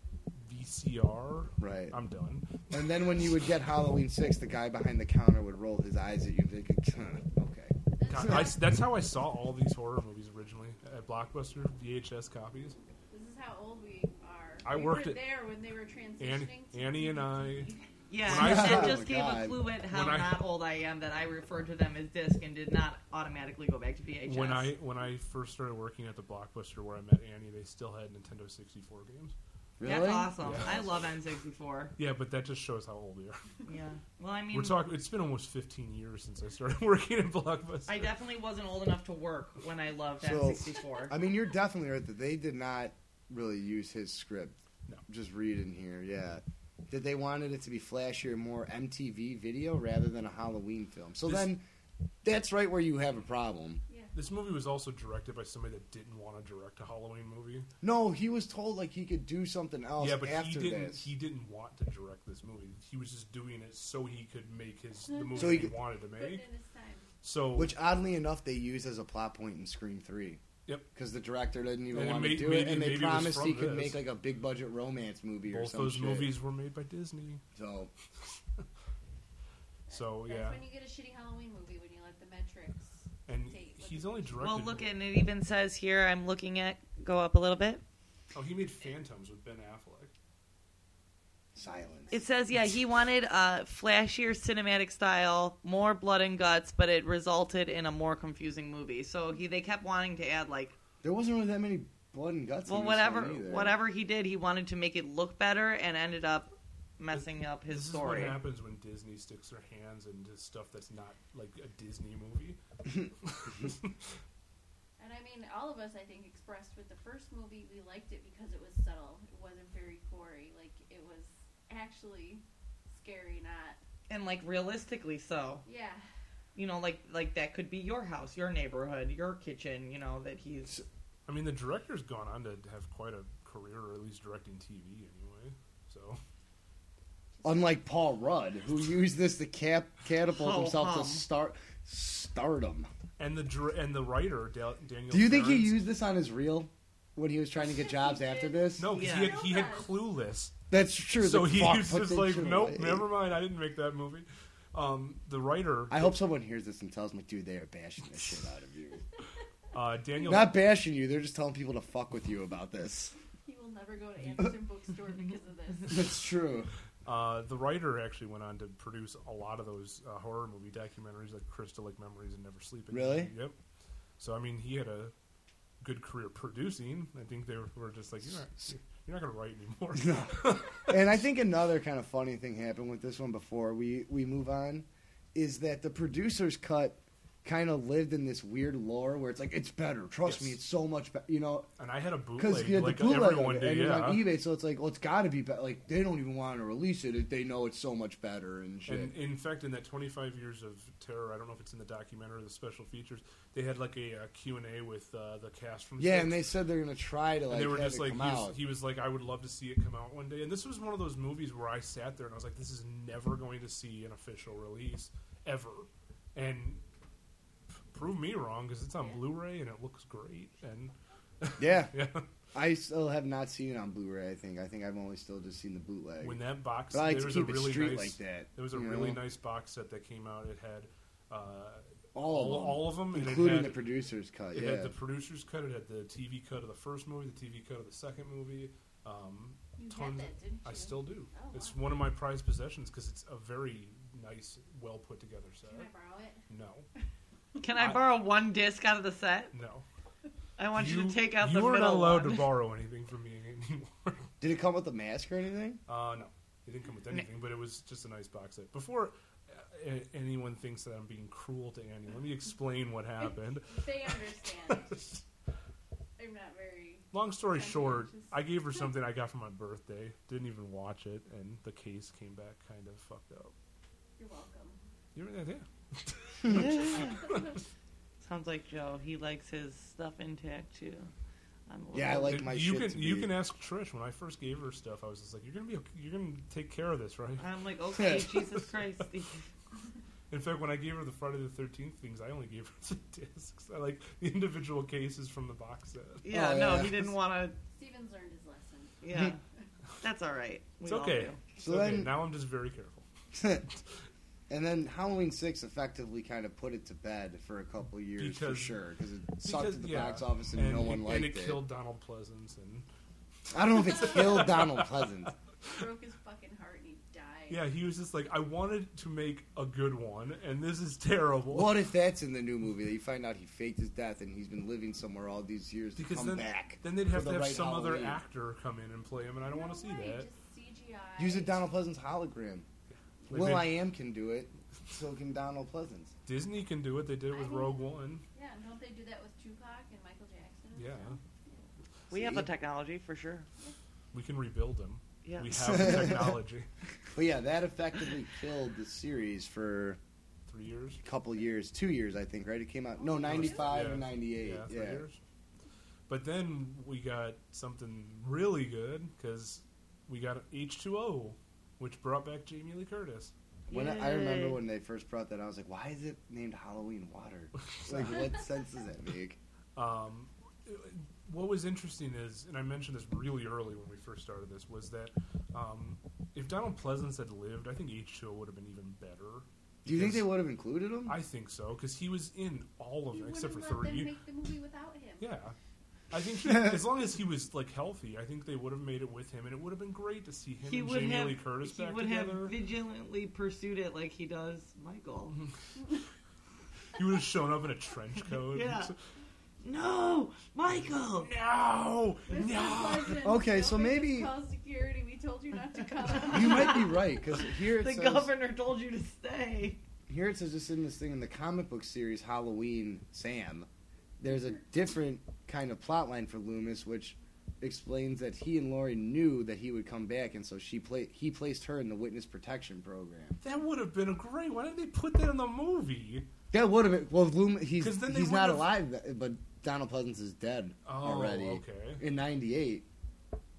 VCR. Right. I'm done. And then when you would get Halloween six, the guy behind the counter would roll his eyes at you and be like, "Huh, "Okay." God, I, that's how I saw all these horror movies originally at Blockbuster VHS copies. This is how old we are. I we worked were at- there when they were transitioning. Annie, to- Annie and I. Yeah, When I and that saw- just Oh, gave a God. clue at how When I- not old I am that I referred to them as disc and did not automatically go back to VHS. When I when I first started working at the Blockbuster where I met Annie, they still had Nintendo 64 games. Really? That's awesome. Yeah. I love N64. Yeah, but that just shows how old we are. Yeah. Well, I mean, We're talking. It's been almost 15 years since I started working at Blockbuster. I definitely wasn't old enough to work when I loved So- N64. I mean, you're definitely right that they did not really use his script. No. Just read in here, yeah. That they wanted it to be flashier, more MTV video rather than a Halloween film. So This- then, that's right where you have a problem. This movie was also directed by somebody that didn't want to direct a Halloween movie. No, he was told like he could do something else yeah, but he after didn't. this. He didn't want to direct this movie. He was just doing it so he could make his Mm-hmm. the movie So he he, could- wanted to Put in make. his time. So Which oddly enough, they used as a plot point in Scream Three. Yep. Because the director didn't even And it want may- to do it, maybe- and maybe they it was promised he from could this. make like a big budget romance movie or both something. those movies were made by Disney. So So That's yeah, when you get a shitty Halloween movie when you let the metrics. and Date, what he's did only you- directed. well, look, and it even says here, I'm looking at, go up a little bit. Oh, he made Phantoms with Ben Affleck. silence. It says, yeah, he wanted a flashier cinematic style, more blood and guts, but it resulted in a more confusing movie. So he they kept wanting to add like, There wasn't really that many blood and guts. well, in this one whatever, either. whatever he did, he wanted to make it look better, and ended up messing up his this story. is what happens when Disney sticks their hands into stuff that's not like a Disney movie. And I mean, all of us, I think, expressed with the first movie, we liked it because it was subtle. It wasn't very gory. Like, it was actually scary, not. And like realistically, so Yeah. you know, like like that could be your house, your neighborhood, your kitchen. You know that he's I mean, the director's gone on to have quite a career, or at least directing TV anyway. So Unlike Paul Rudd, who used this to cap- catapult Ho himself hum. to start stardom. and the dir- and the writer Dal- Daniel. Do you think he Ferrens- used this on his reel when he was trying to get jobs after this? No, 'cause Yeah. he had he had Clueless. that's true. so the he fuck was put just that like, shit nope, away. never mind. I didn't make that movie. Um, the writer I hope someone hears this and tells me, dude, they are bashing the shit out of you. uh, Daniel Not bashing you, they're just telling people to fuck with you about this. He will never go to Anderson Bookstore because of this. That's true. Uh, the writer actually went on to produce a lot of those uh, horror movie documentaries, like Crystal, like Memories and Never Sleeping. Really? Yep. So I mean, he had a good career producing. I think they were just like, you're not, you're not going to write anymore. and I think another kind of funny thing happened with this one before we, we move on is that the producer's cut kind of lived in this weird lore where it's like, it's better. Trust Yes. me, it's so much better. You know, and I had a bootleg, because you had like the bootleg everyone of it, did. and it was Yeah. on eBay, so it's like, well, it's got to be better. Like they don't even want to release it; if they know it's so much better and shit. And in fact, in that 25 years of terror, I don't know if it's in the documentary or the special features, they had like a, uh Q and A with uh, the cast from yeah, Six. and they said they're gonna try to like and they were have just it like he come was, out. he was like i would love to see it come out one day and this was one of those movies where i sat there and i was like this is never going to see an official release ever and p- prove me wrong because it's on blu-ray and it looks great and yeah, yeah I still have not seen it on Blu-ray. I think I think I've only still just seen the bootleg. when that box but I like there to was a keep it really street nice like that. there was a you really know? nice box set that came out it had uh, all of them, all of them and it including had- the producer's cut. It yeah, had the producer's cut. It had the TV cut of the first movie, the TV cut of the second movie. Um, You tons- had that, didn't you? I still do. Oh, it's wow. one of my prized possessions because it's a very nice, well put together set. Can I borrow it? No, Can I borrow one disc out of the set? no. I want you, to take out you the are middle not allowed one. to borrow anything from me anymore. Did it come with a mask or anything? Uh, no, it didn't come with anything, but it was just a nice box set. Before uh, a- anyone thinks that I'm being cruel to Annie, let me explain what happened. They understand. I'm not very Long story Okay, short, just- I gave her something I got for my birthday. Didn't even watch it, and the case came back kind of fucked up. You're welcome. You yeah, yeah. Sounds like Joe. He likes his stuff intact too. I'm a Yeah, I little- like my you shit can to you be- can ask Trish. When I first gave her stuff, I was just like, "You're gonna be okay- you're gonna take care of this, right?" I'm like, okay, Jesus Christ. Steve. In fact, when I gave her the Friday the Thirteenth things, I only gave her the discs. I like the individual cases from the box set. Yeah, Oh, no, yeah. he didn't want Steven's learned his lesson. to. Yeah, that's all right. We It's all okay. do. It's So okay. then- now I'm just very careful. and then Halloween six effectively kind of put it to bed for a couple years for Because- sure because it sucked Because- at the yeah, box office and, no one liked and it. it killed Donald Pleasance and I don't know if it killed Donald Pleasant. Broke his fucking heart and he died. yeah, he was just like, I wanted to make a good one, and this is terrible. What if that's in the new movie that you find out he faked his death and he's been living somewhere all these years to Because come then, back? then they'd for have the to have right some other Halloween. actor come in and play him, and I don't want to see that. Just CGI. Use a Donald Pleasance hologram. Like, Will they- I Am can do it. So can Donald Pleasance. Disney can do it. They did it with I mean- Rogue One. Yeah, and don't they do that with Tupac and Michael Jackson? and Yeah, stuff? We have the See? technology for sure. we can rebuild him. Yeah. We have the technology. But yeah, that effectively killed the series for Three years. a couple years, two years, I think. Right? It came out no ninety five Yeah. and ninety eight. Yeah, three Yeah, years. But then we got something really good because we got H2O, which brought back Jamie Lee Curtis. When I, I remember Yay. when they first brought that, I was like, "Why is it named Halloween Water? like, what sense does that make?" Um, what was interesting is, and I mentioned this really early when we first started this, was that um, if Donald Pleasance had lived, I think H2O would have been even better. Do you think because- they would have included him? I think so because he was in all of You it except for wouldn't let three. them make the movie without him. Yeah. I think he, as long as he was like healthy, I think they would have made it with him, and it would have been great to see him He and would Jamie have. Lee Curtis he back would together. have vigilantly pursued it like he does Michael. he would have shown up in a trench coat. Yeah. no, Michael. No, Mr. no. Pleasant, Okay, so don't maybe- just Call security. We told you not to come. you might be right because here it The says governor told you to stay. here it says just in this thing in the comic book series Halloween Sam. There's a different kind of plot line for Loomis, which explains that he and Laurie knew that he would come back, and so she pla- he placed her in the witness protection program. That would have been a great. Why didn't they put that in the movie? That would have been well. Loom, he's 'Cause then they he's not would've- alive, th- but Donald Pleasance is dead Oh, already okay. in '98.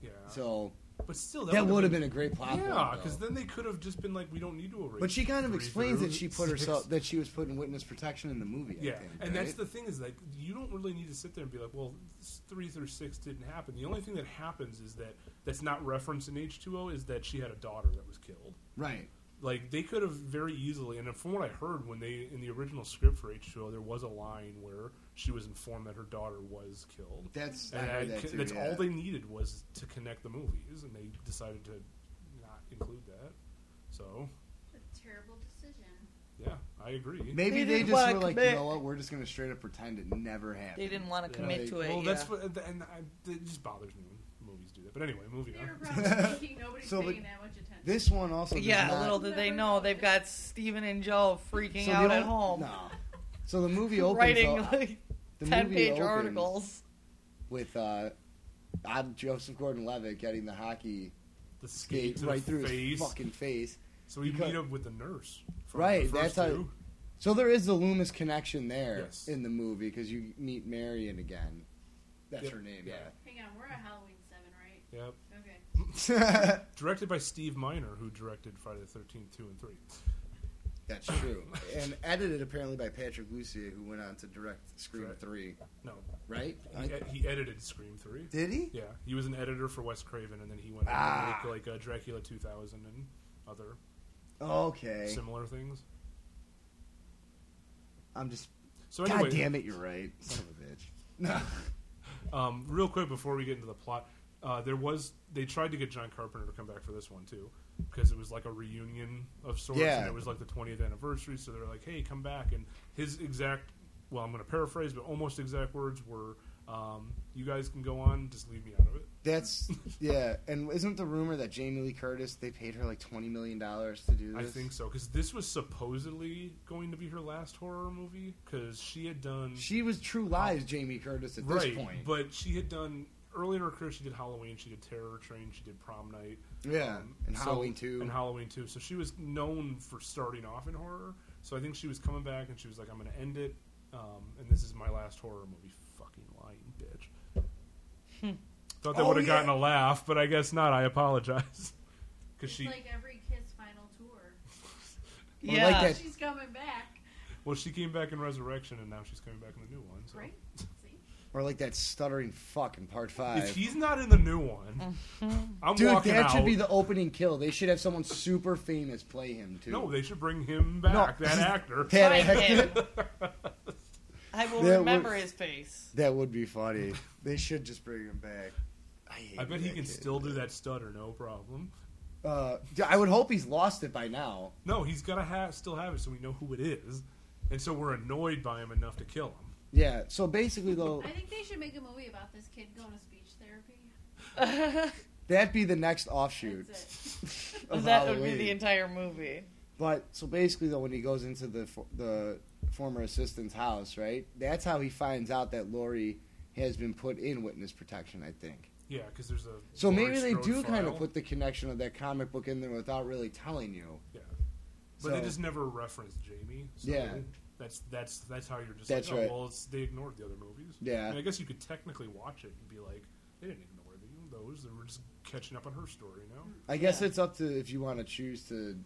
Yeah, So but still, that, that, would have been, a great plot. yeah, point, because though. then they could have just been like, we don't need to erase. But she kind of three explains that through she put six. herself that she was put in witness protection in the movie. Yeah, I think, and that's right? the thing is like you don't really need to sit there and be like, well, this three through six didn't happen. The only thing that happens is that that's not referenced in H two O is that she had a daughter that was killed. right. Like they could have very easily, and from what I heard when they in the original script for H two O, there was a line where she was informed that her daughter was killed. That's I and heard I- that too, that's yeah. all they needed was to connect the movies, and they decided to not include that. So a terrible decision. yeah, I agree. Maybe they, They didn't just wanna were like, you commit. know what? We're just gonna straight up pretend it never happened. They didn't want to Yeah. commit Like, to it. Well, yeah. that's what, and I, it just bothers me when movies do that. But anyway, moving They on. were probably thinking nobody's So, but paying that much attention. This one also. does yeah, not- little did they know they've got Steven and Joe freaking so the out at ol- home No. So the movie opens writing up- like the ten movie page opens articles. with uh, I'm Joseph Gordon-Levitt getting the hockey The skate skate to right the through face. his fucking face. so we because- meet up with the nurse. from Right, the first that's how- two. So there is the Loomis connection there Yes. in the movie because you meet Marion again. That's Yep. her name. Yeah. Hang on, we're at Halloween seven, right? Yep. Okay. Yeah. Directed by Steve Miner, who directed Friday the Thirteenth, two and three. That's true. and edited apparently by Patrick Lucier, who went on to direct Scream Correct. 3, No, right? he, ed- he edited Scream three. Did he? Yeah, he was an editor for Wes Craven, and then he went on Ah. to make like uh, Dracula two thousand and other Okay. similar things. I'm just. So God anyway, damn it, you're right. Son of a bitch. No. Um, real quick before we get into the plot, uh, there was they tried to get John Carpenter to come back for this one too because it was like a reunion of sorts, Yeah. and it was like the 20th anniversary. So they're like, "Hey, come back!" And his exact, well, I'm going to paraphrase, but almost exact words were, um, "You guys can go on, just leave me out of it." That's. Yeah. And isn't the rumor that Jamie Lee Curtis, they paid her like $20 million to do I this? think so because this was supposedly going to be her last horror movie because she had done She was true lies, Jamie Curtis, at this right, point. but she had done earlier in her career, she did Halloween, she did Terror Train, she did Prom Night, Yeah, um, and so- Halloween too. and Halloween too. So she was known for starting off in horror. So I think she was coming back and she was like, "I'm going to end it, um, and this is my last horror movie." Fucking lying bitch. Hmm. Thought that Oh, would have yeah. gotten a laugh, but I guess not. I apologize because It's she like every kid's final tour. Well, I like that- She's coming back, well, she came back in Resurrection, and now she's coming back in the new one. So. right? See? or like that stuttering fuck in part five. If he's not in the new one, Mm-hmm. I'm Dude, walking that out. should be the opening kill. They should have someone super famous play him too. no, they should bring him back. that actor. that, Find act- him. I will That remember was- his face. that would be funny. They should just bring him back. I, hate I bet he that can kid. still do that stutter, no problem. Uh, dude, I would hope he's lost it by now. No, he's got to have still have it, so we know who it is, and so we're annoyed by him enough to kill him. Yeah. So basically, though, I think they should make a movie about this kid going to speech therapy. that'd be the next offshoot That's of that Halloween. would be the entire movie. But so basically, though, when he goes into the fo- the former assistant's house, right? That's how he finds out that Lori has been put in witness protection. I think. Yeah, because there's a So Laurie maybe they Strode do kind of file. put the connection of that comic book in there without really telling you. yeah, but they so- just never referenced Jamie. So Yeah. that's that's that's how you're just That's like, oh, right. well, it's, they ignored the other movies. Yeah. I, mean, I guess you could technically watch it and be like, they didn't ignore the- those; they were just catching up on her story. You know, I guess Yeah. it's up to if you want to choose to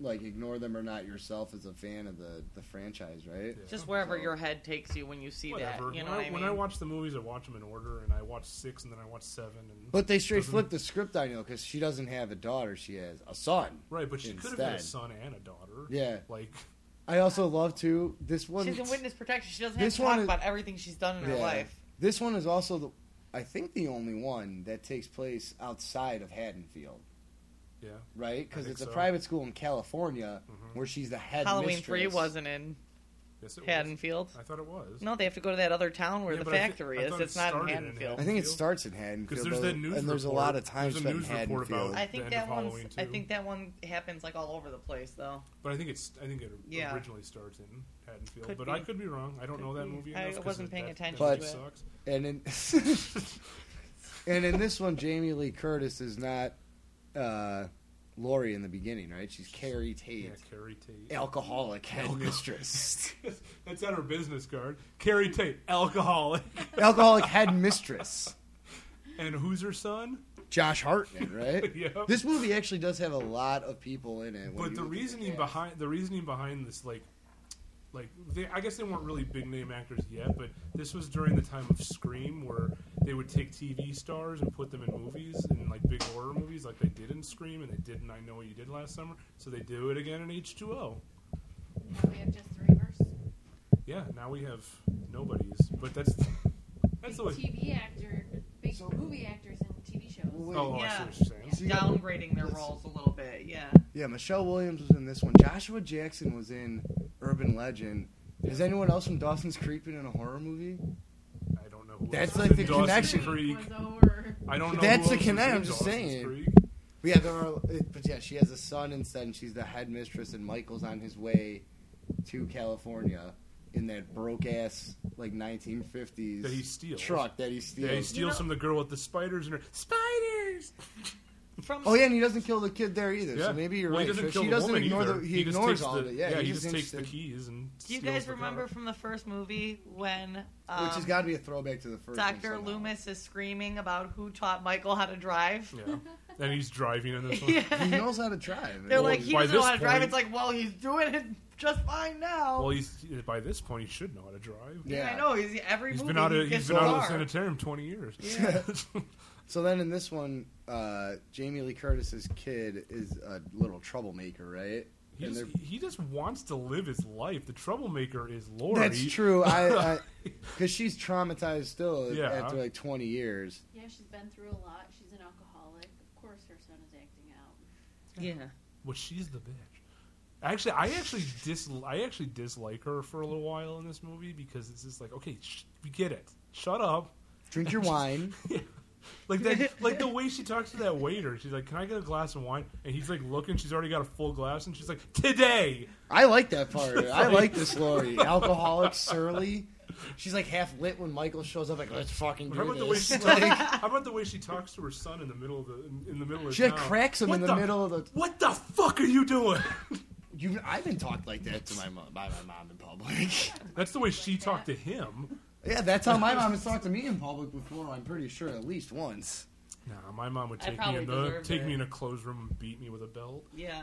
like ignore them or not yourself as a fan of the the franchise, right? Yeah. Just wherever your head takes you when you see whatever. that. You know when, what I, I when mean? I watch the movies, I watch them in order, and I watch six, and then I watch seven, and But they straight Doesn't- flip the script, I know, because she doesn't have a daughter; she has a son. right. But she could have had a Instead. son and a daughter. Yeah. like I also love to this one. she's in witness protection. She doesn't have This to talk one is- about everything she's done in her Yeah. life. This one is also the, I think, the only one that takes place outside of Haddonfield, yeah, right? Because think it's a so. private school in California Mhm. where she's the head. Halloween mistress. three wasn't in yes, it was. Haddonfield. I thought it was. No, they have to go to that other town where Yeah, the but I thi- factory I is. thought it It's not in started in Haddonfield. I think it Haddonfield? starts in Because Haddonfield, there's that news and there's a report- lot of time there's a spent in news report about- Haddonfield. I At think the end that of one's. Halloween, I too. think that one happens like all over the place, though. But I think it's I think it Yeah. originally starts in Haddonfield. Could but be. I could be wrong. I don't Could know that be. movie. I Enough 'cause wasn't it- paying that- attention that to movie it. sucks. And in and in this one, Jamie Lee Curtis is not uh, Lori in the beginning, right? She's Carrie Tate, Yeah, Carrie Tate. alcoholic head mistress, That's on her business card. Carrie Tate, alcoholic. alcoholic head mistress. And who's her son? Josh Hartnett, right? Yeah. This movie actually does have a lot of people in it. when but you the look at reasoning cast. behind the reasoning behind this, like, like they, I guess they weren't really big name actors yet, but this was during the time of Scream, where they would take TV stars and put them in movies and like big horror movies, like they did in Scream and they did in I Know What You Did Last Summer. So they do it again in H two O. Now we have just the reverse. Yeah, now we have nobodies, but that's that's Big the way. TV actor, big So- movie actors in TV shows. Well, Oh, I see Yeah. what you're saying. So you got- Downgrading their Let's- roles a little bit, yeah. Yeah, Michelle Williams was in this one. Joshua Jackson was in Urban Legend. Is anyone else from Dawson's Creek been in a horror movie? I don't know who. That's else like is in the Dawson's connection. Creek. Was over. I don't know. who That's the else is in connection, I'm just Dawson's saying. Creek. But yeah, there are. it- But yeah, she has a son instead, and she's the headmistress, and Michael's on his way to California in that broke ass like 1950s That he steals. truck that he steals. Yeah, he steals know- from the girl with the spiders in her. Spiders. From Oh yeah, and he doesn't kill the kid there either. Yeah. So maybe you're well, right. He doesn't so kill she the doesn't woman ignore either. the. He, he just ignores takes all the, of it. Yeah, he he's just takes the interested. keys and. do you steals guys the remember car. from the first movie when um, Which has got to be a throwback to the first. one Dr. somehow. Loomis is screaming about who taught Michael how to drive? Yeah, and he's driving in this one. He Yeah. knows how to drive. They're Well, like, he by doesn't know this how to drive. point- It's like, well, he's doing it just fine now. Well, he's by this point he should know how to drive. Yeah. I know. He's every He's movie. been out he of gets he's been out of the car. sanitarium twenty years. Yeah. So then in this one, uh, Jamie Lee Curtis's kid is a little troublemaker, right? He just, And they're- he just wants to live his life. The troublemaker is Lori. That's true. I because she's traumatized still Yeah. after like 20 years. Yeah, she's been through a lot. She's an alcoholic. Of course, her son is acting out. Yeah. Well, she's the bitch. Actually, I actually dis I actually dislike her for a little while in this movie because it's just like, okay, sh- we get it. Shut up. Drink your wine. Like that, like the way she talks to that waiter. She's like, "Can I get a glass of wine?" And he's like, looking. She's already got a full glass, and she's like, "Today." I like that part. I like this Lori, alcoholic, surly. She's like half lit when Michael shows up. Like, let's fucking How do about the way this. she like, How about the way she talks to her son in the middle of the in, in the middle of she like town? cracks him What in the, middle of the. What the fuck are you doing? You, I've been talked like that to my mom by my mom in public. That's the way she talked to him. yeah, that's how my mom has talked to me in public before. I'm pretty sure at least once. Nah, my mom would I take me probably in the deserved take it. me in a closed room and beat me with a belt. Yeah.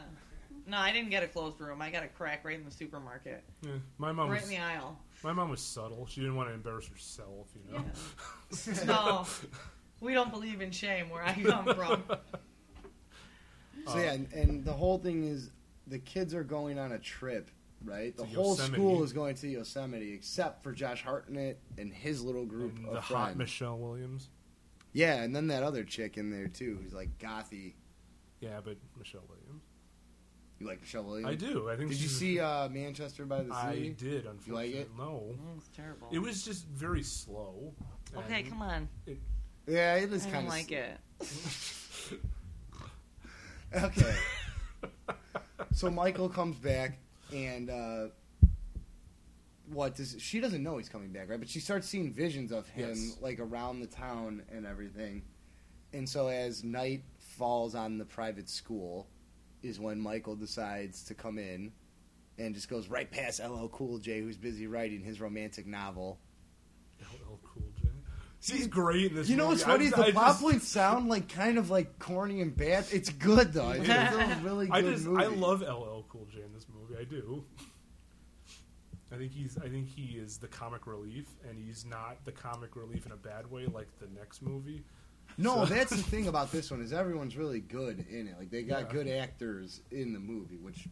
No, I didn't get a closed room. I got a crack right in the supermarket, Yeah, my mom right in was the aisle. my mom was subtle. She didn't want to embarrass herself, you know. No, we don't believe in shame where I come from. So yeah, and, and the whole thing is the kids are going on a trip, right? The To whole Yosemite. school is going to Yosemite, except for Josh Hartnett and his little group And of the friends. hot Michelle Williams. yeah, and then that other chick in there too, who's like gothy. Yeah, but Michelle Williams. You like Michelle Williams? I do. I think. Did you she's- see uh, Manchester by the Sea? I did. Unfortunately, it? no. It's terrible. It was just very slow. okay, and come on. Yeah, it was I kind don't of like it. Okay. so Michael comes back, and uh, what does she doesn't know he's coming back, right? But she starts seeing visions of him Yes. like around the town and everything. And so as night falls on the private school, is when Michael decides to come in, and just goes right past LL Cool J, who's busy writing his romantic novel. LL Cool J. He's great in this. You know what's movie. funny? I- is the I plot just- points sound like kind of like corny and bad. It's good though. It's still a really good I just movie. I love LL Cool J in this movie. I do. I think he's I think he is the comic relief, and he's not the comic relief in a bad way like the next movie. No, So- that's the thing about this one is everyone's really good in it. Like they got Yeah. good actors in the movie, which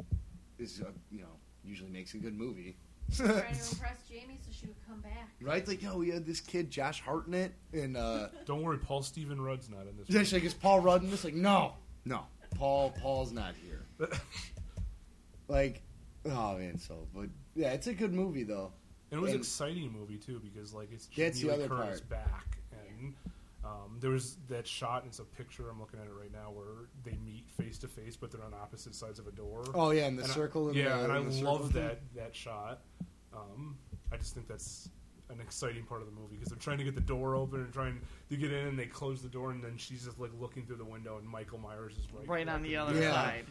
is uh, you know usually makes a good movie, Trying to impress Jamie so she would come back. right? Like yo, we had this kid Josh Hartnett, and uh, Don't worry, Paul Steven Rudd's not in this. just like is Paul Rudd in this? Like no, no, Paul Paul's not here. movie. Like oh man, so but yeah, it's a good movie though. And it was an And- exciting movie too because like it's That's the Jamie Lee other Curtis part. back and um, there was that shot and it's a picture I'm looking at it right now where they meet face to face but they're on opposite sides of a door. Oh yeah, in the And I- circle. and yeah, the, and I in the circle love thing. that that shot. Um, I just think that's an exciting part of the movie because they're trying to get the door open and trying to get in and they close the door and then she's just like looking through the window and Michael Myers is right Right on back the in other Yeah. side.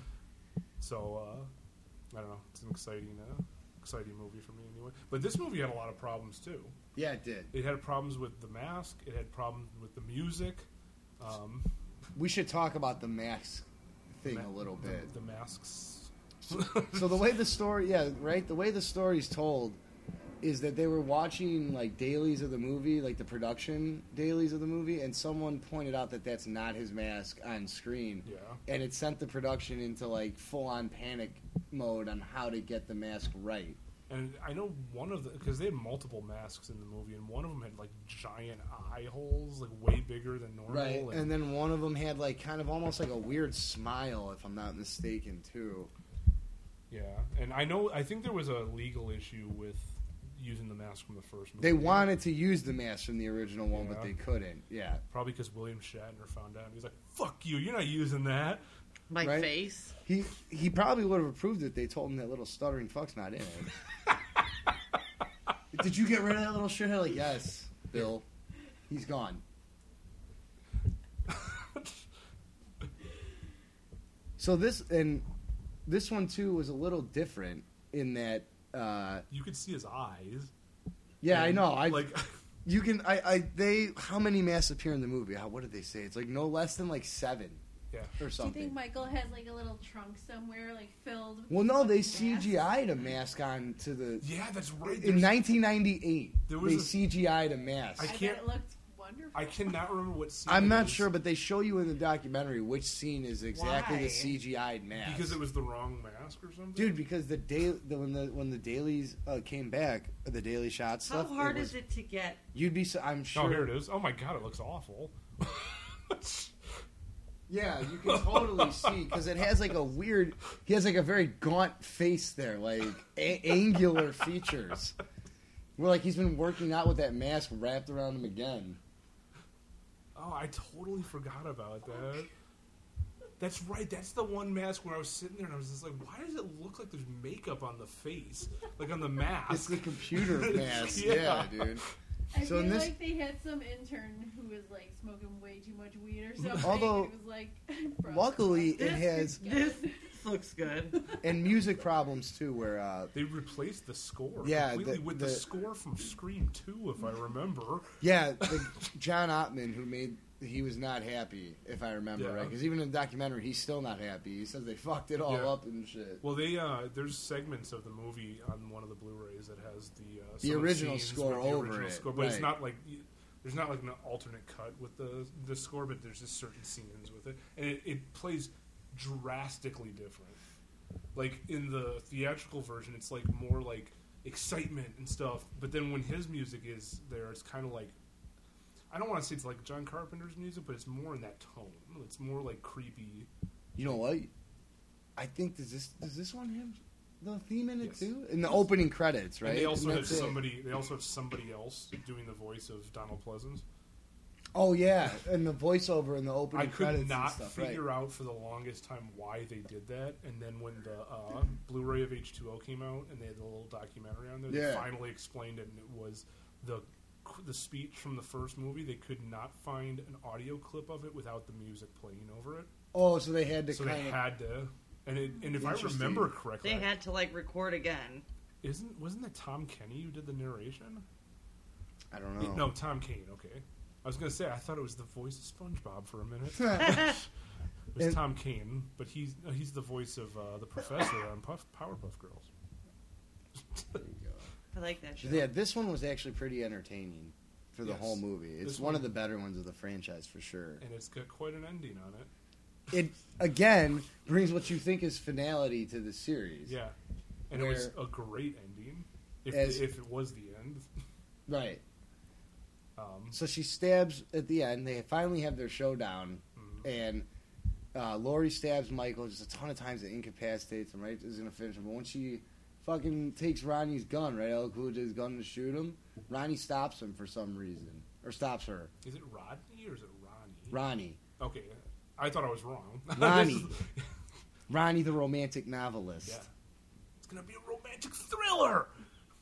so uh, I don't know. It's an exciting, uh, exciting movie for me anyway. But this movie had a lot of problems too. Yeah, it did. It had problems with the mask. It had problems with the music. Um, We should talk about the Max thing ma- a little the- bit. The, masks. so the way the story, yeah, right. The way the story's told is that they were watching like dailies of the movie, like the production dailies of the movie, and someone pointed out that that's not his mask on screen, Yeah. and it sent the production into like full on panic mode on how to get the mask right. And I know one of the because they had multiple masks in the movie, and one of them had like giant eye holes, like way bigger than normal. Right, and- and then one of them had like kind of almost like a weird smile, if I'm not mistaken, too. yeah, and I know I think there was a legal issue with using the mask from the first movie. They wanted to use the mask from the original one, but Yeah. they couldn't. Yeah, probably because William Shatner found out. and He's like, "Fuck you! You're not using that." My Right? face. He he probably would have approved it. They told him that little stuttering fuck's not in it. Did you get rid of that little shithead? Like yes, Bill. He's gone. so this and this one too was a little different in that. Uh, You could see his eyes. yeah, I And, know. I like. you can. I, I they. How many masks appear in the movie? How, what did they say? It's like no less than like seven Yeah. or Do you something. think Michael has like a little trunk somewhere, like filled? With well, no, they fucking masks? CGI'd a mask on to the Yeah, that's right. In there's- 1998, There was a- they CGI'd a mask. I I, bet can't- it looked wonderful. I cannot remember what scene. I, am it not was sure, but they show you in the documentary which scene is exactly Why? the CGI'd mask. because it was the wrong mask or something. dude, because the day the, when the when the dailies uh, came back, the daily shot How stuff. hard was- is it to get? You'd be. so- I'm sure. Oh, here it is. Oh my god, it looks awful. Yeah, you can totally see because it has like a weird. He has like a very gaunt face there, like a- angular features. Where like he's been working out with that mask wrapped around him again. oh, I totally forgot about that. That's right. That's the one mask where I was sitting there and I was just like, why does it look like there's makeup on the face, like on the mask? It's the computer mask. Yeah. yeah. dude. I So in feel this- like they had some intern who was like smoking way too much weed or something. Although, and it was like, "Bro, Luckily, it This has This looks good. and music problems too, where uh, They replaced the score Yeah, completely the- with the, the- score from Scream 2, if I remember. Yeah, the John Ottman who made he was not happy if I remember Yeah. right. 'Cause right. Because even in the documentary, he's still not happy. He says they fucked it all Yeah. up and shit. Well, they uh, there's segments of the movie on one of the Blu-rays that has the uh, some of original scenes score with the over original it, score, but it's right. not like you- there's not like an alternate cut with the the score, but there's just certain scenes with it, and it, it plays drastically different. Like in the theatrical version, it's like more like excitement and stuff, but then when his music is there, it's kind of like I don't want to say it's like John Carpenter's music, but it's more in that tone. It's more like creepy. You know what? I think does this does this one have the theme in it Yes. too? In the opening credits, right? And they also And have that's it. somebody. They also have somebody else doing the voice of Donald Pleasance. Oh yeah, and the voiceover in the I opening credits could not and stuff. figure right. out for the longest time why they did that. And then when the uh, Blu-ray of H2O came out and they had a little documentary on there, they Yeah. finally explained it, and it was the the speech from the first movie. They could not find an audio clip of it without the music playing over it, Oh, so they had to so they kind of had to. And, it, and if I Interesting. remember correctly, They had to like record again. isn't wasn't that Tom Kenny who did the narration? I don't Y- know. No, Tom Kane. Okay, I was gonna say I thought it was the voice of SpongeBob for a minute. It was And- Tom Kane, but he's uh, he's the voice of uh, the professor on Puff, Powerpuff Girls. I like that show. Yeah, this one was actually pretty entertaining for the Yes. whole movie. It's This one of one- the better ones of the franchise for sure. And it's got quite an ending on it. it again brings what you think is finality to the series. Yeah, and it was Where- a great ending. If, As- if it was the end, Right. um, So she stabs at the end. They finally have their showdown, Mhm. and uh, Lori stabs Michael just a ton of times and incapacitates him. Right, is gonna finish him. But when she fucking takes Ronnie's gun, right, El Cool J's gun to shoot him, Ronnie stops him for some reason, or stops her. is it Rodney or is it Ronnie? Ronnie, okay, I thought I was wrong. This Ronnie. is- Ronnie, the romantic novelist. yeah, it's gonna be a romantic thriller.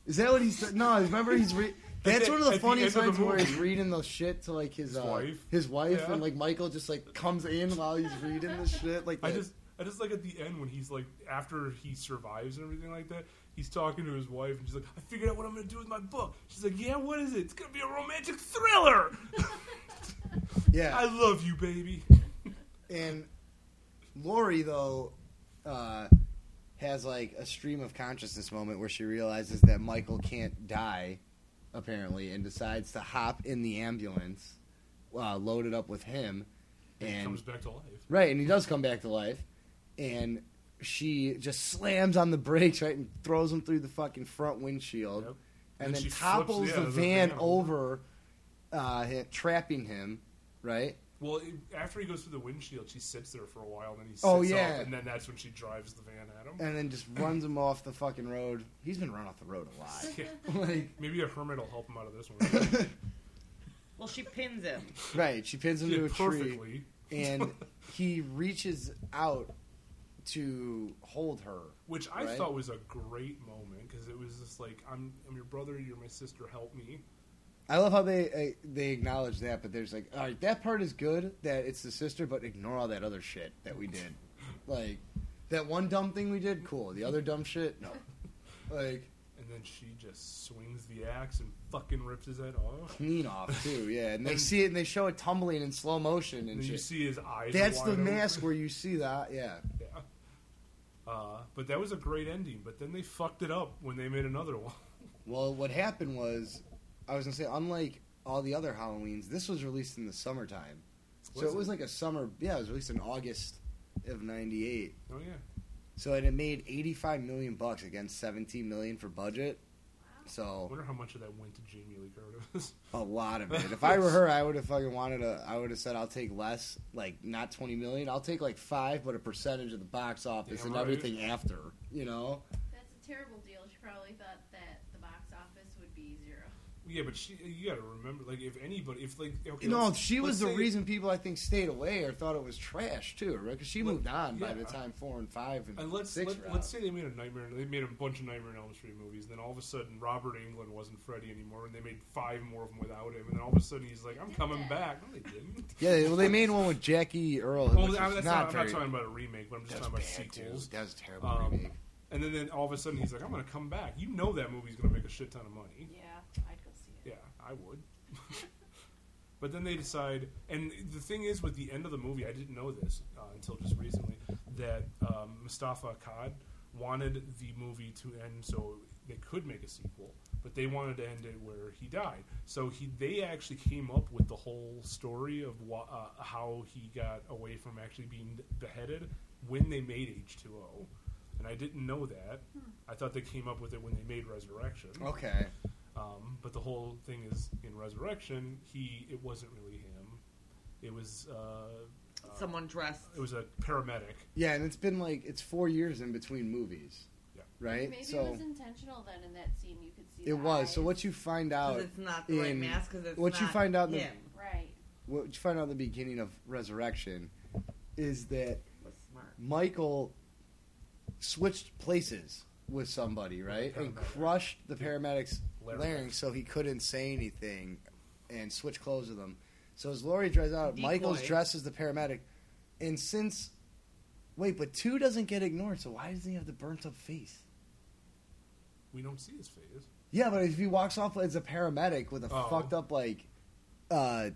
Is that what he said? No, remember he's re- that's the- one of the at the funniest end of times the where movie. he's reading the shit to like his, His uh, wife. his wife, Yeah. and like Michael just like comes in while he's reading the shit. Like I that. just I just like at the end when he's like after he survives and everything like that, he's talking to his wife and she's like, I figured out what I'm gonna do with my book. She's like, Yeah, what is it? It's gonna be a romantic thriller. yeah. I love you, baby. and Lori though uh, has like a stream of consciousness moment where she realizes that Michael can't die, apparently, and decides to hop in the ambulance, uh, loaded up with him, And he and comes back to life. Right, and he does come back to life, and she just slams on the brakes right and throws him through the fucking front windshield, Yep. and, And then she topples flips- yeah, the the van van over, uh, hi- trapping him. Right? Well, it- after he goes through the windshield, she sits there for a while, and then he sits Oh, yeah. up, and then that's when she drives the van at him. And then just runs him off the fucking road. He's been run off the road a lot. Yeah. like, Maybe a hermit will help him out of this one. Well, she pins him. right? She pins him Yeah, to a tree, perfectly. and he reaches out to hold her. which I Right. thought was a great moment because it was just like, I'm, I'm your brother, you're my sister, help me. I love how they uh, they acknowledge that, but there's like, all right, that part is good that it's the sister, but ignore all that other shit that we did. Like that one dumb thing we did, cool. The other dumb shit, no. Like And then she just swings the axe and fucking rips his head off. clean off too, yeah. And they And- see it and they show it tumbling in slow motion And and then you shit. see his eyes. That's wide the open. mask where you see that, yeah. Yeah. Uh, but that was a great ending. But then they fucked it up when they made another one. Well, what happened was, I was gonna say, unlike all the other Halloweens, this was released in the summertime, so Was it was it? like a summer. Yeah, it was released in August of '98. Oh yeah. So and it made 85 million bucks against 17 million for budget. I So wonder how much of that went to Jamie Lee Curtis. a lot of it. If I were her, I would have fucking wanted a. I would have said I'll take less, like not 20 million. I'll take like five, but a percentage of the box office Damn and right. everything after. You know, That's a terrible deal. She probably thought that the box office would be zero. Yeah, but she, you got to remember, like, if anybody, if like, okay, No, let's- she let's was the say- reason people I think stayed away or thought it was trash too, right? Because she Let- moved on by yeah. the time four and five and, And let's six let, were let's out. say they made a nightmare. They made a bunch of Nightmare on Elm Street movies, and then all of a sudden Robert Englund wasn't Freddy anymore, and they made five more of them without him, and then all of a sudden he's like, "I'm coming back." No, they didn't. Yeah, well, they made one with Jackie Earl, Well, which I- is that's not not, I'm very. not talking about a remake, but I'm just that's talking about bad, too. sequels. That was a terrible Um, remake. and then, then all of a sudden he's like, "I'm going to come back." You know that movie's going to make a shit ton of money. Yeah, I'd go see it. Yeah, I would. but then they decide, and the thing is, with the end of the movie, I didn't know this uh, until just recently that um, Mustafa Akkad wanted the movie to end so they could make a sequel, but they wanted to end it where he died. So he, they actually came up with the whole story of wha- uh, how he got away from actually being beheaded when they made H two O. And I didn't know that. I thought they came up with it when they made Resurrection. Okay. Um, but the whole thing is in Resurrection, he it wasn't really him. It was uh, uh, Someone dressed. it was a paramedic. Yeah, and it's been like it's four years in between movies. Yeah. Right. Maybe so it was intentional then in that scene. You could see it the was. So eyes. what you find out? 'Cause it's not the right in- mask. 'cause it's what you not find out in the- him. Right. What you find out in the beginning of Resurrection is that Was smart. Michael switched places with somebody, right? paramedic. And crushed the paramedic's Larynx. larynx. so he couldn't say anything and switched clothes with him. So as Laurie drives out, Decoy. Michael's dressed as the paramedic. And since. Wait, but two doesn't get ignored, so why does he have the burnt up face? We don't see his face. Yeah, but if he walks off as a paramedic with a Oh. fucked up, like. uh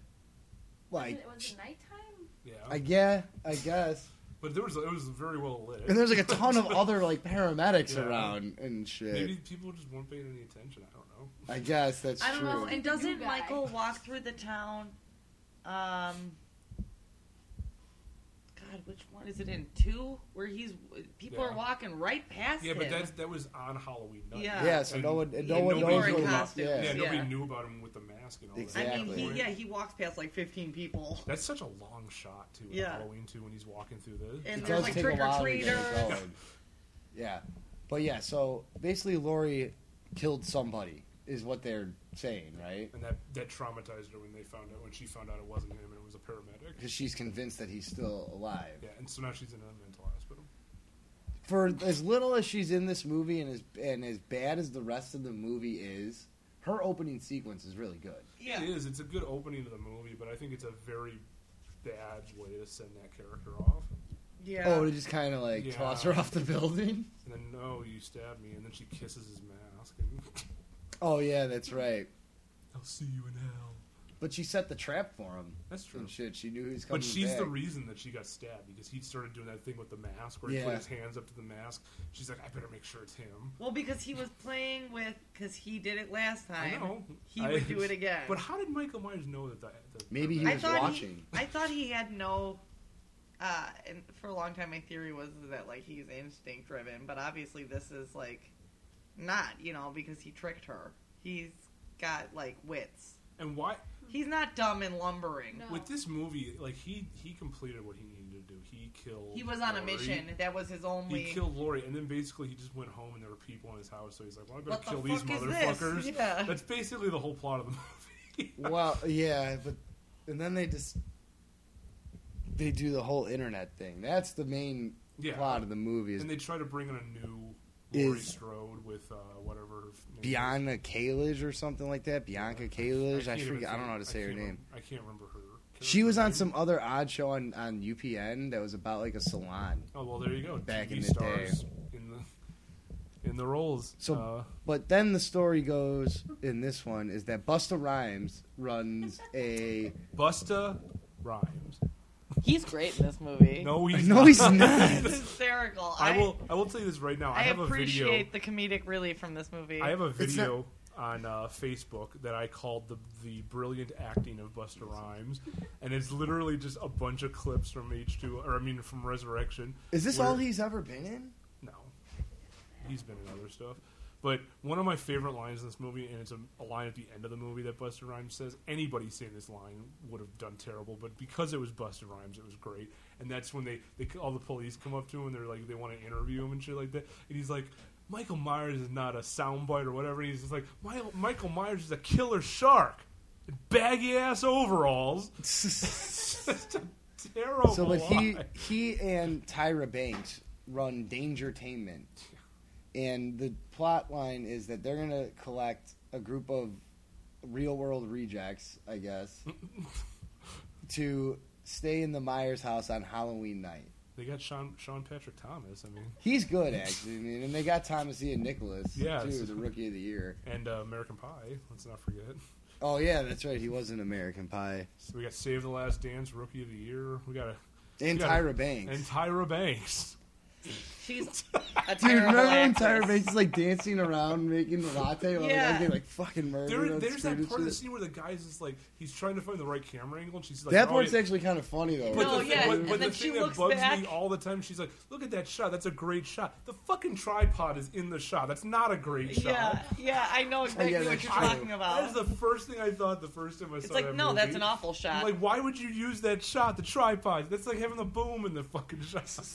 Was Like. it, was it nighttime? Yeah, I, yeah, I guess. but there was it was very well lit. And there's like a ton of other like paramedics Yeah. around and shit. Maybe people just weren't paying any attention. I don't know. I guess that's I don't true. know. And doesn't guy. Michael walk through the town? Um, God, which one is it in two? Where he's people Yeah. are walking right past Yeah, him. but that that was on Halloween night. Yeah. yeah, so And- no one, and no and one nobody knows. knew who- about- costumes, yeah, yeah. yeah. nobody knew about him with the mask and all I that. Exactly. mean, he, yeah, he walks past like 15 people. That's such a long shot too. In Yeah. Halloween too when he's walking through the. And It there's does like take a trick or while to get it treaters. going. Yeah, but yeah, so basically, Lori killed somebody is what they're saying, right? and that, that traumatized her when they found out when she found out it wasn't him and it was a paramedic. Because she's convinced that he's still alive. Yeah, and so now she's in a mental hospital. For as little as she's in this movie, and as and as bad as the rest of the movie is, her opening sequence is really good. It Yeah. is. It's a good opening to the movie, but I think it's a very bad way to send that character off. Yeah. Oh, to just kind of like Yeah. toss her off the building. And then, no, you stabbed me, and then she kisses his mask, and Oh yeah, that's right. I'll see you in hell. But she set the trap for him. That's true. And shit, she knew he was coming. But she's back. the reason that she got stabbed because he started doing that thing with the mask where he put Yeah. his hands up to the mask. She's like, I better make sure it's him. Well, because he was playing with, because he did it last I time. know. He I- would do it again. But how did Michael Myers know that? The, the Maybe he I was thought watching. He, I thought he had no. Uh, and for a long time, my theory was that like he's instinct driven, but obviously this is like not, you know, because he tricked her. He's got like wits. And why? He's not dumb and lumbering. No. With this movie, like he he completed what he needed to do. He killed. He was on a Laurie. mission. That was his only. He killed Lori, and then basically he just went home, and there were people in his house. So he's like, "Well, I better What the kill these fuck is this? motherfuckers." Yeah. That's basically the whole plot of the movie. well, yeah, but and then they just they do the whole internet thing. That's the main yeah, plot of the movie is and they try to bring in a new Lori Is- Strode with uh, whatever her name Bianca Kalish or something like that. is. Bianca can't Kalish. I, even forget, I don't know how to think- say I her can't name. rem- I can't remember her. character She was on name. some other odd show on on UPN that was about like a salon. Oh well, there you go. back TV in the stars in the in the roles. So- uh, But then the story goes in this one is that Busta Rhymes runs a Busta Rhymes. He's great in this movie. No, he's No, he's It's not. hysterical. I will. I will tell you this right now. I, I have a video. appreciate the comedic relief from this movie. I have a It's not- video on uh, Facebook that I called the the brilliant acting of Buster Rhymes, and it's literally just a bunch of clips from H two, or I mean from Resurrection. Is this where- all he's ever been in? No, he's been in other stuff. But one of my favorite lines in this movie, and it's a, a line at the end of the movie that Buster Rhymes says. Anybody saying this line would have done terrible, but because it was Buster Rhymes, it was great. And that's when they, they all the police come up to him and they're like they want to interview him and shit like that, and he's like. Michael Myers is not a soundbite or whatever. He's just like, "My- Michael Myers is a killer shark. in Baggy ass overalls. It's just a terrible So, but he lie. he and Tyra Banks run Dangertainment, and the plot line is that they're gonna collect a group of real world rejects, I guess, to stay in the Myers house on Halloween night. They got Sean, Sean Patrick Thomas, I mean, He's good actually, I mean, and they got Thomas Ian Nicholas Yeah, too, this is- the rookie of the year. and uh, American Pie. Let's not forget. Oh yeah, that's right. He was in American Pie So we got Save the Last Dance, Rookie of the Year. We got a and Yeah. Tyra Banks. and Tyra Banks. She's a Dude, terrible remember when actress. Tyra Banks is like dancing around making the latte while Yeah. yeah. getting like fucking murdered? There, on there's screen that and part of the shit? scene where the guy's just like he's trying to find the right camera angle, and she's like, that "Oh, part's yeah." actually kind of funny though. But No, the, yeah, but, and but the then she thing that looks bugs me back. all the time, she's like, "Look at that shot. That's a great shot. The fucking tripod is in the shot. That's not a great shot." Yeah, yeah, I know exactly that's what you're true. talking That is about. the first thing I thought the first time I It's saw like that no, that's movie. an awful shot. I'm like, why would you use that shot? The tripod. That's like having the boom in the fucking shot.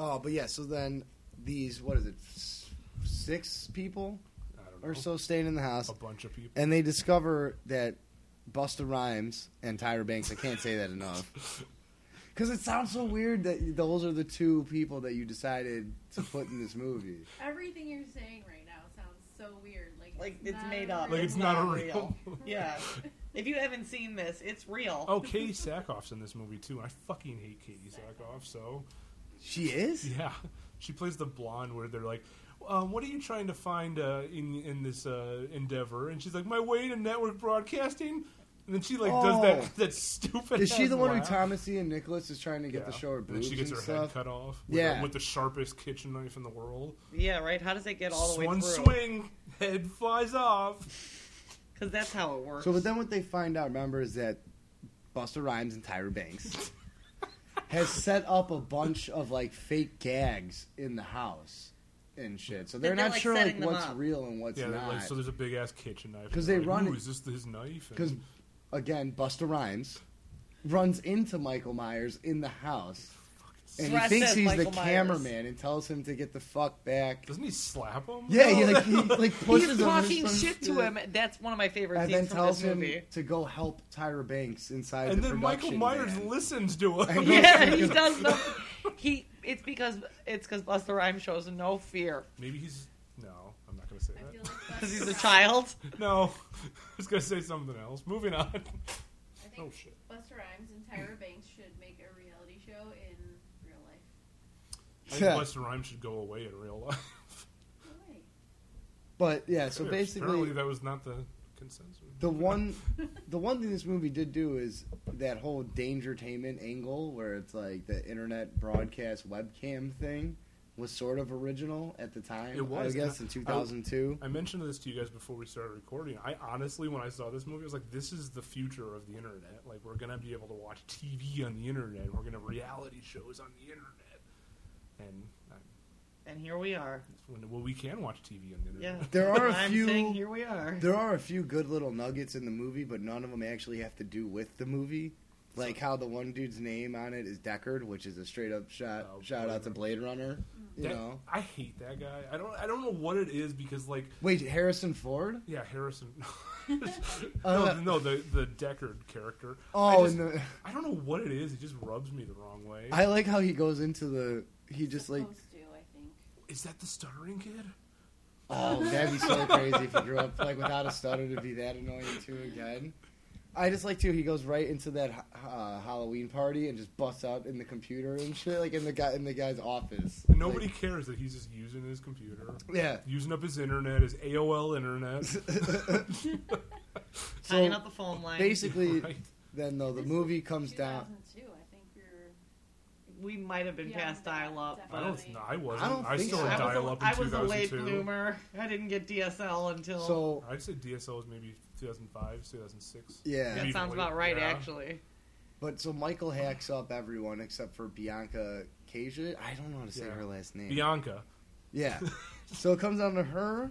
Oh, but yeah. So then these what is it? s- Six people I don't know. or so staying in the house, A bunch of people. and they discover that Busta Rhymes and Tyra Banks. I can't say that enough. Because it sounds so weird that those are the two people that you decided to put in this movie. Everything you're saying right now sounds so weird. Like, Like, it's not made a up. Like real- it's not, a Not real. yeah, if you haven't seen this, it's real. oh, Katie Sackhoff's in this movie too. and I fucking hate Katie Sackhoff. So She is. yeah, she plays the blonde where they're like. Um, what are you trying to find uh, in in this uh, endeavor? And she's like, my way to network broadcasting. And then she like does Oh. that that stupid. Is she ass the one who laugh. Thomas and Nicholas is trying to get Yeah. the show her And then boobs she gets her stuff? head cut off. With Yeah. her- with the sharpest kitchen knife in the world. Yeah, right. How does it get all the way One through? swing, head flies off. Because that's how it works. So, but then what they find out, remember, is that Buster Rhymes and Tyra Banks has set up a bunch of like fake gags in the house and shit. So they're, they're, not like, sure like setting them what's up. real and what's Yeah, they're not. like, so there's a big ass kitchen knife. 'Cause And they they're like, run "Ooh, it- Is this his knife? Because And again, Buster Rhymes runs into Michael Myers in the house, and he Dressed thinks as he's the Michael Myers. cameraman and tells him to get the fuck back. doesn't he slap him? Yeah, he like he like pushes He's him and talking stuff. shit to him. That's one of my favorite and scenes then from tells this him movie. to go help Tyra Banks inside. And the then Michael production Myers van. listens to I him. know. Yeah, he does. No, he. It's because it's because Buster Rhymes shows no fear Maybe he's no. I'm not gonna say I feel that. like because that's, he's a child. No, I was gonna say something else. Moving on. I think Oh shit. Buster Rhymes and Tyra Banks should make a reality show in real life. I think Buster Rhymes should go away in real life. Why? But yeah, so apparently basically, that was not the consensus. the one, the one thing this movie did do is that whole dangertainment angle, where it's like the internet broadcast webcam thing, was sort of original at the time. It was, I guess, in and I- two thousand two. I mentioned this to you guys before we started recording. I honestly, when I saw this movie, I was like, "This is the future of the internet. Like, we're gonna be able to watch TV on the internet. We're gonna have reality shows on the internet." And I, And here we are. when, well, we can watch TV on the Yeah. internet. There are a I'm few- Saying here we are. There are a few good little nuggets in the movie, but none of them actually have to do with the movie. Like how the one dude's name on it is Deckard, which is a straight up shot Oh, shout out to Blade Runner. You That- know, I hate that guy. I don't. I don't know what it is because, like, wait, Harrison Ford. yeah, Harrison. Uh, no, no, the the Deckard character. Oh, I, just- and the, I don't know what it is. It just rubs me the wrong way. I like how he goes into the. He just like, Supposed to, I think. is that the stuttering kid? oh, that'd be so crazy if he grew up like without a stutter to be that annoying too again. I just like too. He goes right into that uh, Halloween party and just busts out in the computer and shit, like in the guy in the guy's office. And nobody Like, cares that he's just using his computer. yeah. using up his internet, his AOL internet. tying So up a phone line. basically, Right. then though the This movie was comes down. 2002, I think we were. we might have been Yeah, past dial up, I but don't. Definitely. I wasn't. I I, don't think still so. had I was dial up in I was a late 2002. bloomer. I didn't get DSL until So I'd say DSL was maybe 2005, 2006. yeah, that sounds about right, Yeah. actually. but so Michael hacks up everyone except for Bianca Kaja. I don't know how to say Yeah. her last name. Bianca. Yeah. so it comes down to her,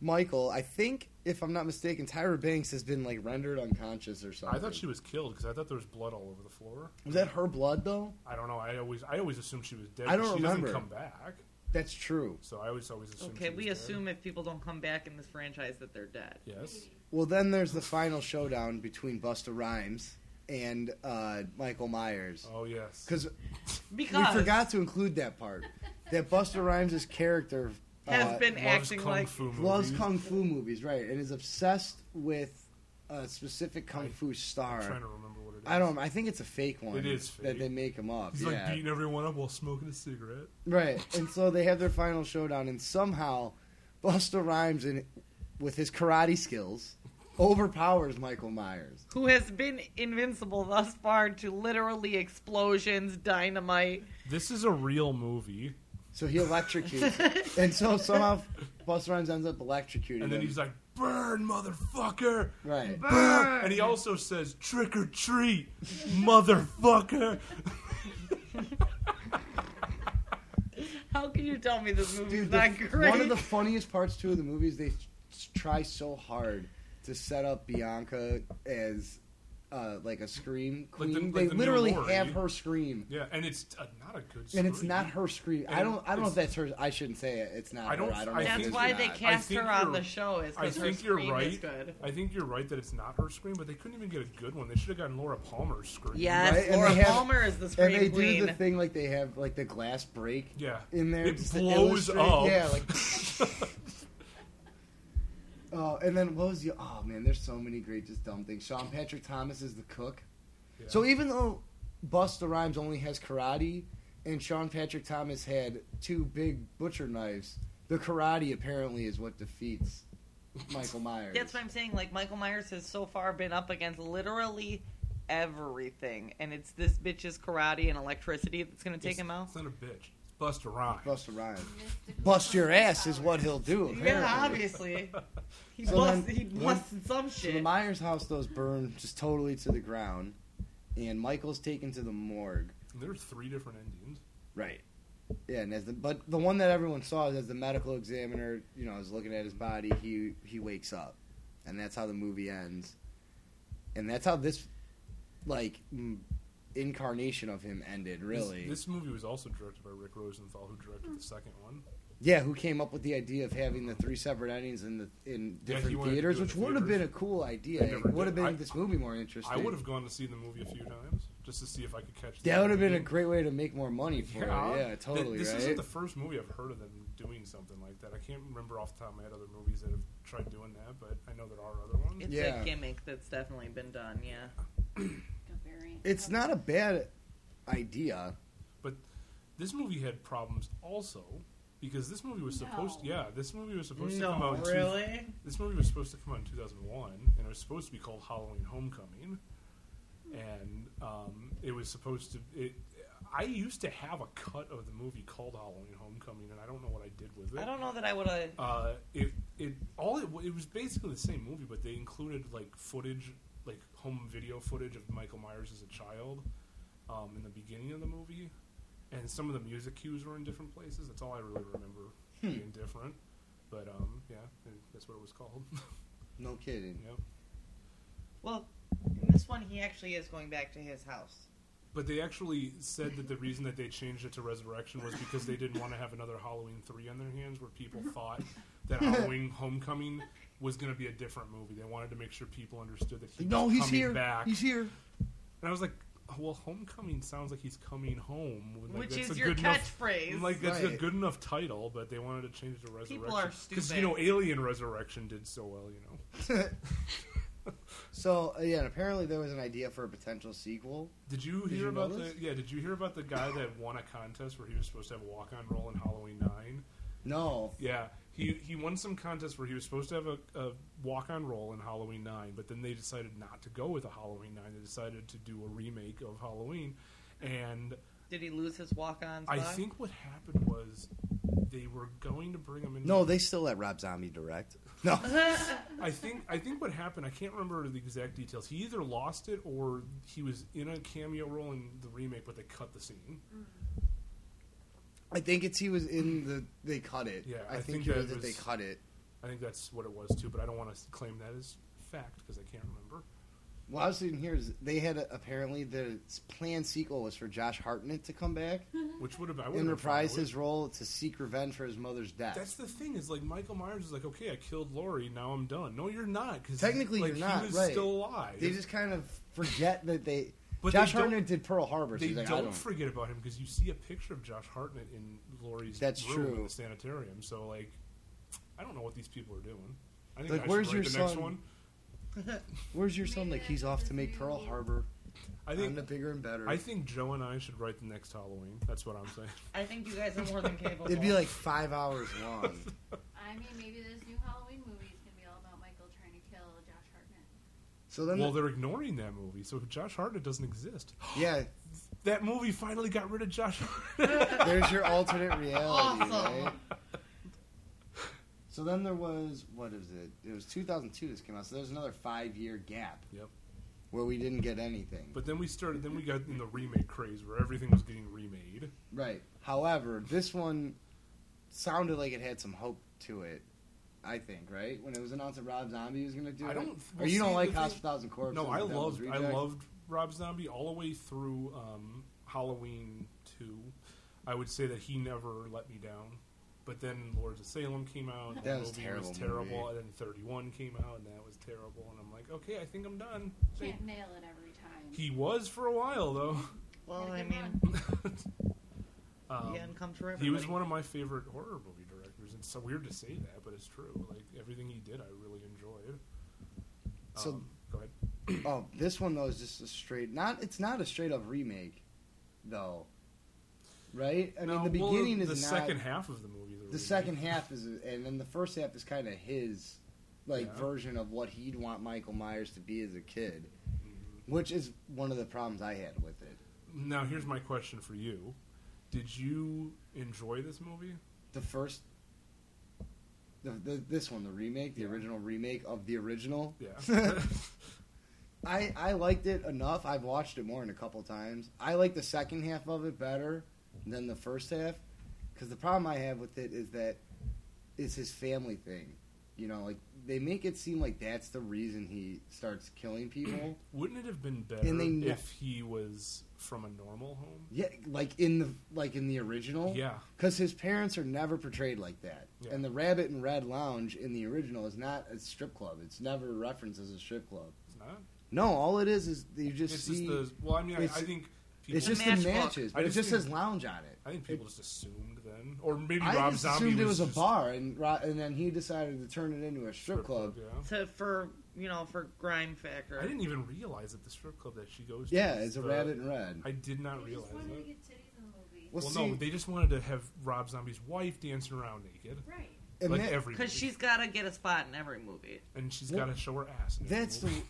Michael. I think, if I'm not mistaken, Tyra Banks has been like rendered unconscious or something. I thought she was killed because I thought there was blood all over the floor. was that her blood though. I don't know. I always I always assumed she was dead. I but don't she remember. doesn't come back. That's true. So I always always assume. Okay, she was we dead. assume if people don't come back in this franchise that they're dead. Yes. Well, then there's the final showdown between Busta Rhymes and uh, Michael Myers. Oh yes. Because we Because forgot to include that part. That Busta Rhymes' character uh, has been Loves acting kung like fu movies. loves kung fu movies, right, and is obsessed with a specific kung fu I'm trying star. to remember what it is. I don't. I think it's a fake one. It is that fake. they make him up. He's yeah. like beating everyone up while smoking a cigarette. Right. And so they have their final showdown, and somehow Busta Rhymes, in, with his karate skills, overpowers Michael Myers. who has been invincible thus far to literally explosions, dynamite. This is a real movie, So he electrocutes. and so somehow Busta Rhymes ends up electrocuting and then him. he's like, "Burn, motherfucker!" right. Burn! And he also says, "Trick or treat, motherfucker." How can you tell me this movie's Dude, not the- great? one of the funniest parts too of the movies they s- try so hard to set up Bianca as uh, like a scream Like queen. the- like they the new literally Lori. have her scream. yeah, and it's uh, not a good. And it's scream. not her scream. I And don't. I don't know if that's it's- her. I shouldn't say it. It's not. I don't- Her. I don't I think- know. if it That's is or why they not. I cast think her on you're- the show is I because her think you're scream is right. good. I think you're right that it's not her scream, but they couldn't even get a good one. They should have gotten Laura Palmer's scream. Yes, Right, and Laura they have- Palmer is the And scream they queen. do the thing like they have like the glass break Yeah. in there. It just to blows illustrate- up. Yeah, like oh, and then what was the? Oh man, there's so many great just dumb things. Sean Patrick Thomas is the cook. Yeah. So even though Busta Rhymes only has karate, and Sean Patrick Thomas had two big butcher knives, the karate apparently is what defeats Michael Myers. That's what I'm saying. Like Michael Myers has so far been up against literally everything, and it's this bitch's karate and electricity that's going to take It's- him out. It's not a bitch. Bust a rhyme. Busta Rhymes. Mystical Bust your fucking ass is power. what he'll do. Apparently. Yeah, obviously. He So busts. then- he busted some So the shit. Myers house those burn just totally to the ground, and Michael's taken to the morgue. There are three different endings. Right. Yeah, and as the but the one that everyone saw is as the medical examiner, you know, is looking at his body, he he wakes up, and that's how the movie ends, and that's how this like m- incarnation of him ended. This- Really, This, movie was also directed by Rick Rosenthal, who directed the second one. yeah. Who came up with the idea of having the three separate endings in the Yeah, in he different wanted to theaters, do it which in would have been theaters. a cool idea. They never It would have did. made I- this movie more interesting. I would have gone to see the movie a few times just to see if I could catch. That the would have been a ending. great way to make more money for it. Yeah, Th- totally. This right. isn't the first movie I've heard of them doing something like that. I can't remember off the top of my head other movies that have tried doing that, but I know there are other ones. It's Yeah. a gimmick that's definitely been done. Yeah. A very- it's not a bad idea. But this movie had problems also because this movie was supposed. No. yeah, this movie was supposed to come out. in two- really? this movie was supposed to come out in 2001, and it was supposed to be called Halloween Homecoming, and um, it was supposed to. It, I used to have a cut of the movie called Halloween Homecoming, and I don't know what I did with it. I don't know that I would have. Uh, it it all it, w- it was basically the same movie, but they included like footage, like home video footage of Michael Myers as a child, um, in the beginning of the movie, and some of the music cues were in different places. That's all I really remember being different. But um, yeah, and that's what it was called. No kidding. yep. Well, in this one, he actually is going back to his house. But they actually said that the reason that they changed it to Resurrection was because they didn't want to have another Halloween 3 on their hands where people Mm-hmm. thought that Halloween Homecoming was going to be a different movie. They wanted to make sure people understood that he was No, he's coming here. back. He's here. And I was like, oh, well, Homecoming sounds like he's coming home. Like, Which Oh that's is a your good enough- oh catchphrase. Like, that's a Right. good enough title, but they wanted to change it to Resurrection. People are Because, stupid. you know, Alien Resurrection did so well, you know. So uh, yeah, and apparently there was an idea for a potential sequel. Did you Did hear you know about the this? yeah? Did you hear about the guy that won a contest where he was supposed to have a walk on role in Halloween Nine? No. Yeah, he he won some contest where he was supposed to have a, a walk on role in Halloween Nine, but then they decided not to go with a Halloween Nine. They decided to do a remake of Halloween, and Did he lose his walk on? I think what happened was they were going to bring him in. No, they still let Rob Zombie direct. No. I think I think what happened. I can't remember the exact details. He either lost it or he was in a cameo role in the remake, but they cut the scene. I think it's he was in the they cut it. Yeah, I, I think, think it that was that they was- cut it. I think that's what it was too, but I don't want to claim that as fact because I can't remember. What I was seeing here is they had a, apparently the s- planned sequel was for Josh Hartnett to come back Which would have I would and reprise his role to seek revenge for his mother's death. That's the thing is like Michael Myers is like, okay, I killed Laurie, now I'm done. No, you're not because Technically, like, you're he not, was right. still alive. they just kind of forget that they. But Josh they don't- Hartnett did Pearl Harbor. So they he's like, I don't, don't. forget about him because you see a picture of Josh Hartnett in Laurie's That's room true. in the sanitarium. So like, I don't know what these people are doing. I think Like, I should where's write your the next son? one. Where's your son? Like he's off to make Pearl Harbor. I I'm think the bigger and better. I think Joe and I should write the next Halloween. That's what I'm saying. I think you guys are more than capable. It'd be like five hours long. I mean, maybe this new Halloween movie is gonna be all about Michael trying to kill Josh Hartnett. So then, well, they're ignoring that movie, so Josh Hartnett doesn't exist. yeah, That movie finally got rid of Josh. Hartnett. there's your alternate reality, Awesome. right? So then there was what is it? It was 2002. This came out. So there's another five year gap. Yep. Where we didn't get anything. but then we started. Then we got in the remake craze where everything was getting remade. Right. However, this one sounded like it had some hope to it. I think, right? When it was announced that Rob Zombie was going to do I it, don't- or well, you see, don't like the House thing- of Thousand Corpses? No, I and Devil's loved I Rejects? loved Rob Zombie all the way through um, Halloween two. I would say that he never let me down. But then Lords of Salem came out. and That was movie terrible was terrible. movie. And then Thirty One came out, and that was terrible. And I'm like, okay, I think I'm done. Can't nail it every time. He was for a while though. well, Had a I good mean, run. Um, the end comes for everybody. he was one of my favorite horror movie directors. It's so weird to say that, but it's true. Like everything he did, I really enjoyed. So- Um, go ahead. Oh, this one though is just a straight. Not it's not a straight up remake, though. Right? I mean, No, the well, beginning the is not second half of the movie. the second half is, and then the first half is kind of his like Yeah. version of what he'd want Michael Myers to be as a kid, half. which is one of the problems I had with it. Now, here's my question for you: Did you enjoy this movie? The first, the, the this one, the remake, the Yeah. original remake of the original. Yeah. I, I liked it enough. I've watched it more than a couple times. I like the second half of it better than the first half because the problem I have with it is that it's his family thing. You know, like they make it seem like that's the reason he starts killing people. Wouldn't it have been better And they ne- if he was from a normal home? yeah, like in the like in the original. Yeah, Because his parents are never portrayed like that. Yeah. And the Rabbit and Red Lounge in the original is not a strip club. It's never referenced as a strip club. it's not. No, all it is is you just It's see. just the. Well, I mean, I, I it's- think people. It's just matchbook. the matches, I but it just just think- says lounge on it. I think people just assumed then, or maybe I Rob just Zombie assumed it was, was a just bar, and Ro- and then he decided to turn it into a strip club. Yeah. to for you know for grime factor. I didn't even realize that the strip club that she goes to. Yeah, is it's a the- rabbit and red. Uh, I did not They realize just wanted to that. get titties in the movie. Well, Well, see, no, they just wanted to have Rob Zombie's wife dancing around naked, Right. and like that- every because movie. she's got to get a spot in every movie. and she's Well, got to show her ass. in every that's the movie.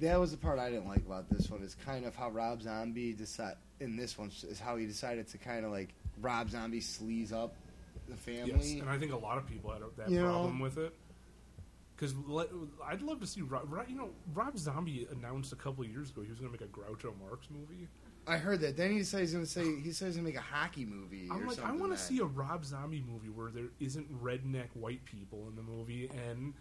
that was the part I didn't like about this one. Is kind of how Rob Zombie decide in this one is how he decided to kind of like Rob Zombie sleaze up the Yes, family. and I think a lot of people had a- that You know- problem with it. Because I'd love to see Rob, Rob- you know, Rob Zombie announced a couple of years ago he was going to make a Groucho Marx movie. I heard that. Then he says he's gonna say he says he's gonna make a hockey movie. I'm or like, I something want to that- see a Rob Zombie movie where there isn't redneck white people in the movie and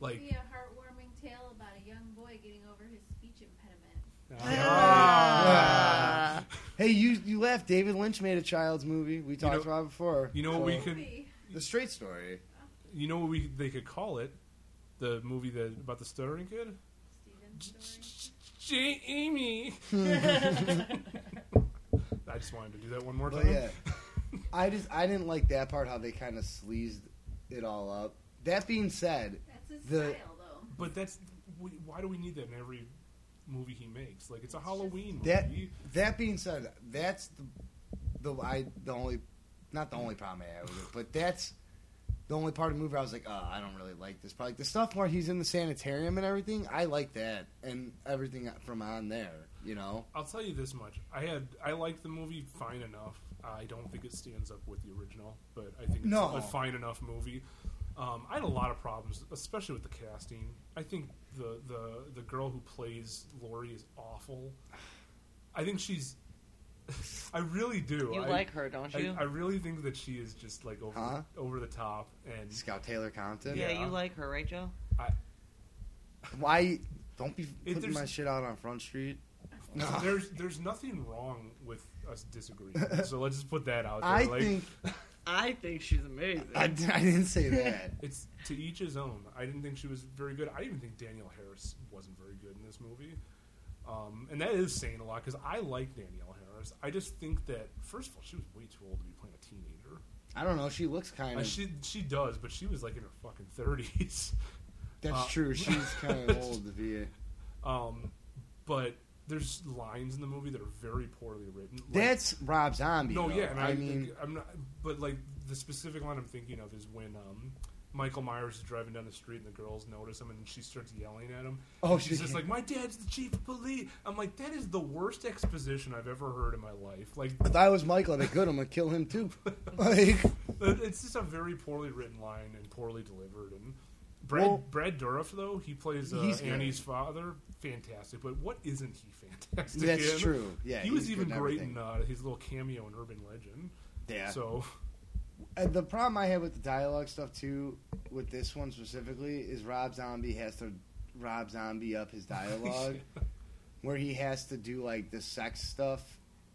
like, Be a heartwarming tale about a young boy getting over his speech impediment. Ah. Hey, you you laughed. David Lynch made a child's movie. We talked know- about it before. you know what So- we could, Movie. the straight story. you know what we they could call it, the movie that about the stuttering kid, Steven's story. Jamie. I just wanted to do that one more But time. yeah, I just I didn't like that part how they kind of sleazed it all up. That being said, That's his The- style, though. But that's we, why do we need that in every movie he makes? Like it's a Halloween that movie. that being said, that's the, the I the only not the only problem I had with it, but that's the only part of the movie I was like, oh, I don't really like this part. Like the stuff where he's in the sanitarium and everything, I like that and everything from on there. You know, I'll tell you this much: I had I liked the movie fine enough. I don't think it stands up with the original, but I think it's No. a fine enough movie. Um, I had a lot of problems, especially with the casting. I think the the the girl who plays Lori is awful. I think she's. I really do. You I, like her, don't I, you? I really think that she is just like over Huh? over the top, and Scout Taylor Compton. yeah, yeah. you like her, right, Joe? Why? Don't be It- putting there's- my shit out on Front Street. There's there's nothing wrong with us disagreeing. so let's just put that out there. I like, think I think she's amazing. I, I didn't say that. it's to each his own. I didn't think she was very good. I even think Danielle Harris wasn't very good in this movie. Um, and that is saying a lot because I like Danielle Harris. I just think that first of all, she was way too old to be playing a teenager. I don't know. She looks kind Uh, of. she she does, but she was like in her fucking thirties. that's uh, true. She's kind of old to be. a- Um, but there's lines in the movie that are very poorly written. Like- That's Rob Zombie. no, though. yeah, and I, uh, I mean, I'm not. But like the specific line I'm thinking of is when um, Michael Myers is driving down the street and the girls notice him and she starts yelling at him. Oh, And she she's just like, can't- "My dad's the chief of police." I'm like, that is the worst exposition I've ever heard in my life. Like, if I was Michael, I'd be good. I'm gonna kill him too. like, uh, it's just a very poorly written line and poorly delivered. And Brad Well- Brad Dourif though he plays uh, He's good. Annie's father, fantastic. But what isn't he fantastic? That's in? true. Yeah, he was he's even good in great everything. in uh, his little cameo in Urban Legend. yeah. So Uh, the problem I had with the dialogue stuff too, with this one specifically, is Rob Zombie has to Rob Zombie up his dialogue, where he has to do like the sex stuff,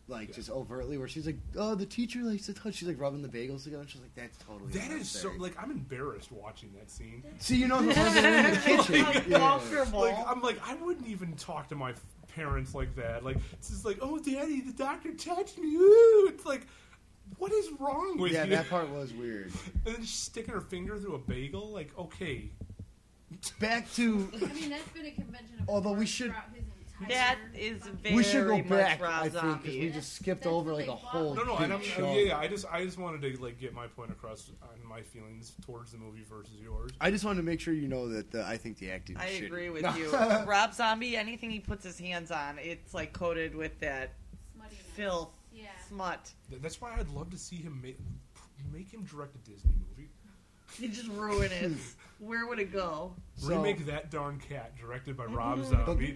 like just overtly. Where she's like, "Oh, the teacher likes to touch." She's like rubbing the bagels together. And she's like, "That's totally." that is so unnecessary." like I'm embarrassed watching that scene. See, you know who wasn't in the Oh kitchen? Yeah. Uncomfortable. Like I'm like I wouldn't even talk to my f- parents like that. Like it's just like oh daddy the doctor touched me. Ooh, it's like what is wrong with Yeah, you? that part was weird. And then she's sticking her finger through a bagel. Like okay, Back to I mean, that's been a convention. Of Although we course should- throughout his entire that is fucking- very we should go much back. Rob I think because Zombie. we just skipped That's what over they like a want. whole. No, no, and I'm, big uh, chunk. yeah, yeah, I just, I just wanted to like get my point across on my feelings towards the movie versus yours. I just wanted to make sure you know that the, I think the acting. I is shitty. agree with you. Rob Zombie, anything he puts his hands on, it's like coated with that smutty now. filth, Yeah. smut. Th- That's why I'd love to see him make, make him direct a Disney movie, You just ruin it. Where would it go? So- remake that darn cat directed by Rob Zombie.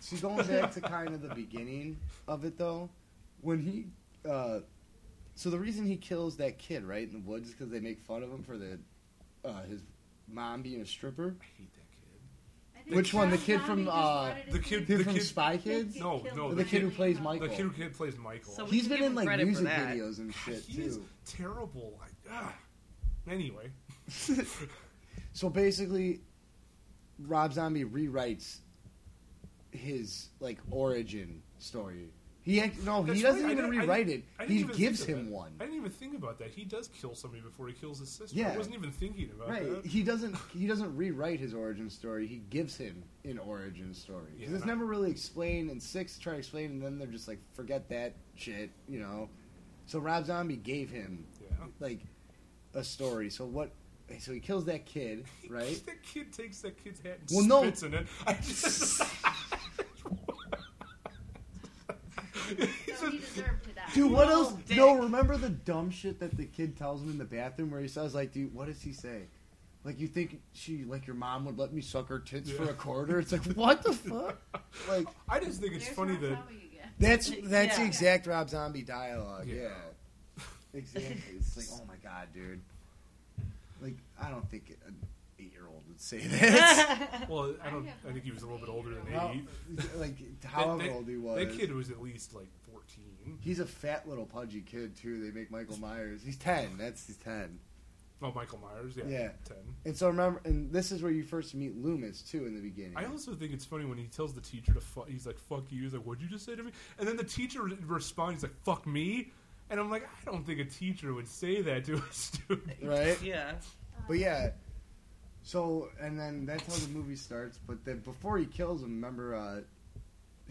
So going back to kind of the beginning of it though, when he, uh, so the reason he kills that kid right in the woods is because they make fun of him for the, uh, his mom being a stripper. I hate that I think Which one? The Rob kid from, Zombie just uh, wanted to the see kid- Kid The from Spy Kids. No, killed no, by the kid who Michael. plays Michael. kid. The kid who kid plays Michael. So we He's should been give in him like credit for music that. videos and God, shit he is too. terrible. I, ah. Anyway, So basically, Rob Zombie rewrites his like origin story. He act- no, That's Oh, he doesn't right, I even didn't- I rewrite didn't- it. I didn't He even think gives of him that. one. I didn't even think about that. He does kill somebody before he kills his sister. Yeah. I wasn't even thinking about Right. that. He doesn't. He doesn't rewrite his origin story. He gives him an origin story 'Cause Yeah, it's and I- never really explained. And six try to explain, and then they're just like, forget that shit, you know. So Rob Zombie gave him Yeah. like a story. So what? So he kills that kid, right? that kid takes that kid's hat and Well, no. spits in it. I just. So he deserved to die. Dude, what No, else? dick. No, remember the dumb shit that the kid tells him in the bathroom where he says, like, dude, what does he say? Like, you think she, like, your mom would let me suck her tits for Yeah. a quarter? It's like, what the fuck? Like, I just think it's There's funny Rob that Zombie again. that's that's the Yeah. exact Rob Zombie dialogue. Yeah. Yeah. Exactly. It's like, oh my god, dude. Like, I don't think an eight year old would say that. well, I don't. I have I think he was a little bit older than Well, eight. like, That- however that- old he was. That kid was at least like fourteen. He's a fat little pudgy kid, too. They make Michael Myers. He's 10. That's he's 10. Oh, Michael Myers. Yeah, Yeah. ten. And so remember, and this is where you first meet Loomis too in the beginning. I also think it's funny when he tells the teacher to fuck. He's like, "Fuck you." He's like, "What'd you just say to me?" And then the teacher re- responds, "Like, fuck me." And I'm like, I don't think a teacher would say that to a student. right? Yeah. But yeah, so and then that's how the movie starts. But then before he kills him, remember, uh,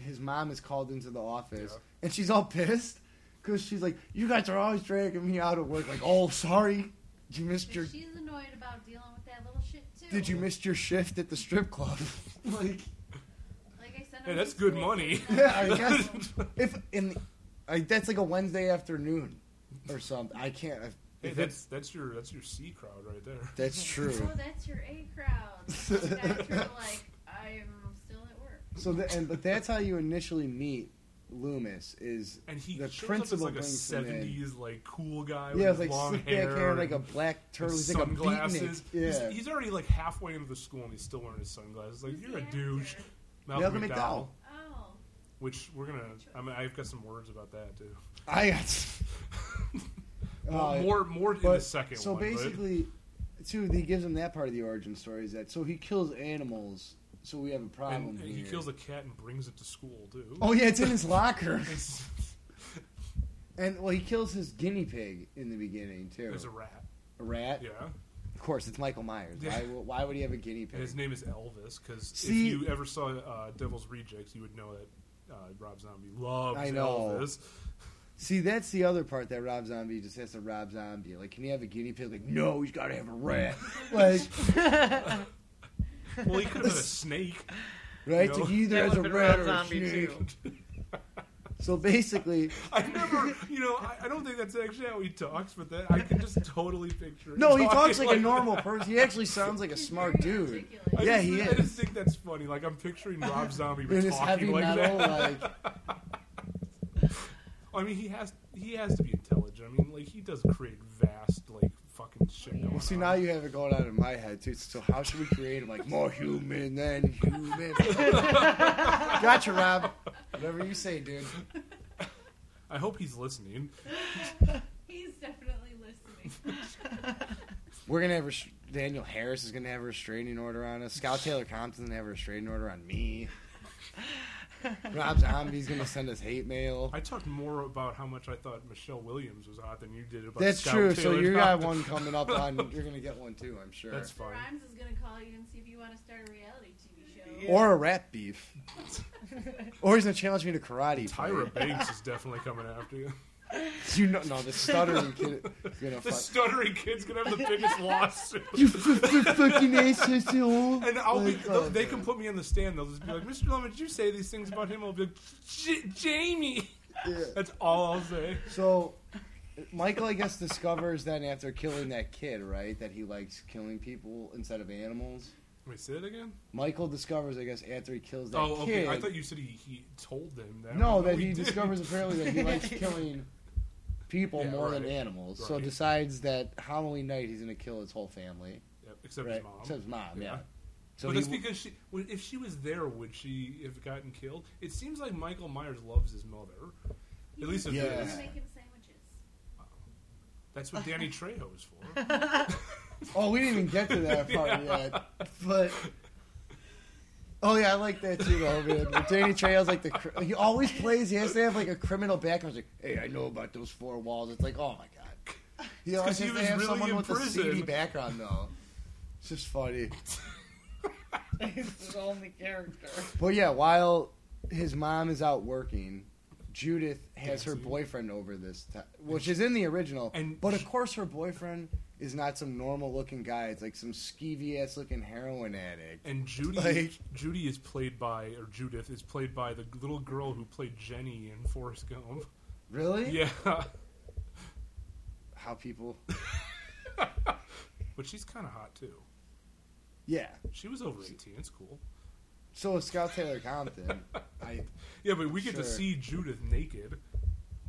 his mom is called into the office Yeah. and she's all pissed because she's like, "You guys are always dragging me out of work." Like, "Oh, sorry, you missed your But she's annoyed about dealing with that little shit too. did you miss your shift at the strip club?" like, Like I said, Hey, that's good money. yeah, I guess if in the, I, that's like a Wednesday afternoon or something. I can't. I, Hey, if that's that's your that's your C crowd right there. it- that's true. Oh, that's your A crowd. That's your like I'm still at work. So, the, and but that's how you initially meet Loomis is And he the shows up as principal like a brings him in. seventies like cool guy Yeah, with it's like long slick hair, back hair, like a and black turtle. He's like a beatnik. sunglasses. Yeah, He's, he's already like halfway into the school and he's still wearing his sunglasses. Like Who's you're the a douche. actor? Malcolm Malcolm McDowell, McDowell. Oh, which we're gonna. I mean, I've got some words about that too. I got. Uh, more, more in the but- second so one. but- basically, too, he gives him that part of the origin story is that so he kills animals, so we have a problem. and, and he here. kills a cat and brings it to school too. um, Oh yeah, it's in his locker, It's- and well, he kills his guinea pig in the beginning too. there's a rat. A rat. Yeah, Of course, it's Michael Myers. Yeah. Why, why would he have a guinea and pig? his name is Elvis because if See- you ever saw uh, Devil's Rejects, you would know that uh, Rob Zombie loves I know. Elvis. See, that's the other part that Rob Zombie just has to Rob Zombie. Like, can he have a guinea pig? Like, no, he's got to have a rat. like, Well, he could have been a snake. right? No. Like, he either That has a would've been rat Rob or a Zombie, snake. too. So basically, I never, you know, I, I don't think that's actually how he talks, but that I can just totally picture. him no, he talking talks like a that. normal person. He actually sounds like a He's smart very dude. articulate. I Yeah, just, he I just is. think that's funny. Like I'm picturing Rob Zombie In his heavy talking like metal, that. like I mean, he has he has to be intelligent. I mean, like he does create vast like fucking shit. Well, going see, on. now you have it going on in my head too. So how should we create him like more human than human? gotcha, Rob. Whatever you say, dude. I hope he's listening. he's definitely listening. We're gonna have res- Daniel Harris is gonna have a restraining order on us. Scott Taylor Compton's gonna have a restraining order on me. Rob Zombie's gonna send us hate mail. I talked more about how much I thought Michelle Williams was hot than you did about. That's Scott true. So Taylor you got Thompson. one coming up on. You're gonna get one too, I'm sure. That's fine. Rhymes is gonna call you and see if you want to start a reality TV show. Or a rat beef. or he's gonna challenge me to karate. fight. Tyra Banks is definitely coming after you. You know, no, the stuttering kid is gonna The fuck. stuttering kid's gonna have the biggest lawsuit. You fucking asshole. And I'll be, uh, they'll- they can put me on the stand. They'll just be like, Mr. Lemon, did you say these things about him? I'll be like, "J- Jamie. That's all I'll say. So, Michael, I guess, discovers then after killing that kid, right, that he likes killing people instead of animals. Wait, say it again? Michael discovers, I guess, after he kills that Oh, okay. kid. I thought you Oh, said he, he told them that. no, that we he didn't. discovers apparently that he likes killing people Yeah, more than right. animals. So Right. decides that Halloween night he's going to kill his whole family, Yep, except right? his mom. Except his mom, yeah. Yeah. So but he that's because she, well, if she was there, would she have gotten killed? It seems like Michael Myers loves his mother. At least, if Yeah. there is. He's making sandwiches. that's what Danny Trejo is for. Oh, we didn't even get to that part yet. But oh yeah, I like that too, though. Man. But Danny Trejo's like the cr- he always plays. He has to have like a criminal background. He's like, hey, I know about those four walls. It's like, oh my god. He 'cause always he has to was have really someone in with prison. a seedy background, though. It's just funny. He's his only character. But yeah, while his mom is out working. Judith has her Dancing. boyfriend over this, ti which is in the original. And but of she- course, her boyfriend is not some normal-looking guy. It's like some skeevy-ass-looking heroin addict. And Judy, Like- Judy is played by, or Judith is played by the little girl who played Jenny in Forrest Gump. Really? Yeah, How people? but she's kind of hot too. Yeah. She was over eighteen. It's cool. So is Scott Taylor Compton. I. Yeah, but we get Sure. to see Judith naked.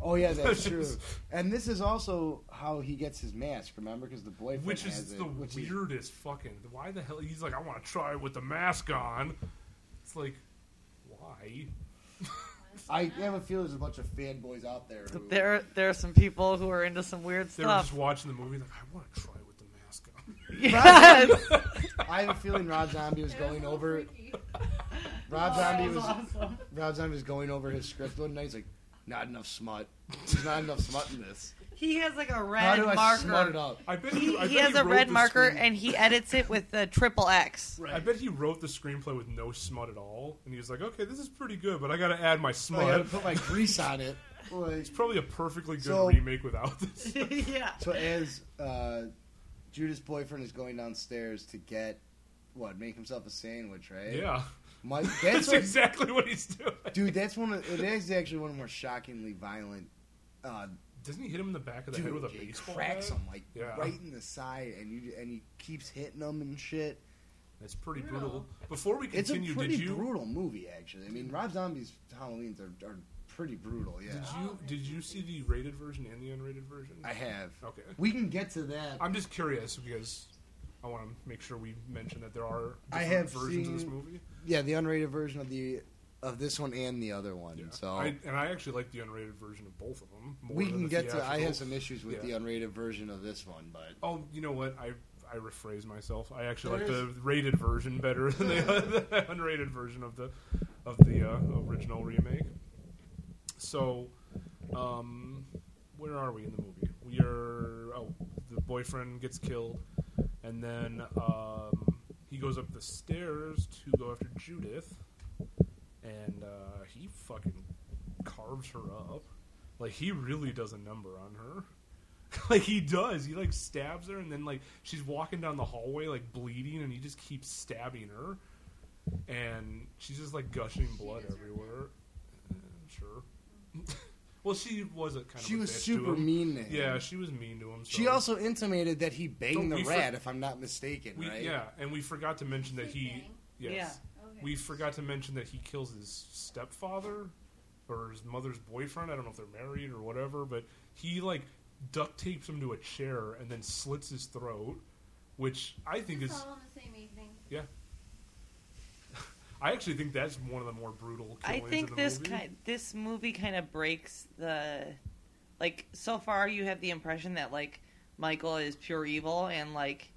Oh yeah, that's She true. was- And this is also how he gets his mask. Remember, because the boyfriend Which has is it, the which is- weirdest fucking. Why the hell? He's like, I want to try it with the mask on. It's like, why? I have a feeling there's a bunch of fanboys out there. Who, There, there are some people who are into some weird They were stuff. just watching the movie, like, I want to try it with the mask on. Yes! I have a feeling Rob Zombie was It was a going little over. freaky. Rob Zombie was awesome. Rob Zombie was going over his script one night. He's like, not enough smut. There's not enough smut in this. He has like a red How do I smut it marker. up? I bet He, I bet he has a wrote red the marker screen- and he edits it with the triple X. I bet he wrote the screenplay with no smut at all, and he was like, "Okay, this is pretty good, but I got to add my I gotta smut." put my grease on it. Like, it's probably a perfectly good So- remake without this. yeah. So as uh, Judah's boyfriend is going downstairs to get what, make himself a sandwich, right? yeah, Mike, that's that's what, exactly what he's doing. dude. That's one. Of, it is actually one of the more shockingly violent. Uh, Doesn't he hit him in the back of the dude, head with a he baseball cracks bat? him like Yeah. right in the side, and you and he keeps hitting him and shit. That's pretty Brutal. brutal. Before we It's continue, a pretty did you brutal movie, actually. I mean, Rob Zombie's Halloween's are, are pretty brutal. Yeah, did you did you see the rated version and the unrated version? I have. Okay. We can get to that. I'm just curious because I I want to make sure we mention that there are I different have versions of this seen- movie. Yeah, the unrated version of the of this one and the other one. Yeah. So I, and I actually like the unrated version of both of them. More we than can the get to. I theatrical. had some issues with Yeah. the unrated version of this one, but Oh, you know what? I I rephrase myself. I actually like There the rated version better than the, the unrated version of the of the uh, original remake. So, um, where are we in the movie? We are. Oh, the boyfriend gets killed, and then um, he goes up the stairs to go after Judith, and uh, he fucking carves her up. Like he really does a number on her. like he does. He like stabs her, and then like she's walking down the hallway like bleeding, and he just keeps stabbing her, and she's just like gushing blood deserved it. everywhere. Uh, sure. well, she was a kind she of. a was bitch super to him. mean to him. Yeah, she was mean to him. So. She also intimated that he Don't banged we the for- rat, if I'm not mistaken, We, right? Yeah, and we forgot to mention that he. Sleeping. Yes. Okay. We forgot to mention that he kills his stepfather or his mother's boyfriend. I don't know if they're married or whatever, but he like duct tapes him to a chair and then slits his throat, which I think It's is all in the same evening. yeah. I actually think that's one of the more brutal. I Killings think of the this movie. kind this movie kind of breaks the like so far you have the impression that like Michael is pure evil and like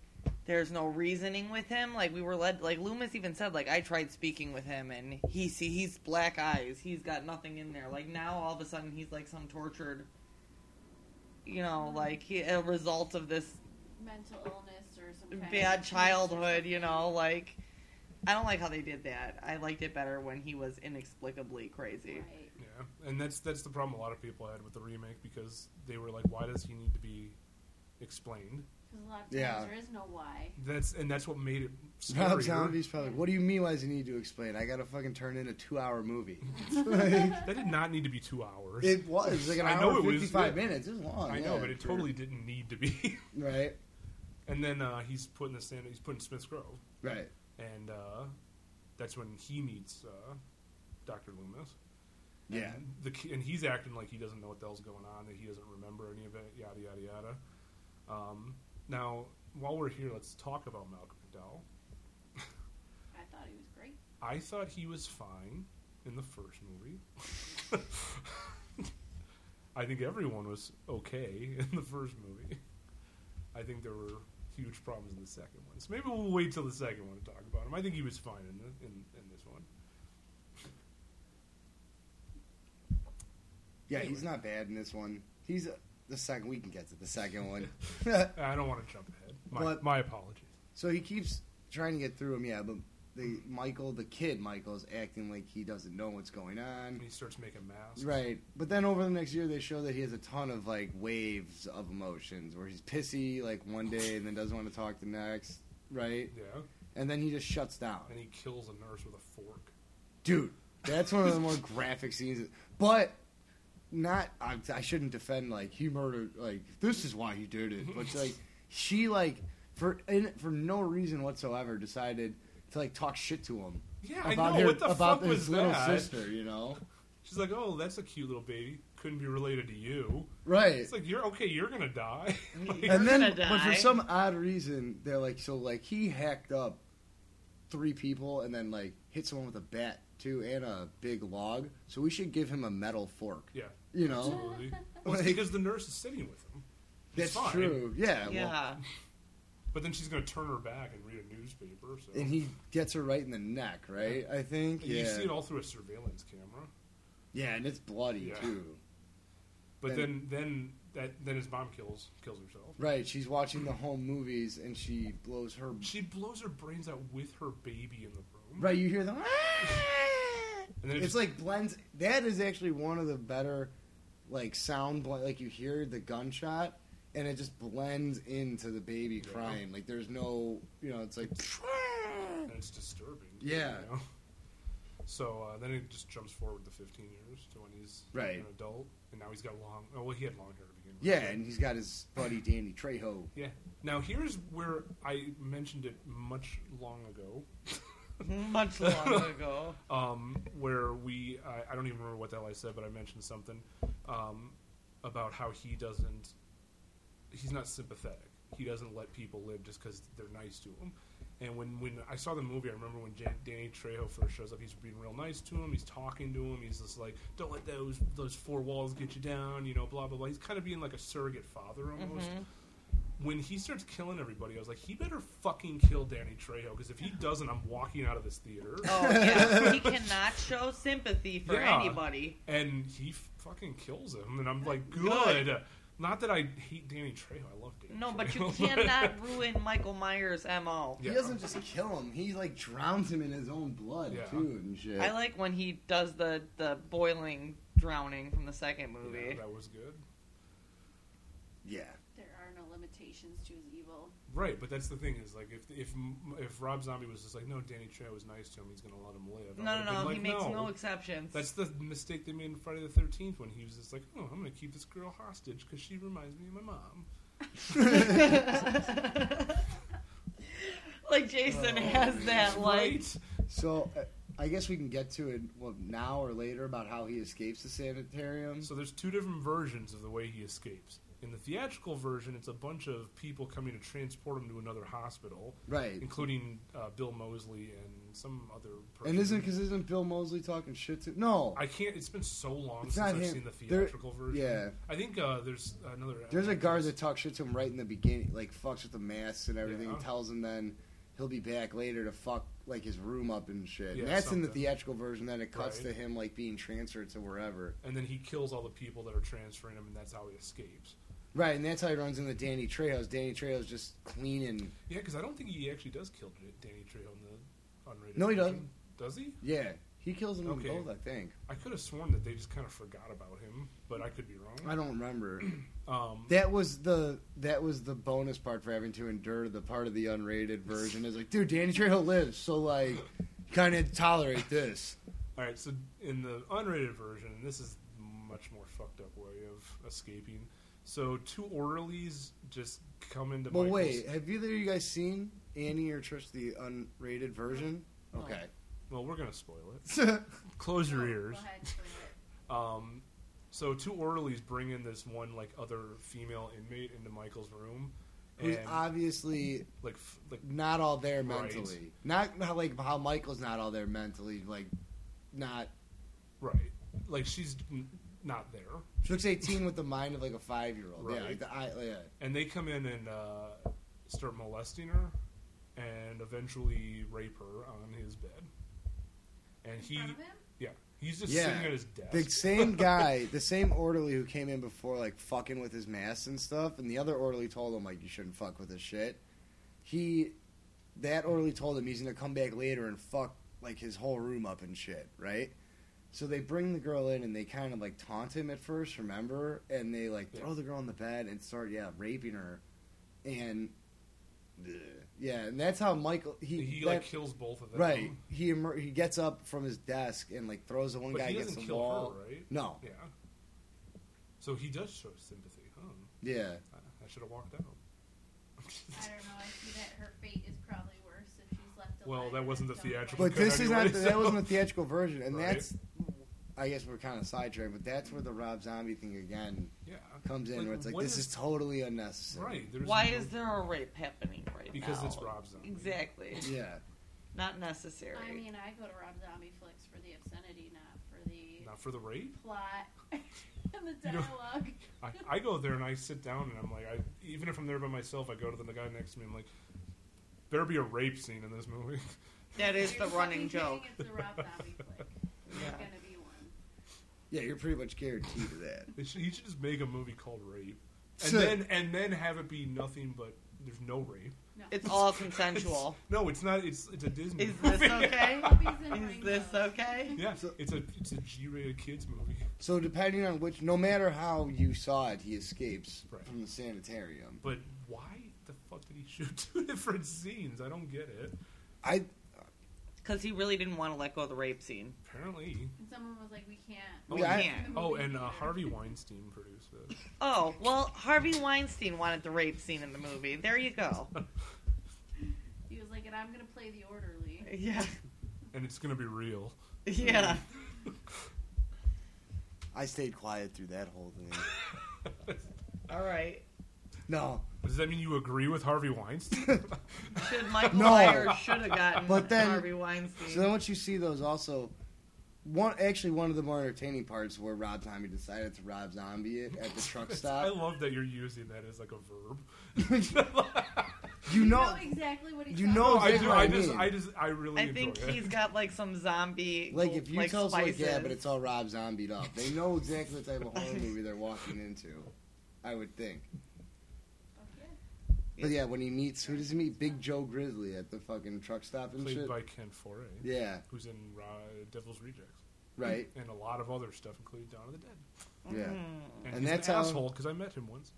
there's no reasoning with him. Like we were led like Loomis even said like I tried speaking with him and he see he's black eyes. He's got nothing in there. Like now all of a sudden he's like some tortured you know, like he, a result of this Mental illness or some kind bad of childhood, you know, like I don't like how they did that. I liked it better when he was inexplicably crazy. Right. Yeah, and that's that's the problem a lot of people had with the remake because they were like, why does he need to be explained? 'Cause a lot of times Yeah. there is no why. That's and that's what made it. Rob scarier. Zombie's probably. What do you mean? Why does he need to explain? I got to fucking turn in a two-hour movie. That did not need to be two hours. It was like an I hour know and it was, fifty-five yeah. minutes. It was long. I know, yeah. but it totally didn't need to be. right, and then uh, he's put in the stand. He's put in Smith's Grove, right. and uh, that's when he meets uh, Doctor Loomis. Yeah, and the ki- and he's acting like he doesn't know what the hell's going on, that he doesn't remember any of it, yada yada yada. Um, now, while we're here, let's talk about Malcolm McDowell. I thought he was great. I thought he was fine in the first movie. I think everyone was okay in the first movie. I think there were huge problems in the second one. So maybe we'll wait till the second one to talk about him. I think he was fine in the, in, in this one. yeah. He's not bad in this one. He's uh, the second. We can get to the second one. I don't want to jump ahead. My, But- my apologies. so he keeps trying to get through him. Yeah, but the Michael, the kid Michael, is acting like he doesn't know what's going on. And he starts making masks. Right. But then over the next year, they show that he has a ton of like waves of emotions, where he's pissy like one day and then doesn't want to talk the next. Right. Yeah. And then he just shuts down. And he kills a nurse with a fork. Dude, that's one of the more graphic scenes. But not. I, I shouldn't defend like he murdered. Like this is why he did it. But like she like for in, for no reason whatsoever decided to like talk shit to him Yeah, I know. what the fuck about his was little that? sister. You know. She's like, oh, that's a cute little baby. Couldn't be related to you. Right. It's like, you're okay, you're going to die. Like- and You're then, gonna but for die. some odd reason, they're like, so like he hacked up three people and then like hit someone with a bat too and a big log. So we should give him a metal fork. Yeah, You know, absolutely. Well, it's Like- because the nurse is sitting with him. that's It's fine. true. Yeah. well, Yeah. But then she's going to turn her back and read a newspaper. So. and he gets her right in the neck, right? I think. And yeah. You see it all through a surveillance camera. yeah, and it's bloody Yeah. too. But then, And- then that then his mom kills kills herself. Right. She's watching the home movies and she blows her. She blows her brains out with her baby in the room. Right. You hear them. And then it it's just- like blends. That is actually one of the better, like sound bl- like you hear the gunshot, and it just blends into the baby Yeah. crying. Like there's no, you know, it's like "Ah!" and it's disturbing. Yeah. you know? So uh, then it just jumps forward to 15 years to when he's Right. an adult, and now he's got long. Oh, well, he had long hair to begin with. yeah, and he's got his buddy Danny Trejo. yeah. Now here's where I mentioned it much long ago, Much long ago. um, where we I, I don't even remember what the hell I said, but I mentioned something um, about how he doesn't. He's not sympathetic. he doesn't let people live just because they're nice to him. And when, when I saw the movie, I remember when Jan- Danny Trejo first shows up, he's being real nice to him. He's talking to him. He's just like, "Don't let those those four walls get you down," you know, blah blah blah. He's kind of being like a surrogate father almost. When he starts killing everybody, I was like, "He better fucking kill Danny Trejo because if he doesn't, I'm walking out of this theater." Oh yeah, he cannot show sympathy for Yeah. anybody. and he f- fucking kills him, and I'm like, Good. good. Not that I hate Danny Trejo. I love Danny. No, but you Trejo. cannot ruin Michael Myers' mo. Yeah. He doesn't just kill him. He like drowns him in his own blood Yeah. too and shit. I like when he does the the boiling drowning from the second Yeah, movie. that was good. yeah. There are no limitations to his evil. Right, but that's the thing is like if if if Rob Zombie was just like no, Danny Trejo was nice to him, he's gonna let him live. I No, would've no, no. been he like, makes no, exceptions. That's the mistake they made in Friday the Thirteenth when he was just like, oh, I'm gonna keep this girl hostage because she reminds me of my mom. like Jason has that like Oh, right? So uh, I guess we can get to it well, now or later about how he escapes the sanitarium. So there's two different versions of the way he escapes. In the theatrical version, it's a bunch of people coming to transport him to another hospital, right. including uh, Bill Mosley and some other person. And isn't because isn't Bill Mosley talking shit to? No. I can't. It's been so long It's since not I've him. seen the There- theatrical version. yeah. I think uh, there's another. There's a guard that talks shit to him right in the beginning, like fucks with the masks and everything, Yeah. and tells him then he'll be back later to fuck like his room up and shit. Yeah, and that's in the something. theatrical version. Then it cuts Right. to him like being transferred to wherever. and then he kills all the people that are transferring him, and that's how he escapes. Right, and that's how he runs into Danny Trejo's. Danny Trejo's just cleaning. Yeah, because I don't think he actually does kill J- Danny Trejo in the unrated. No, he version. Does he? Yeah, he kills him Okay. in both, I think. I could have sworn that they just kind of forgot about him, but I could be I wrong. don't remember. Um, That was the that was the bonus part for having to endure the part of the unrated version. Is like, dude, Danny Trejo lives, so like, kind of tolerate this. All right, so in the unrated version, this is much more fucked up way of escaping. So two orderlies just come into. But Michael's- wait, have either of you guys seen Annie or Trish the unrated version? Okay. Well, we're gonna spoil it. Close your ears. Oh, Go ahead, prove it. Um, so two orderlies bring in this one like other female inmate into Michael's room, Who's and obviously like f- like not all there Right. mentally. Not how like how Michael's not all there mentally. Like, not. right, like she's n- not there, She looks 18 with the mind of like a five year old. Yeah, Right. like the eye. Yeah. and they come in and uh, start molesting her, and eventually rape her on his bed, and he. In front of him? Yeah, he's just Yeah. sitting at his desk. The same guy, the same orderly who came in before, like fucking with his mask and stuff, and the other orderly told him like you shouldn't fuck with his shit. He, that orderly told him he's gonna come back later and fuck like his whole room up and shit, right? So they bring the girl in and they kind of like taunt him at first, remember? And they like throw the girl on the bed and start yeah raping her, and yeah, and that's how Michael he, he that- like kills both of them. right he emer- he gets up from his desk and like throws the one But guy he against doesn't the kill wall. her, right? No, Yeah. So he does show sympathy. Huh. Yeah. I, I should have walked out. I don't know. I see that her fate is probably worse if she's left alive. Well, that wasn't than the dumped theatrical But like- cut. this is not anyway, the, so- that wasn't the theatrical version, and Right. that's I guess we're kind of sidetracked, but that's where the Rob Zombie thing again Yeah. comes in, Like, where it's like what this is, totally unnecessary. right. There's why no- is there a rape happening right now? Because it's Rob Zombie. Exactly. Yeah, Not necessary. I mean, I go to Rob Zombie flicks for the obscenity, not for the not for the rape? plot and the You know- dialogue. I, I go there and I sit down and I'm like, I even if I'm there by myself, I go to the, guy next to me. I'm like, better be a rape scene in this movie. that is You're the fucking running joke. kidding, It's the Rob Zombie flick. There's Yeah. gonna be one. yeah, you're pretty much guaranteed to that. They should, he should just make a movie called Rape, and So- then and then have it be nothing but there's no rape. No. It's all consensual. No, it's not. It's it's a Disney. Is movie. this okay? Puppies Oh and Is this rainbows. okay? Yeah, it's a it's a G-rated kids movie. So depending on which, no matter how you saw it, he escapes Right. from the sanitarium. But why the fuck did he shoot two different scenes? I don't get it. I Because he really didn't want to let go of the rape scene. Apparently. And someone was like, "We can't." Oh, Yeah, I- and- can't. oh, and uh, Harvey Weinstein produced it. Oh, well, Harvey Weinstein wanted the rape scene in the movie. There you go. He was like, "And I'm gonna play the orderly." Yeah. and it's gonna be real. Yeah. I stayed quiet through that whole thing. All right. No, Does that mean you agree with Harvey Weinstein? Should Michael No. Myers should have gotten But then- Harvey Weinstein? So then once you see those also one actually one of the more entertaining parts where Rob Zombie decided to Rob Zombie it at the truck I stop. love that you're using that as like a verb. You Oh. You know know exactly what he's you talking know about. I do. Oh, what I, I just. mean. I just. I really. I enjoy think it. he's got like some zombie like if you like, tell us like spices. yeah, but it's all Rob Zombied up. They know exactly the type of horror movie they're walking into. I would think. Okay. But yeah, when he meets who does he meet? Big Joe Grizzly at the fucking truck stop and played shit. by Ken Foray, Yeah, who's in uh, Devil's Rejects right. and a lot of other stuff, including Dawn of the Dead. Yeah. Mm-hmm. And, And he's that's um, an how- asshole because I met him once.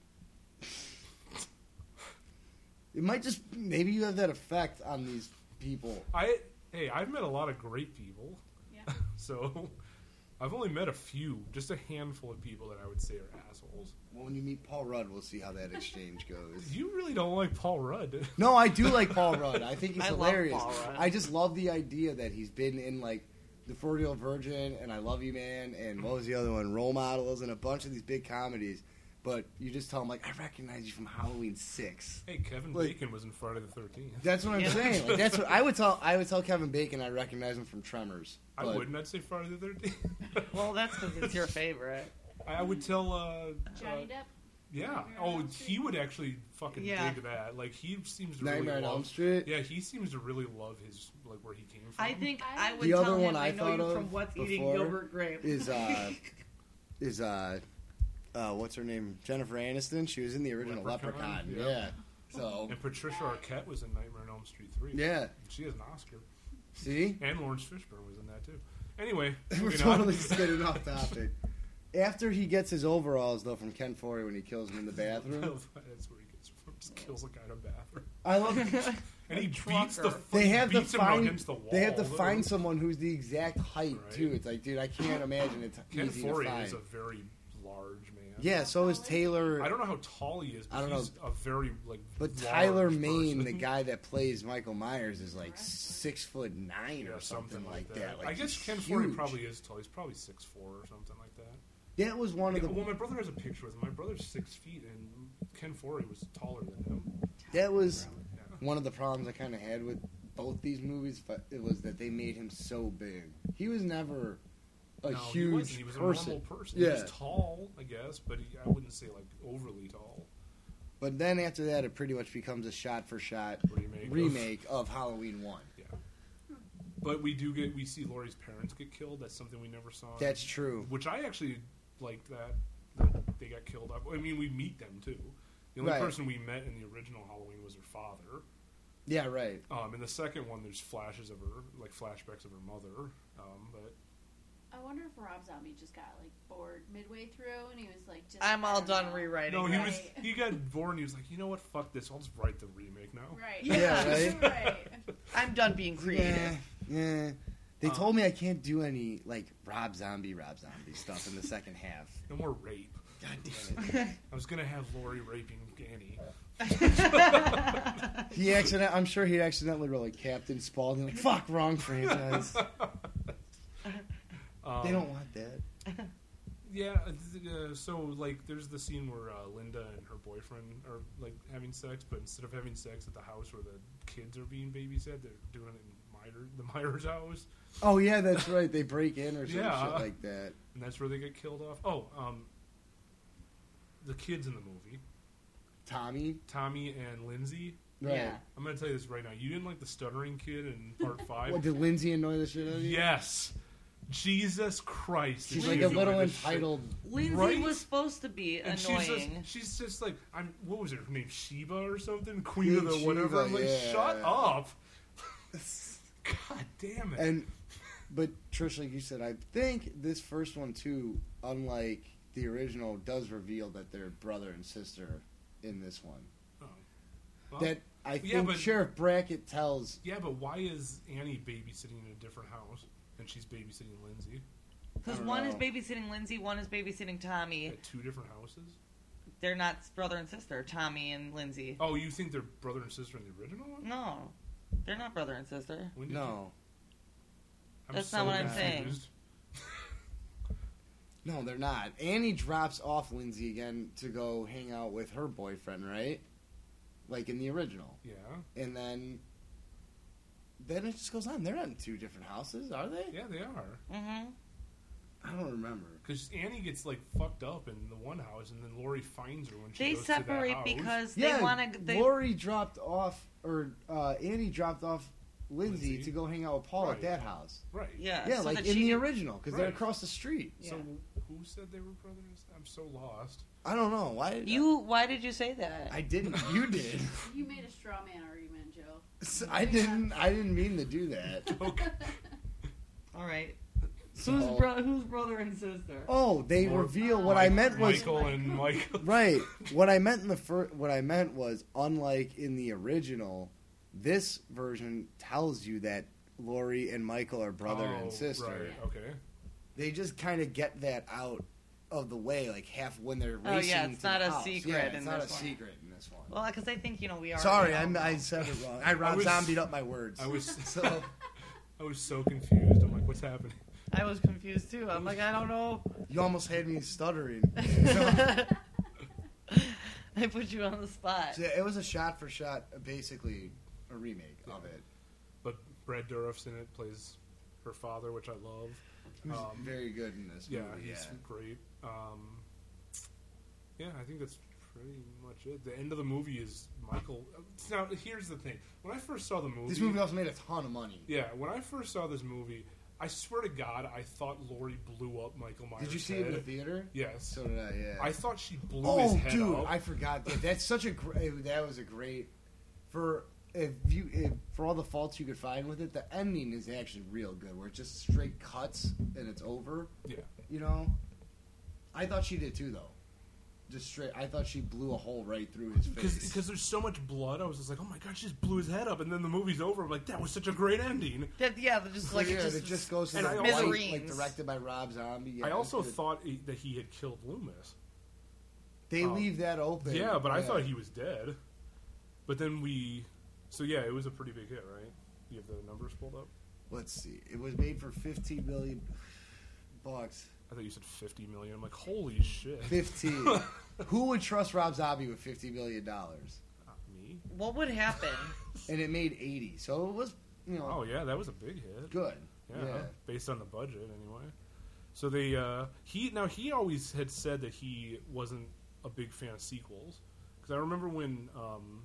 It might just maybe you have that effect on these people. I hey, I've met a lot of great people. Yeah. Uh, So I've only met a few, just a handful of people that I would say are assholes. Well, when you meet Paul Rudd, we'll see how that exchange goes. You really don't like Paul Rudd. No, I do like Paul Rudd. I think he's I love hilarious. Paul Rudd. I just love the idea that he's been in like The Fertile Virgin and I Love You Man and what was the other one? Role Models and a bunch of these big comedies. But you just tell him like I recognize you from Halloween Six. Hey, Kevin Like- Bacon was in Friday the Thirteenth. That's what I'm Yeah. saying. Like, that's what I would tell. I would tell Kevin Bacon I recognize him from Tremors. I But- wouldn't. I'd say Friday the Thirteenth. well, that's because it's your favorite. I I would tell. Uh, Johnny uh, Depp. yeah. Nightmare on Oh, Elm he Street. would actually fucking Yeah. dig that. Like he seems to Nightmare really on Elm love. Street. Yeah, he seems to really love his like where he came from. I think I- I would The tell other him one I, I know you thought from of What's Eating before Gilbert Grape. Is uh, is uh, uh, what's her name? Jennifer Aniston. She was in the original Leprechaun, Leprechaun. yeah. Yeah. So And Patricia Arquette was in Nightmare on Elm Street three. yeah. She has an Oscar. See, And Lawrence Fishburne was in that too. Anyway, We're moving on. totally just getting off topic. After he gets his overalls though from Ken Forey when he kills him in the bathroom, That's where he gets it from. Just kills a guy in a bathroom. I love. And he Trucker. beats the fuck- They have to beats him find. against the wall. they have to literally. find someone who's the exact height Right. too. It's like, dude, I can't imagine it's Ken easy Forey to find. is a very large man. yeah, so is I Taylor. don't know how tall he is, but I don't he's a very like. But large Tyler Maine, person. the guy that plays Michael Myers, is like six foot nine Yeah, or something, like that. Like, I guess he's Ken Forey huge. probably is tall. He's probably six four or something like that. That was one of Yeah, the. well, my brother has a picture with him. My brother's six feet, and Ken Forey was taller than him. That was one of the problems I kind of had with both these movies. But it was that they made him so big. He was never a no, he huge wasn't. He was a person. normal person. He Yeah. was tall, I guess, but he, I wouldn't say like overly tall. But then after that, it pretty much becomes a shot for shot Remake of- remake of Halloween One. But we do get we see Laurie's parents get killed. That's something we never saw. That's true. which I actually liked that, that they got killed. I mean, we meet them too. The only Right. person we met in the original Halloween was her father. Yeah, right. Um, in the second one, there's flashes of her, like flashbacks of her mother. Um, but I wonder if Rob Zombie just got like bored midway through and he was like, just, I'm I all don't done know. rewriting. no, he Right. was he got bored. and He was like, you know what? Fuck this. I'll just write the remake now. Right. Yeah, right. I'm done being creative. Yeah, yeah. They Um, told me I can't do any like Rob Zombie, Rob Zombie stuff in the second half. No more rape. God damn it! I was gonna have Laurie raping Annie. He accident. I'm sure he accidentally wrote like Captain Spaulding. Like fuck, wrong franchise. Um, They don't want that. Yeah. th- Uh, so like, there's the scene where uh, Linda and her boyfriend are like having sex, but instead of having sex at the house where the kids are being babysat, they're doing it in Myers, the Myers house, Oh yeah, that's right. They break in or some Yeah. shit like that. and that's where they get killed off. Oh, um, the kids in the movie, Tommy, Tommy and Lindsay. right? Yeah. I'm gonna tell you this right now. You didn't like the stuttering kid in part five. What did Lindsay annoy the shit out of you? yes. Jesus Christ. she's did like you a annoy little the shit entitled. Lindsay Right? was supposed to be And she's just, annoying. she's just like, I'm. What was her name? Sheba or something? Queen of Queen the whatever. Sheba, I'm like, yeah. shut up. God damn it. And but Trish, like you said, I think this first one too, unlike the original, does reveal that they're brother and sister in this one. Oh. Well, That I think Yeah, but- Sheriff Brackett tells. yeah, but why is Annie babysitting in a different house and she's babysitting Lindsay Because I don't one is know. babysitting Lindsay, one is babysitting Tommy. at two different houses? They're not brother and sister, Tommy and Lindsay. Oh, you think they're brother and sister in the original one? No, they're not brother and sister. When did you- No, I'm That's so not what I'm saying. confused. No, they're not. Annie drops off Lindsay again to go hang out with her boyfriend, right? Like in the original. Yeah. And then then it just goes on. They're not in two different houses, are they? Yeah, they are. Mm-hmm. I don't remember. Because Annie gets like fucked up in the one house, and then Lori finds her when she They goes to that separate house. because yeah, they want to. They, Lori dropped off, or uh, Annie dropped off Lindsay, Lindsay. to go hang out with Paul Right. at that house. right. yeah, yeah, so like that in she- the original, because they're Right. across the street. So who said they were brothers? I'm so lost. I don't know why did I- You. Why did you say that? I didn't. You did. You made a straw man argument, Joe. So I didn't. I didn't mean to do that. Okay. All right. So- Who's brother? Who's brother and sister? Oh, they Or- reveal what I meant was Michael and Michael. right. What I meant in the first, what I meant was unlike in the original, this version tells you that Lori and Michael are brother Oh, and sister. Right. Okay. They just kind of get that out of the way, like half when they're Oh, yeah, racing. it's to not the a house. secret Yeah, it's in not this a one. secret in this one. Well, because I think you know we are. Sorry, I'm, I said it wrong. I Rob was- zombied up my words. I was so I was so confused. I'm like, what's happening? I was confused too. I'm like, I don't know. you almost had me stuttering. I put you on the spot. So it was a shot for shot, basically a remake of it. But Brad Dourif's in it. Plays her father, which I love. Who's Um, very good in this Yeah, movie. he's great. Um, yeah, I think that's pretty much it. The end of the movie is Michael. uh, Now, here's the thing: when I first saw the movie, This movie also made a ton of money. yeah, when I first saw this movie, I swear to God, I thought Lori blew up Michael Myers. Did you see it in the head. theater? Yes. So did I. Yeah. I thought she blew his oh, head dude, up. I forgot that. That's such a great. That was a great for if you if, for all the faults you could find with it. The ending is actually real good, where it just straight cuts and it's over. yeah, You know, I thought she did too, though. Just straight. I thought she blew a hole right through his face. because there's so much blood. I was just like, oh my God, she just blew his head up, and then the movie's over. I'm like, that was such a great ending. That, yeah, but just like yeah, it just, it just goes to And the I white, also- like Miserenes. directed by Rob Zombie. Yeah, I also it's good. thought he, that he had killed Loomis. they um, leave that open. Yeah, but I thought he was dead. But then we, so yeah, it was a pretty big hit, right? You have the numbers pulled up. Let's see. It was made for fifteen million bucks. I thought you said fifty million. I'm like, holy shit. Fifteen. Who would trust Rob Zombie with fifty million dollars? Not me. what would happen? And it made eighty, so it was you know Oh yeah, that was a big hit. good. Yeah, based on the budget anyway. So they uh, he now he always had said that he wasn't a big fan of sequels because I remember when um,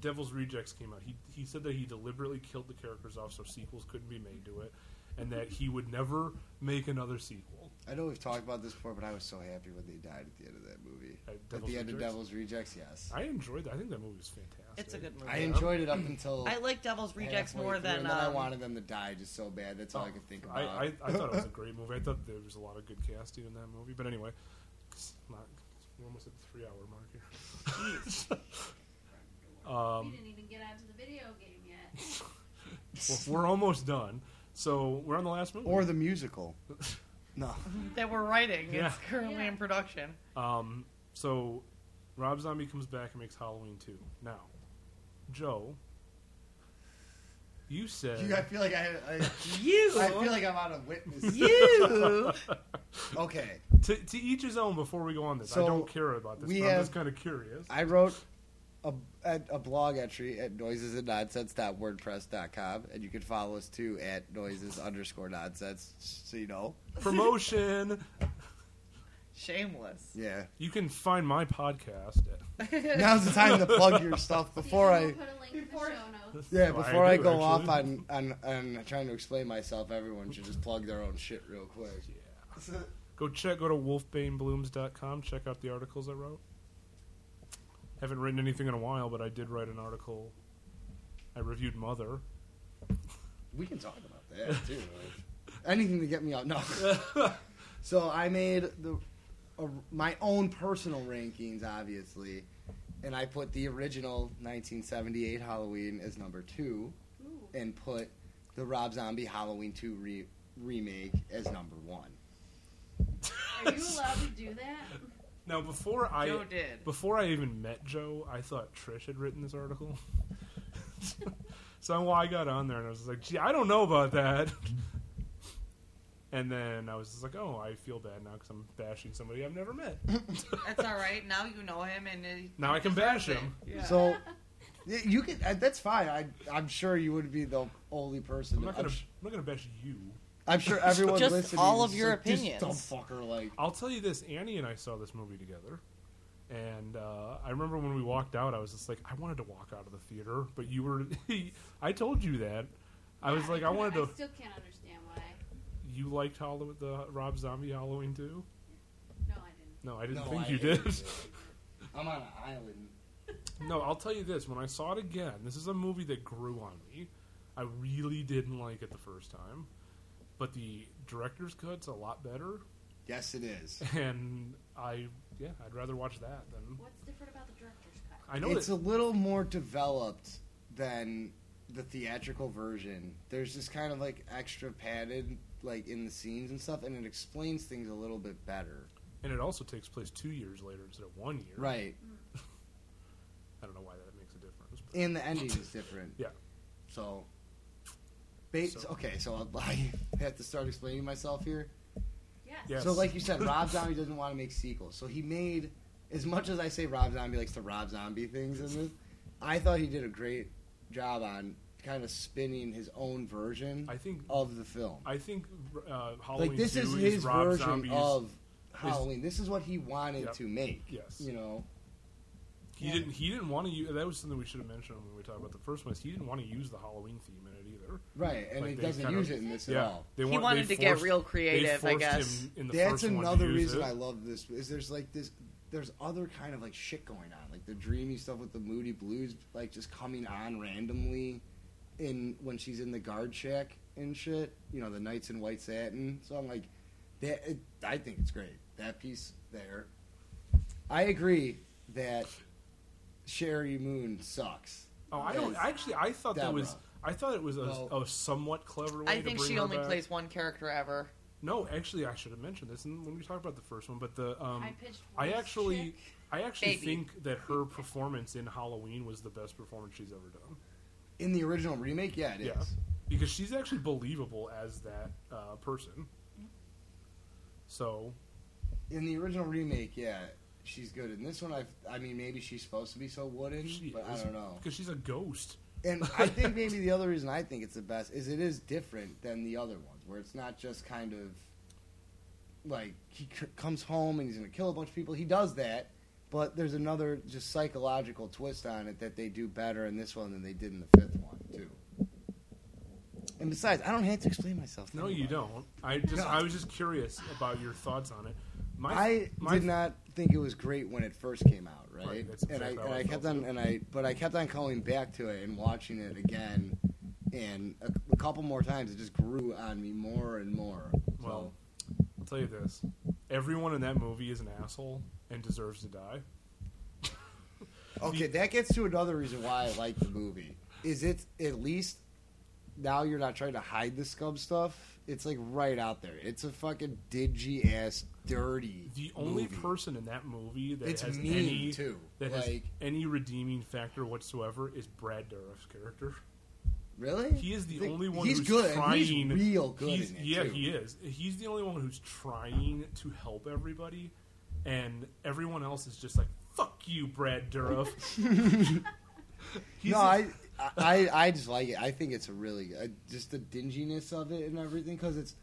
Devil's Rejects came out, he he said that he deliberately killed the characters off so sequels couldn't be made to it, and that he would never make another sequel. I know we've talked about this before, but I was so happy when they died at the end of that movie. At At, Devil's the end of Rejects? Devil's Rejects, yes. I enjoyed that. I think that movie was fantastic. it's a good movie. I enjoyed it up until I like Devil's Rejects halfway more through, than. and then I um, wanted them to die just so bad. That's all I could think about. Oh, I, I, I thought it was a great movie. I thought there was a lot of good casting in that movie. But anyway, it's not, we're almost at the three hour mark here. Um, we didn't even get onto the video game yet. well, we're almost done. So we're on the last movie. or the musical. No. that we're writing. Yeah. It's currently Yeah. in production. um, so Rob Zombie comes back and makes Halloween 2. Now, Joe, you said. You, I feel like I, I, You. I feel like I'm on a witness. you. Okay, to, to each his own before we go on this. I So, don't care about this, we but I'm just have- kind of curious. I wrote a, a, a blog entry at noisesandnonsense.wordpress.com, and you can follow us too at noises underscore nonsense. So you know, Promotion. Shameless. yeah. you can find my podcast at Now's the time to plug your stuff before we'll I put a link in the show notes. yeah Well, I before I, do, go off actually. on, on on trying to explain myself. Everyone should just plug their own shit real quick. Go check. Go to wolfbaneblumes.com. Check out the articles I wrote. Haven't written anything in a while, but I did write an article. I reviewed Mother. We can talk about that too. like, anything to get me out. No. so I made the a, my own personal rankings, obviously, and I put the original 1978 Halloween as number two, Ooh. and put the Rob Zombie Halloween two re- remake as number one. Are you allowed to do that? Now, before I Joe did. before I even met Joe, I thought Trish had written this article. so well, I got on there and I was like, "Gee, I don't know about that." And then I was just like, oh, I feel bad now because I'm bashing somebody I've never met. That's all right. Now you know him, and it- Now I can bash him. Yeah. So y- you could. uh, That's fine. I, I'm sure you would be the only person. I'm not gonna. I'm, sh- I'm not gonna bash you. I'm sure everyone Just listening all is of your like, "This opinions." dumb fucker. Like I'll tell you this: Annie and I saw this movie together, and uh, I remember when we walked out, I was just like, I wanted to walk out of the theater, but you were. I told you that. I was like, I wanted to. I still can't understand why. You liked Hollow, the Rob Zombie Halloween too? No, I didn't. No, I didn't No, think I you hated did. I'm on an island. No, I'll tell you this. When I saw it again, this is a movie that grew on me. I really didn't like it the first time, but the director's cut's a lot better, Yes, it is. and I yeah, I'd rather watch that than What's different about the director's cut? I know It's a that, little more developed than the theatrical version. There's just kind of like extra padded, like in the scenes and stuff, and it explains things a little bit better. and it also takes place two years later instead of one year. Right. I don't know why that makes a difference. But And the ending is different. yeah, So, ba- So- okay, so I have to start explaining myself here. Yes. Yes. So, like you said, Rob Zombie doesn't want to make sequels. So he made, as much as I say Rob Zombie likes to Rob Zombie things in this, I thought he did a great job on kind of spinning his own version I think of the film. I think uh, Halloween like this 2 is his Rob version Zombie's. of Halloween. this is what he wanted Yep. to make. Yes. you know. he didn't he didn't want to use that was something we should have mentioned when we talked about the first one. Is he didn't want to use the Halloween theme in it either. Right, and Like, it they doesn't kind use of- it in this yeah, at all. they He want- wanted they to get forced- real they creative, I forced guess. him in the That's first one to another use reason it. I love this is there's like this there's other kind of like shit going on. Like the dreamy stuff with the moody blues like just coming on randomly in when she's in the guard shack and shit. You know, the knights in white satin. So I'm like that it, I think it's great. That piece there. I agree that Sherry Moon sucks. Oh, I don't. Yes. Actually, I thought that was. Deborah. I thought it was a, Well- a somewhat clever way. I to think bring she her only back. plays one character ever. No, actually, I should have mentioned this when we talked about the first one. But the um, I pitched I worst actually, chick. I actually Baby. think that her performance in Halloween was the best performance she's ever done. In the original remake, yeah, it is. Yeah, because she's actually believable as that uh, person. So In the original remake, yeah, she's good. In this one, I I mean, maybe she's supposed to be so wooden, she but I don't know. because she's a ghost. And I think maybe the other reason I think it's the best is it is different than the other ones, where it's not just kind of like he c- comes home and he's going to kill a bunch of people. He does that, but there's another just psychological twist on it that they do better in this one than they did in the fifth one too. And besides, I don't have to explain myself. to No, you anybody. don't. I just, No. I was just curious about your thoughts on it. My, I my did not think it was great when it first came out, right? Right, that's and I exactly how and I I kept felt, on too. and I but I kept on coming back to it and watching it again, and a, a couple more times it just grew on me more and more. Well, I'll tell you this: everyone in that movie is an asshole and deserves to die. so, okay, that gets to another reason why I like the movie. Is it at least now you're not trying to hide the scum stuff? It's like right out there. It's a fucking dingy ass, dirty. The only movie. person in that movie that It's has mean, any too. that has Like- any redeeming factor whatsoever is Brad Dourif's character. Really? He is the Like, only one he's who's good. and trying. He's real good. he's- in it, yeah, too. he is. He's the only one who's trying to help everybody, and everyone else is just like, "Fuck you, Brad Dourif." He's the- no, I, I, I just like it. I think it's a really uh, just the dinginess of it and everything because it's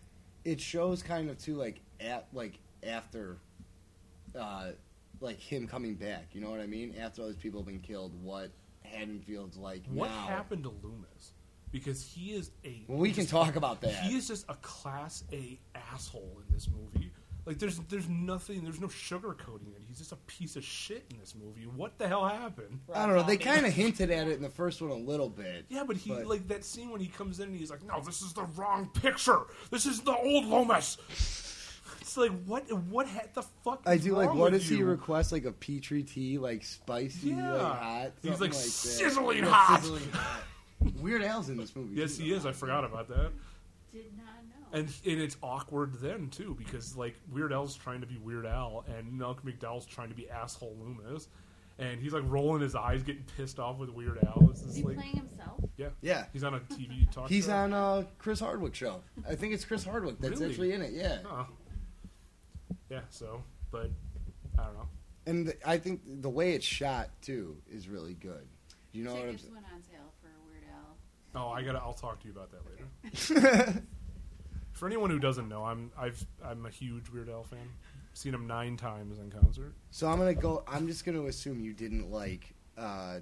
it shows kind of too like at like after, uh, like him coming back. You know what I mean? After all these people have been killed, what Haddonfield's like What now? happened to Loomis? Because he is a. Well, we can just- talk about that. He is just a class A asshole in this movie. Like there's there's nothing there's no sugarcoating it. He's just a piece of shit in this movie. What the hell happened? I don't know. They kind of hinted at it in the first one a little bit. Yeah, but he But- like that scene when he comes in and he's like, "No, this is the wrong picture. This is the old Loomis." It's like what what ha- the fuck? I is do like. wrong What with does you? he request? Like a petri tea, like spicy, Yeah. like hot. He's something like, that. "Sizzling Yeah, hot." sizzling hot. Weird Al's in this movie. Yes, too, he though. is. I forgot about that. Did not know. And and it's awkward then too because like Weird Al's trying to be Weird Al and Malcolm McDowell's trying to be asshole Loomis, and he's like rolling his eyes, getting pissed off with Weird Al. It's Is just he like playing himself? Yeah. Yeah. He's on a TV talk He's show. on uh, Chris Hardwick show. I think it's Chris Hardwick that's Really? actually in it. Yeah. Huh. Yeah, so, but I don't know. And th- I think the way it's shot too is really good. You know what I'm Tickets saying? went on sale for Weird Al. Oh, I gotta. I'll talk to you about that later. For anyone who doesn't know, I'm I've I'm a huge Weird Al fan. Seen him nine times in concert. So I'm gonna go. I'm just gonna assume you didn't like uh,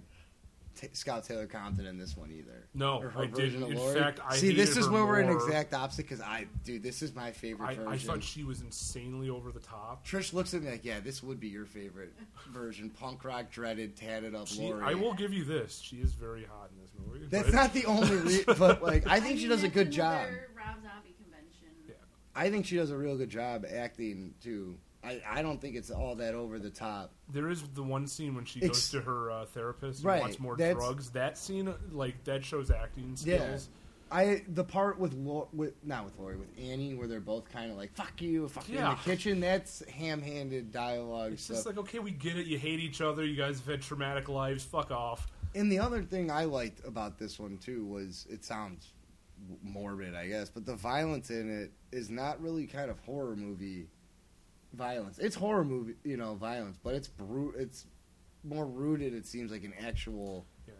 t- Scott Taylor Compton in this one either. No, Or her I didn't. version of In Lori. fact, I see. This hated is her where we're an more. exact opposite because I, dude, this is my favorite I, version. I thought she was insanely over the top. Trish looks at me like, yeah, this would be your favorite version. Punk rock, dreaded, tatted up She, Lori. I will give you this. She is very hot in this movie. That's but- not the only, re- but like, I think she mean, does a that's good job. another Rob Zombie convention. Yeah. I think she does a real good job acting too. I, I don't think it's all that over the top. There is the one scene when she Ex- goes to her uh, therapist and Right, wants more that's- drugs. That scene, uh, like that, shows acting Yeah. skills. I the part with Lo- with not with Lori with Annie where they're both kind of like fuck you, fuck you in Yeah. the kitchen. That's ham-handed dialogue It's stuff. just like, okay, we get it. You hate each other. You guys have had traumatic lives. Fuck off. and the other thing I liked about this one too was it sounds w- morbid, I guess, but the violence in it is not really kind of horror movie violence. It's horror movie, you know, violence, but it's bru- it's more rooted. It seems like an actual Yeah.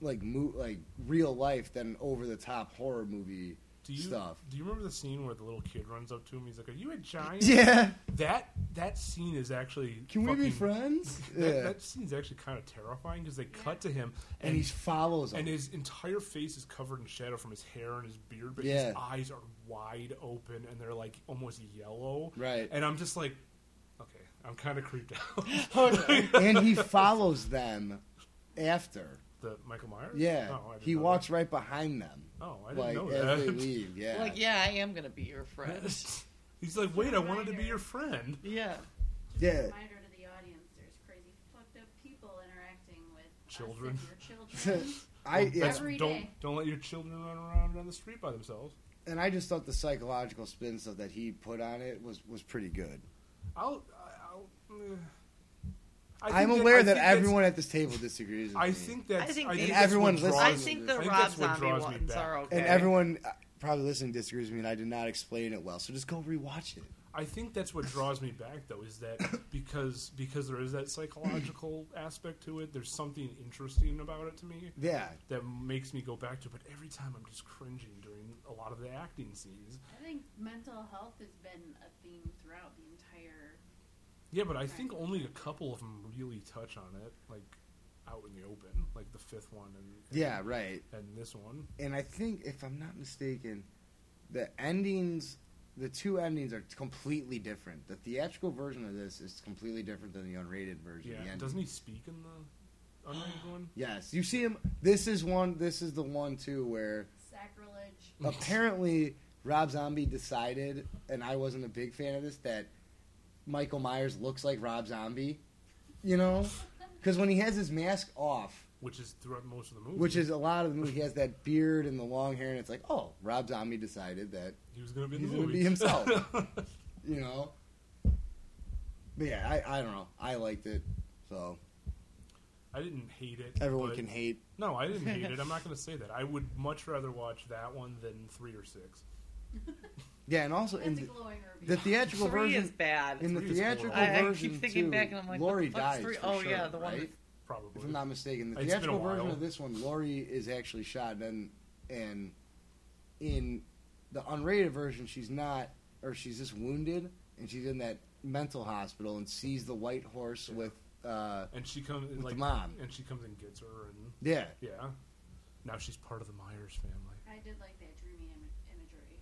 like mo- like real life than over the top horror movie Do you stuff. do you remember the scene where the little kid runs up to him? He's like, "Are you a giant?" Yeah. That that scene is actually. Can we be fucking- friends? That, Yeah. that scene's actually kind of terrifying because they cut to him and he follows him. and his entire face is covered in shadow from his hair and his beard, but Yeah. his eyes are wide open and they're like almost yellow. Right. And I'm just like, okay, I'm kind of creeped out. Oh, and he follows them after. the Michael Myers. Yeah, Oh, I didn't he know walks right behind them, That. Oh, I didn't like know that. as they leave. Yeah, Like, yeah, I am gonna be your friend. He's like, wait, I wanted to be your friend. yeah. Just Yeah. a reminder to the audience: there's crazy, fucked up people interacting with us and Children. your children. I Well, that's- yeah, Every don't day. don't let your children run around on the street by themselves. and I just thought the psychological spin stuff that he put on it was was pretty good. I'll. I'll eh. I think I'm that- aware I that, think that's- everyone at this table disagrees. With I me. think that's. I think I they- think And that's everyone what draws I Awesome. me- think the I think Rob that's what Zombie draws me ones back. are okay. and everyone uh, probably listening disagrees with me, and I did not explain it well. So just go rewatch it. I think that's what draws me back though is that because because there is that psychological aspect to it. There's something interesting about it to me Yeah, that makes me go back to. it. But every time I'm just cringing during a lot of the acting scenes. I think mental health has been a theme throughout the entire. Yeah, but I think only a couple of them really touch on it, like out in the open, like the fifth one and, and yeah, right. and this one. and I think if I'm not mistaken, the endings, the two endings are completely different. The theatrical version of this is completely different than the unrated version. Yeah, The ending. doesn't he speak in the unrated one? Yes, you see him. This is one. This is the one too where Sacrilege. apparently Rob Zombie decided, and I wasn't a big fan of this, that Michael Myers looks like Rob Zombie. You know, because when he has his mask off, Which is throughout most of the movie. which is a lot of the movie, he has that beard and the long hair, and it's like, oh, Rob Zombie decided that he was going to be in he's the gonna movie be himself. you know. But yeah, I, I don't know. I liked it, so I didn't hate it. everyone but- can hate. No, I didn't hate it. I'm not going to say that. I would much rather watch that one than three or six. Yeah, and also in That's a the, glowing review. the theatrical Three version, is bad. in the Three is theatrical horrible. I, I version, keep thinking too, back and I'm like, Lori what the fuck's dies. three? for Oh sure, yeah, the one. right? with- Probably. If I'm not mistaken, the It's been a theatrical version while. of this one, Lori is actually shot, and and in the unrated version, she's not, or she's just wounded, and she's in that mental hospital and sees the white horse Yeah. with, uh, and she comes the like mom. and she comes and gets her and yeah, yeah. Now she's part of the Myers family. I did like that dreamy Im- imagery.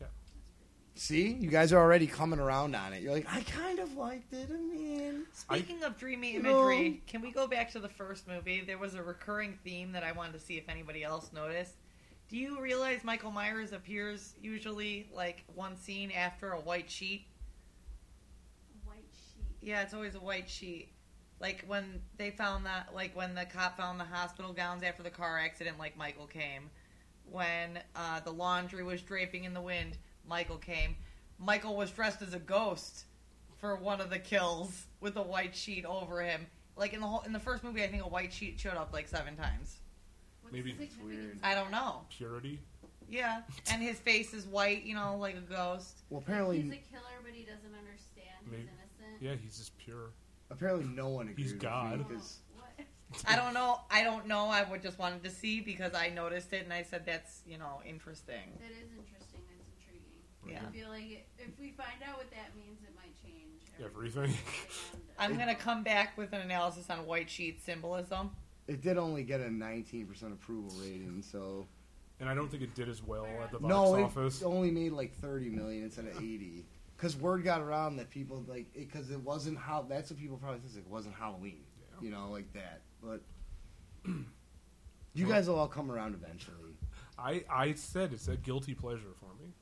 Yeah. That's pretty neat. See, you guys are already coming around on it. You're like, I kind of liked it. I mean, Speaking of dreamy You know- imagery, can we go back to the first movie? There was a recurring theme that I wanted to see if anybody else noticed. Do you realize Michael Myers appears usually like one scene after a white sheet? White sheet. Yeah, it's always a white sheet. Like when they found that, like when the cop found the hospital gowns after the car accident, like Michael came. When uh, the laundry was draping in the wind, Michael came. Michael was dressed as a ghost for one of the kills with a white sheet over him. Like in the whole in the first movie, I think a white sheet showed up like seven times. What's Maybe- the It's significance I don't know. Purity. Yeah, and his face is white, you know, like a ghost. Well, of He's apparently, a killer, but he doesn't understand. Maybe- He's innocent. Yeah, he's just pure. apparently no one agrees. He's with God. me Oh, 'cause- what? I don't know. I don't know. I would just wanted to see because I noticed it and I said that's you know interesting. That is interesting. That's intriguing. Yeah. I feel like it, if we find out what that means, it might change Everything. And, I'm gonna come back with an analysis on white sheet symbolism. it did only get a 19% approval rating, so And I don't think it did as well at the box no, it office. only made like 30 million instead of 80. Because word got around that people like because it, wasn't how that's what people probably think it wasn't Halloween, Yeah. you know, like that. But you guys will all come around eventually. I, I said it's a guilty pleasure for me.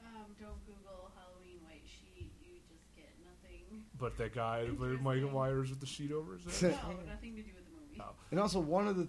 um, don't Google Halloween white sheet. You just get nothing. But that guy with Mike Interesting. wires with the sheet over his head. No, Oh, nothing to do with the movie. Oh. And also one of the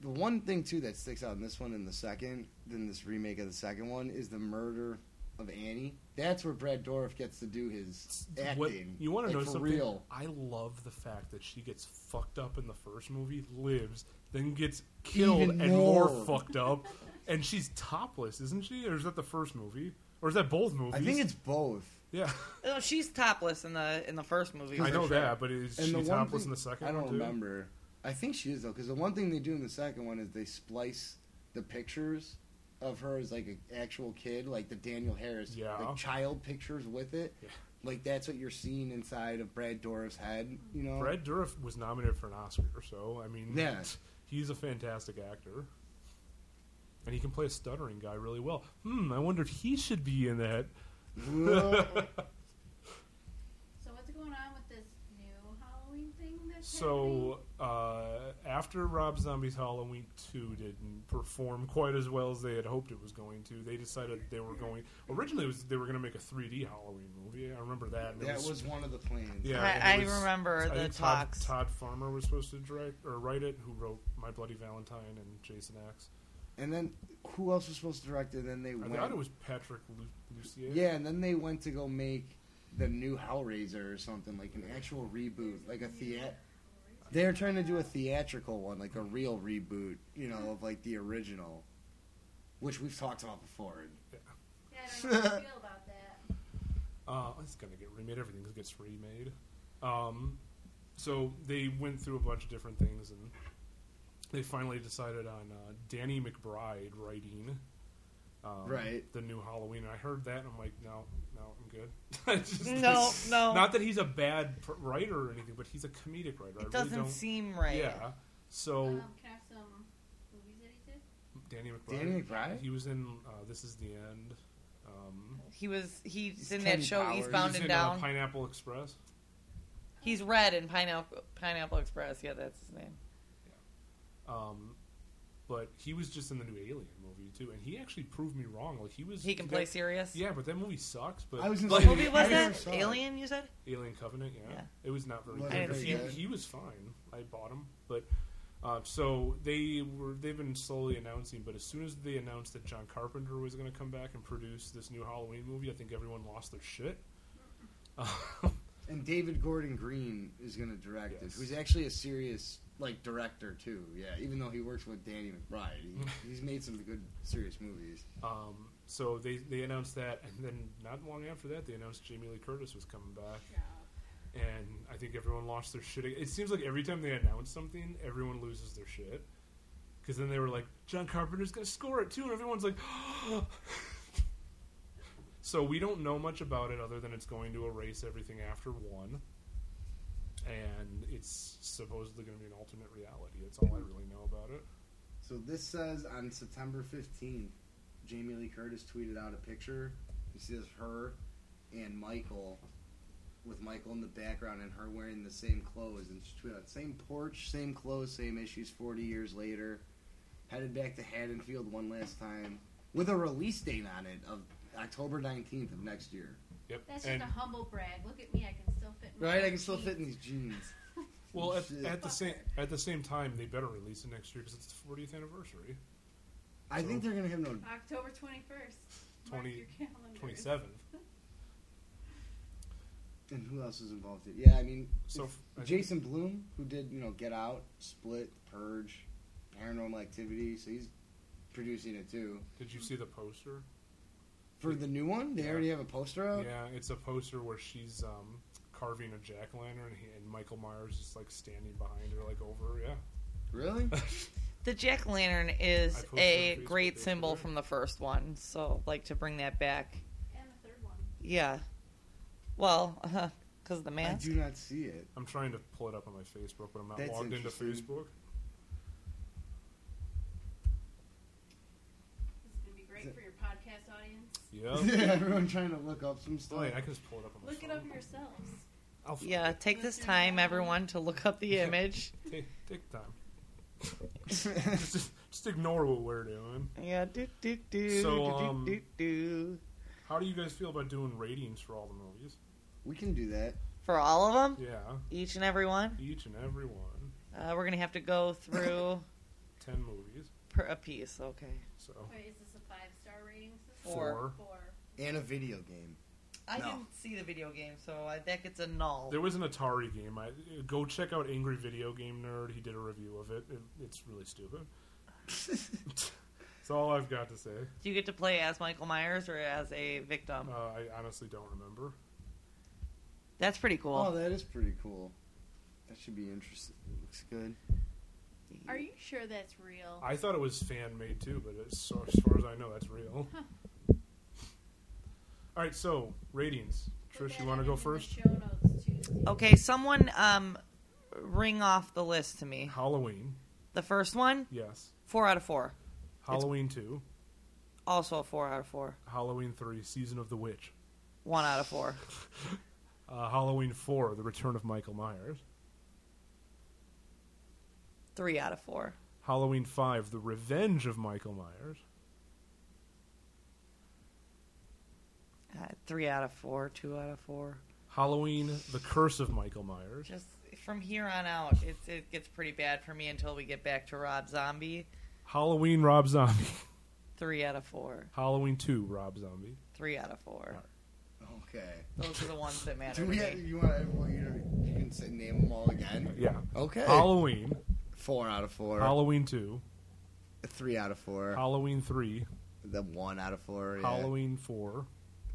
the one thing too that sticks out in this one and the second, then this remake of the second one is the murder of Annie. That's where Brad Dorff gets to do his acting. What- you want to like, know for something? Real. I love the fact that she gets fucked up in the first movie, lives, then gets killed Even and more. more. fucked up, and she's topless, isn't she? Or is that the first movie? Or is that both movies? I think it's both. yeah. No, Oh, she's topless in the in the first movie. I for know sure. that, but is And she the one topless in thing- the second? I don't one, too? remember. I think she is though, because the one thing they do in the second one is they splice the pictures of her as like an actual kid, like the Daniel Harris, Yeah. like child pictures with it. Yeah. Like that's what you're seeing inside of Brad Dorff's head, you know. Brad Dourif was nominated for an Oscar, so I mean, Yeah. he's a fantastic actor, and he can play a stuttering guy really well. Hmm, I wonder if he should be in that. So what's going on with this new Halloween thing that's So uh, after Rob Zombie's Halloween Two didn't perform quite as well as they had hoped it was going to, they decided they were going. Originally, it was they were going to make a 3D Halloween movie. I remember that. and it that was one of the plans. Yeah, I- and it I remember the think talks. Todd, Todd Farmer was supposed to direct or write it, who wrote My Bloody Valentine and Jason X. And then who else was supposed to direct it? And then they I went. thought it was Patrick Lu- Lucier. yeah, and then they went to go make the new Hellraiser or something, like an actual reboot, like a theat. They're trying to do a theatrical one, like a real reboot, you know, of like the original, which we've talked about before. happening? Yeah, I don't know how I feel about that. Uh, it's gonna get remade. Everything gets remade. Um, so they went through a bunch of different things, and they finally decided on uh, Danny McBride writing. Um, Right. The new Halloween. And I heard that, and I'm like, no, no, I'm good. I just- No, no. Not that he's a bad pr- writer or anything, but he's a comedic writer. I It really doesn't don't- seem right. Yeah. So Um, can I have some movies that he did? Danny McBride. Danny McBride? He was in uh, This Is the End. Um, He was he's, He's in Kenny that show Powers. he Eastbound was and in Down. Uh, Pineapple Express. he's red in Pineapple Pineapple Express. Yeah, that's his name. Um, but he was just in the new Alien movie too, and he actually proved me wrong. Like he was He can play that- serious. Yeah, but that movie sucks. But I was gonna like, say- What movie was I never that? saw it. Alien, you said? Alien Covenant. Yeah. Yeah. it was not very. Wasn't good. very He, good. he was fine. I bought him, but uh, so they were. They've been slowly announcing, but as soon as they announced that John Carpenter was going to come back and produce this new Halloween movie, I think everyone lost their shit. And David Gordon Green is going to direct it, Yes. who's actually a serious like director too. Yeah, even though he works with Danny McBride, he, he's made some good serious movies. Um, so they they announced that, and then not long after that, they announced Jamie Lee Curtis was coming back. and I think everyone lost their shit. It seems like every time they announce something, everyone loses their shit. Because then they were like, John Carpenter's going to score it too, and everyone's like, so we don't know much about it other than it's going to erase everything after one, and it's supposedly going to be an alternate reality. That's all I really know about it. So this says on September 15th, Jamie Lee Curtis tweeted out a picture. You see this her and Michael with Michael in the background and her wearing the same clothes and she tweeted out same porch, same clothes, same issues 40 years later. Headed back to Haddonfield one last time with a release date on it of October 19th of next year. Yep. That's and just a humble brag. Look at me, I can still fit. in my Right? I can still jeans. fit in these jeans. well, at, Shit. at the same at the same time, they better release it next year because it's the 40th anniversary, I think they're going to have no October twenty first. Twenty- Mark your calendars. 27th. and who else is involved? Here? Yeah, I mean, So f- I think- Jason Bloom, who did you know Get Out, Split, Purge, Paranormal Activity, so he's producing it too. Did you see the poster? For the new one, they Yeah. already have a poster out. Yeah, it's a poster where she's um, carving a jack o' lantern, and, he, and Michael Myers is like standing behind her, like over. Yeah, Really? The jack lantern I is posted a on Facebook great yesterday. symbol from the first one, so like to bring that back. And the third one. Yeah. Well, because of the I mask. do not see it. I'm trying to pull it up on my Facebook, but I'm not That's logged into interesting. Facebook. This is going to be great for your podcast audience. Yeah, Everyone trying to look up some stuff. Wait, Oh, I can just pull it up on my Look it phone. up yourselves. I'll find Yeah, it. take this time, everyone, to look up the image. take take time. just, just ignore what we're doing. Yeah, do do do So, do, um, do do do. How do you guys feel about doing ratings for all the movies? we can do that. For all of them, Yeah, each and every one, each and every one, uh, we're gonna have to go through ten movies. per a piece. Okay. So Wait, is this a five star rating system? four. Four. And a video game. I No. didn't see the video game, so I, that gets a null. There was an Atari game. I go check out Angry Video Game Nerd. He did a review of it. it it's really stupid. That's all I've got to say. Do you get to play as Michael Myers or as a victim? Uh, I honestly don't remember. That's pretty Oh, cool. that is pretty cool. That should be interesting. It looks good. Are you sure that's real? I thought it was fan made too, but it's, so, as far as I know, that's real. All right, so ratings. Put Trish, that you want to in go the first? Show notes too. Okay, someone um, ring off the list to me. Halloween, The first one, yes. four out of four. Halloween two, Also a four out of four. Halloween three, Season of the Witch, One out of four. uh, Halloween four, The Return of Michael Myers, Three out of four. Halloween five, The Revenge of Michael Myers, Uh, three out of four. Two out of four. Halloween, The Curse of Michael Myers. Just from here on out, it's, it gets pretty bad for me until we get back to Rob Zombie. Halloween Rob Zombie. Three out of four. Halloween 2 Rob Zombie. Three out of four. Okay. Those are the ones that matter Do to we? me. You want? Well, you, know, you can say, name them all again. Yeah. Okay. Halloween. four out of four. Halloween 2. three out of four. Halloween 3. the one out of four. Yeah. Halloween 4.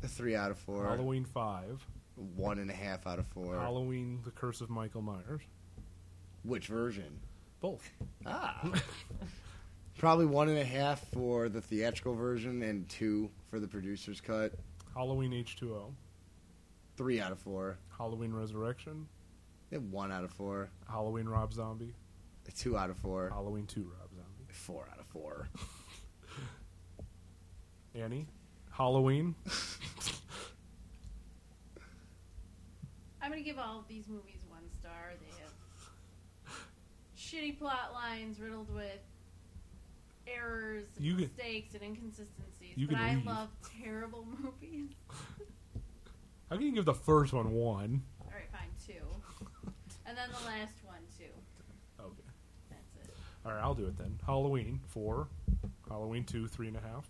Three out of four. Halloween 5. One and a half out of four. Halloween The Curse of Michael Myers. Which version? Both. Ah. Probably one and a half for the theatrical version and two for the producer's cut. Halloween H2O. Three out of four. Halloween Resurrection. Then one out of four. Halloween Rob Zombie. Two out of four. Halloween 2 Rob Zombie. Four out of four. Annie. Halloween. I'm gonna give all of these movies one star. They have shitty plot lines riddled with errors and You can- mistakes and inconsistencies. you but can I leave. love terrible movies. How can you give the first one one? Alright, fine, two. And then the last one too. Okay. That's it. All right, I'll do it then. Halloween four, Halloween two, three and a half,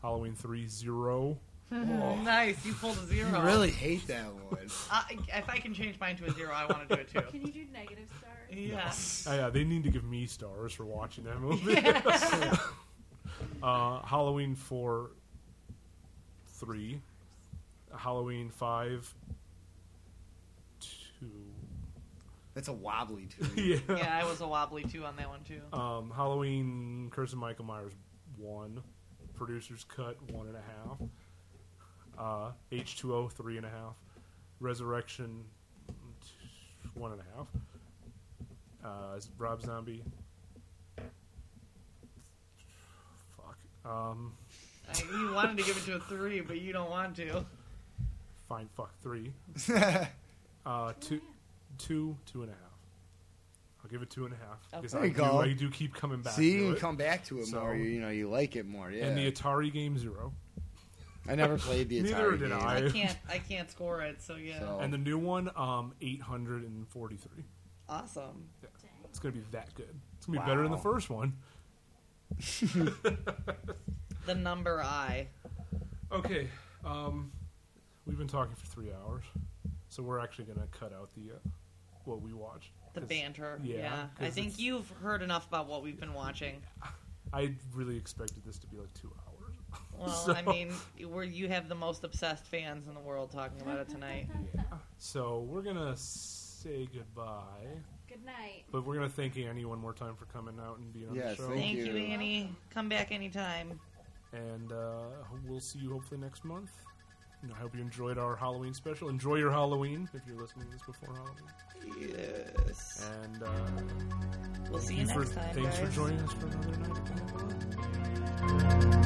Halloween three zero. Mm-hmm. Oh. Nice, you pulled a zero. I really hate that one. I, if I can change mine to a zero, I want to do it too. Can you do negative stars? Yeah. Oh, yeah, they need to give me stars for watching that movie. uh, Halloween four, three, Halloween five, two. That's a wobbly two. yeah. Yeah, I was a wobbly two on that one too. Oh. Um, Halloween Curse of Michael Myers one, producers cut one and a half, uh, H two O three and a half, Resurrection t- one and a half, uh, is Rob Zombie. Fuck. Um, I, you wanted to give it to a three, but you don't want to. fine. Fuck three. Uh, two, two, two and a half. I'll give it two and a half. because There I you do, go. I do keep coming back. See, to you it. can come back to it So- more. You, you know, you like it more. Yeah. and the Atari game zero. I never played the Atari Neither did game. I. I can't. I can't score it. So yeah. So, And the new one, um, 843. Awesome. It's going to be that good. It's going to be better than the Wow. first one. The number I. Okay. Um, we've been talking for three hours, so we're actually going to cut out the uh, what we watched. the 'Cause- banter. yeah, Yeah, 'cause I think it's- you've heard enough about what we've been watching. I really expected this to be like two hours. Well, So- I mean, where you have the most obsessed fans in the world talking about it tonight. So we're gonna say goodbye, Good night. but we're gonna thank Annie one more time for coming out and being on Yes, the show. Thank Thank you, you. Annie. Come back anytime. and uh, we'll see you hopefully next month. And I hope you enjoyed our Halloween special. Enjoy your Halloween if you're listening to this before Halloween. Yes. And uh, We'll see you for, next time. thanks guys. for joining us for another night. of Cannibal Corpse.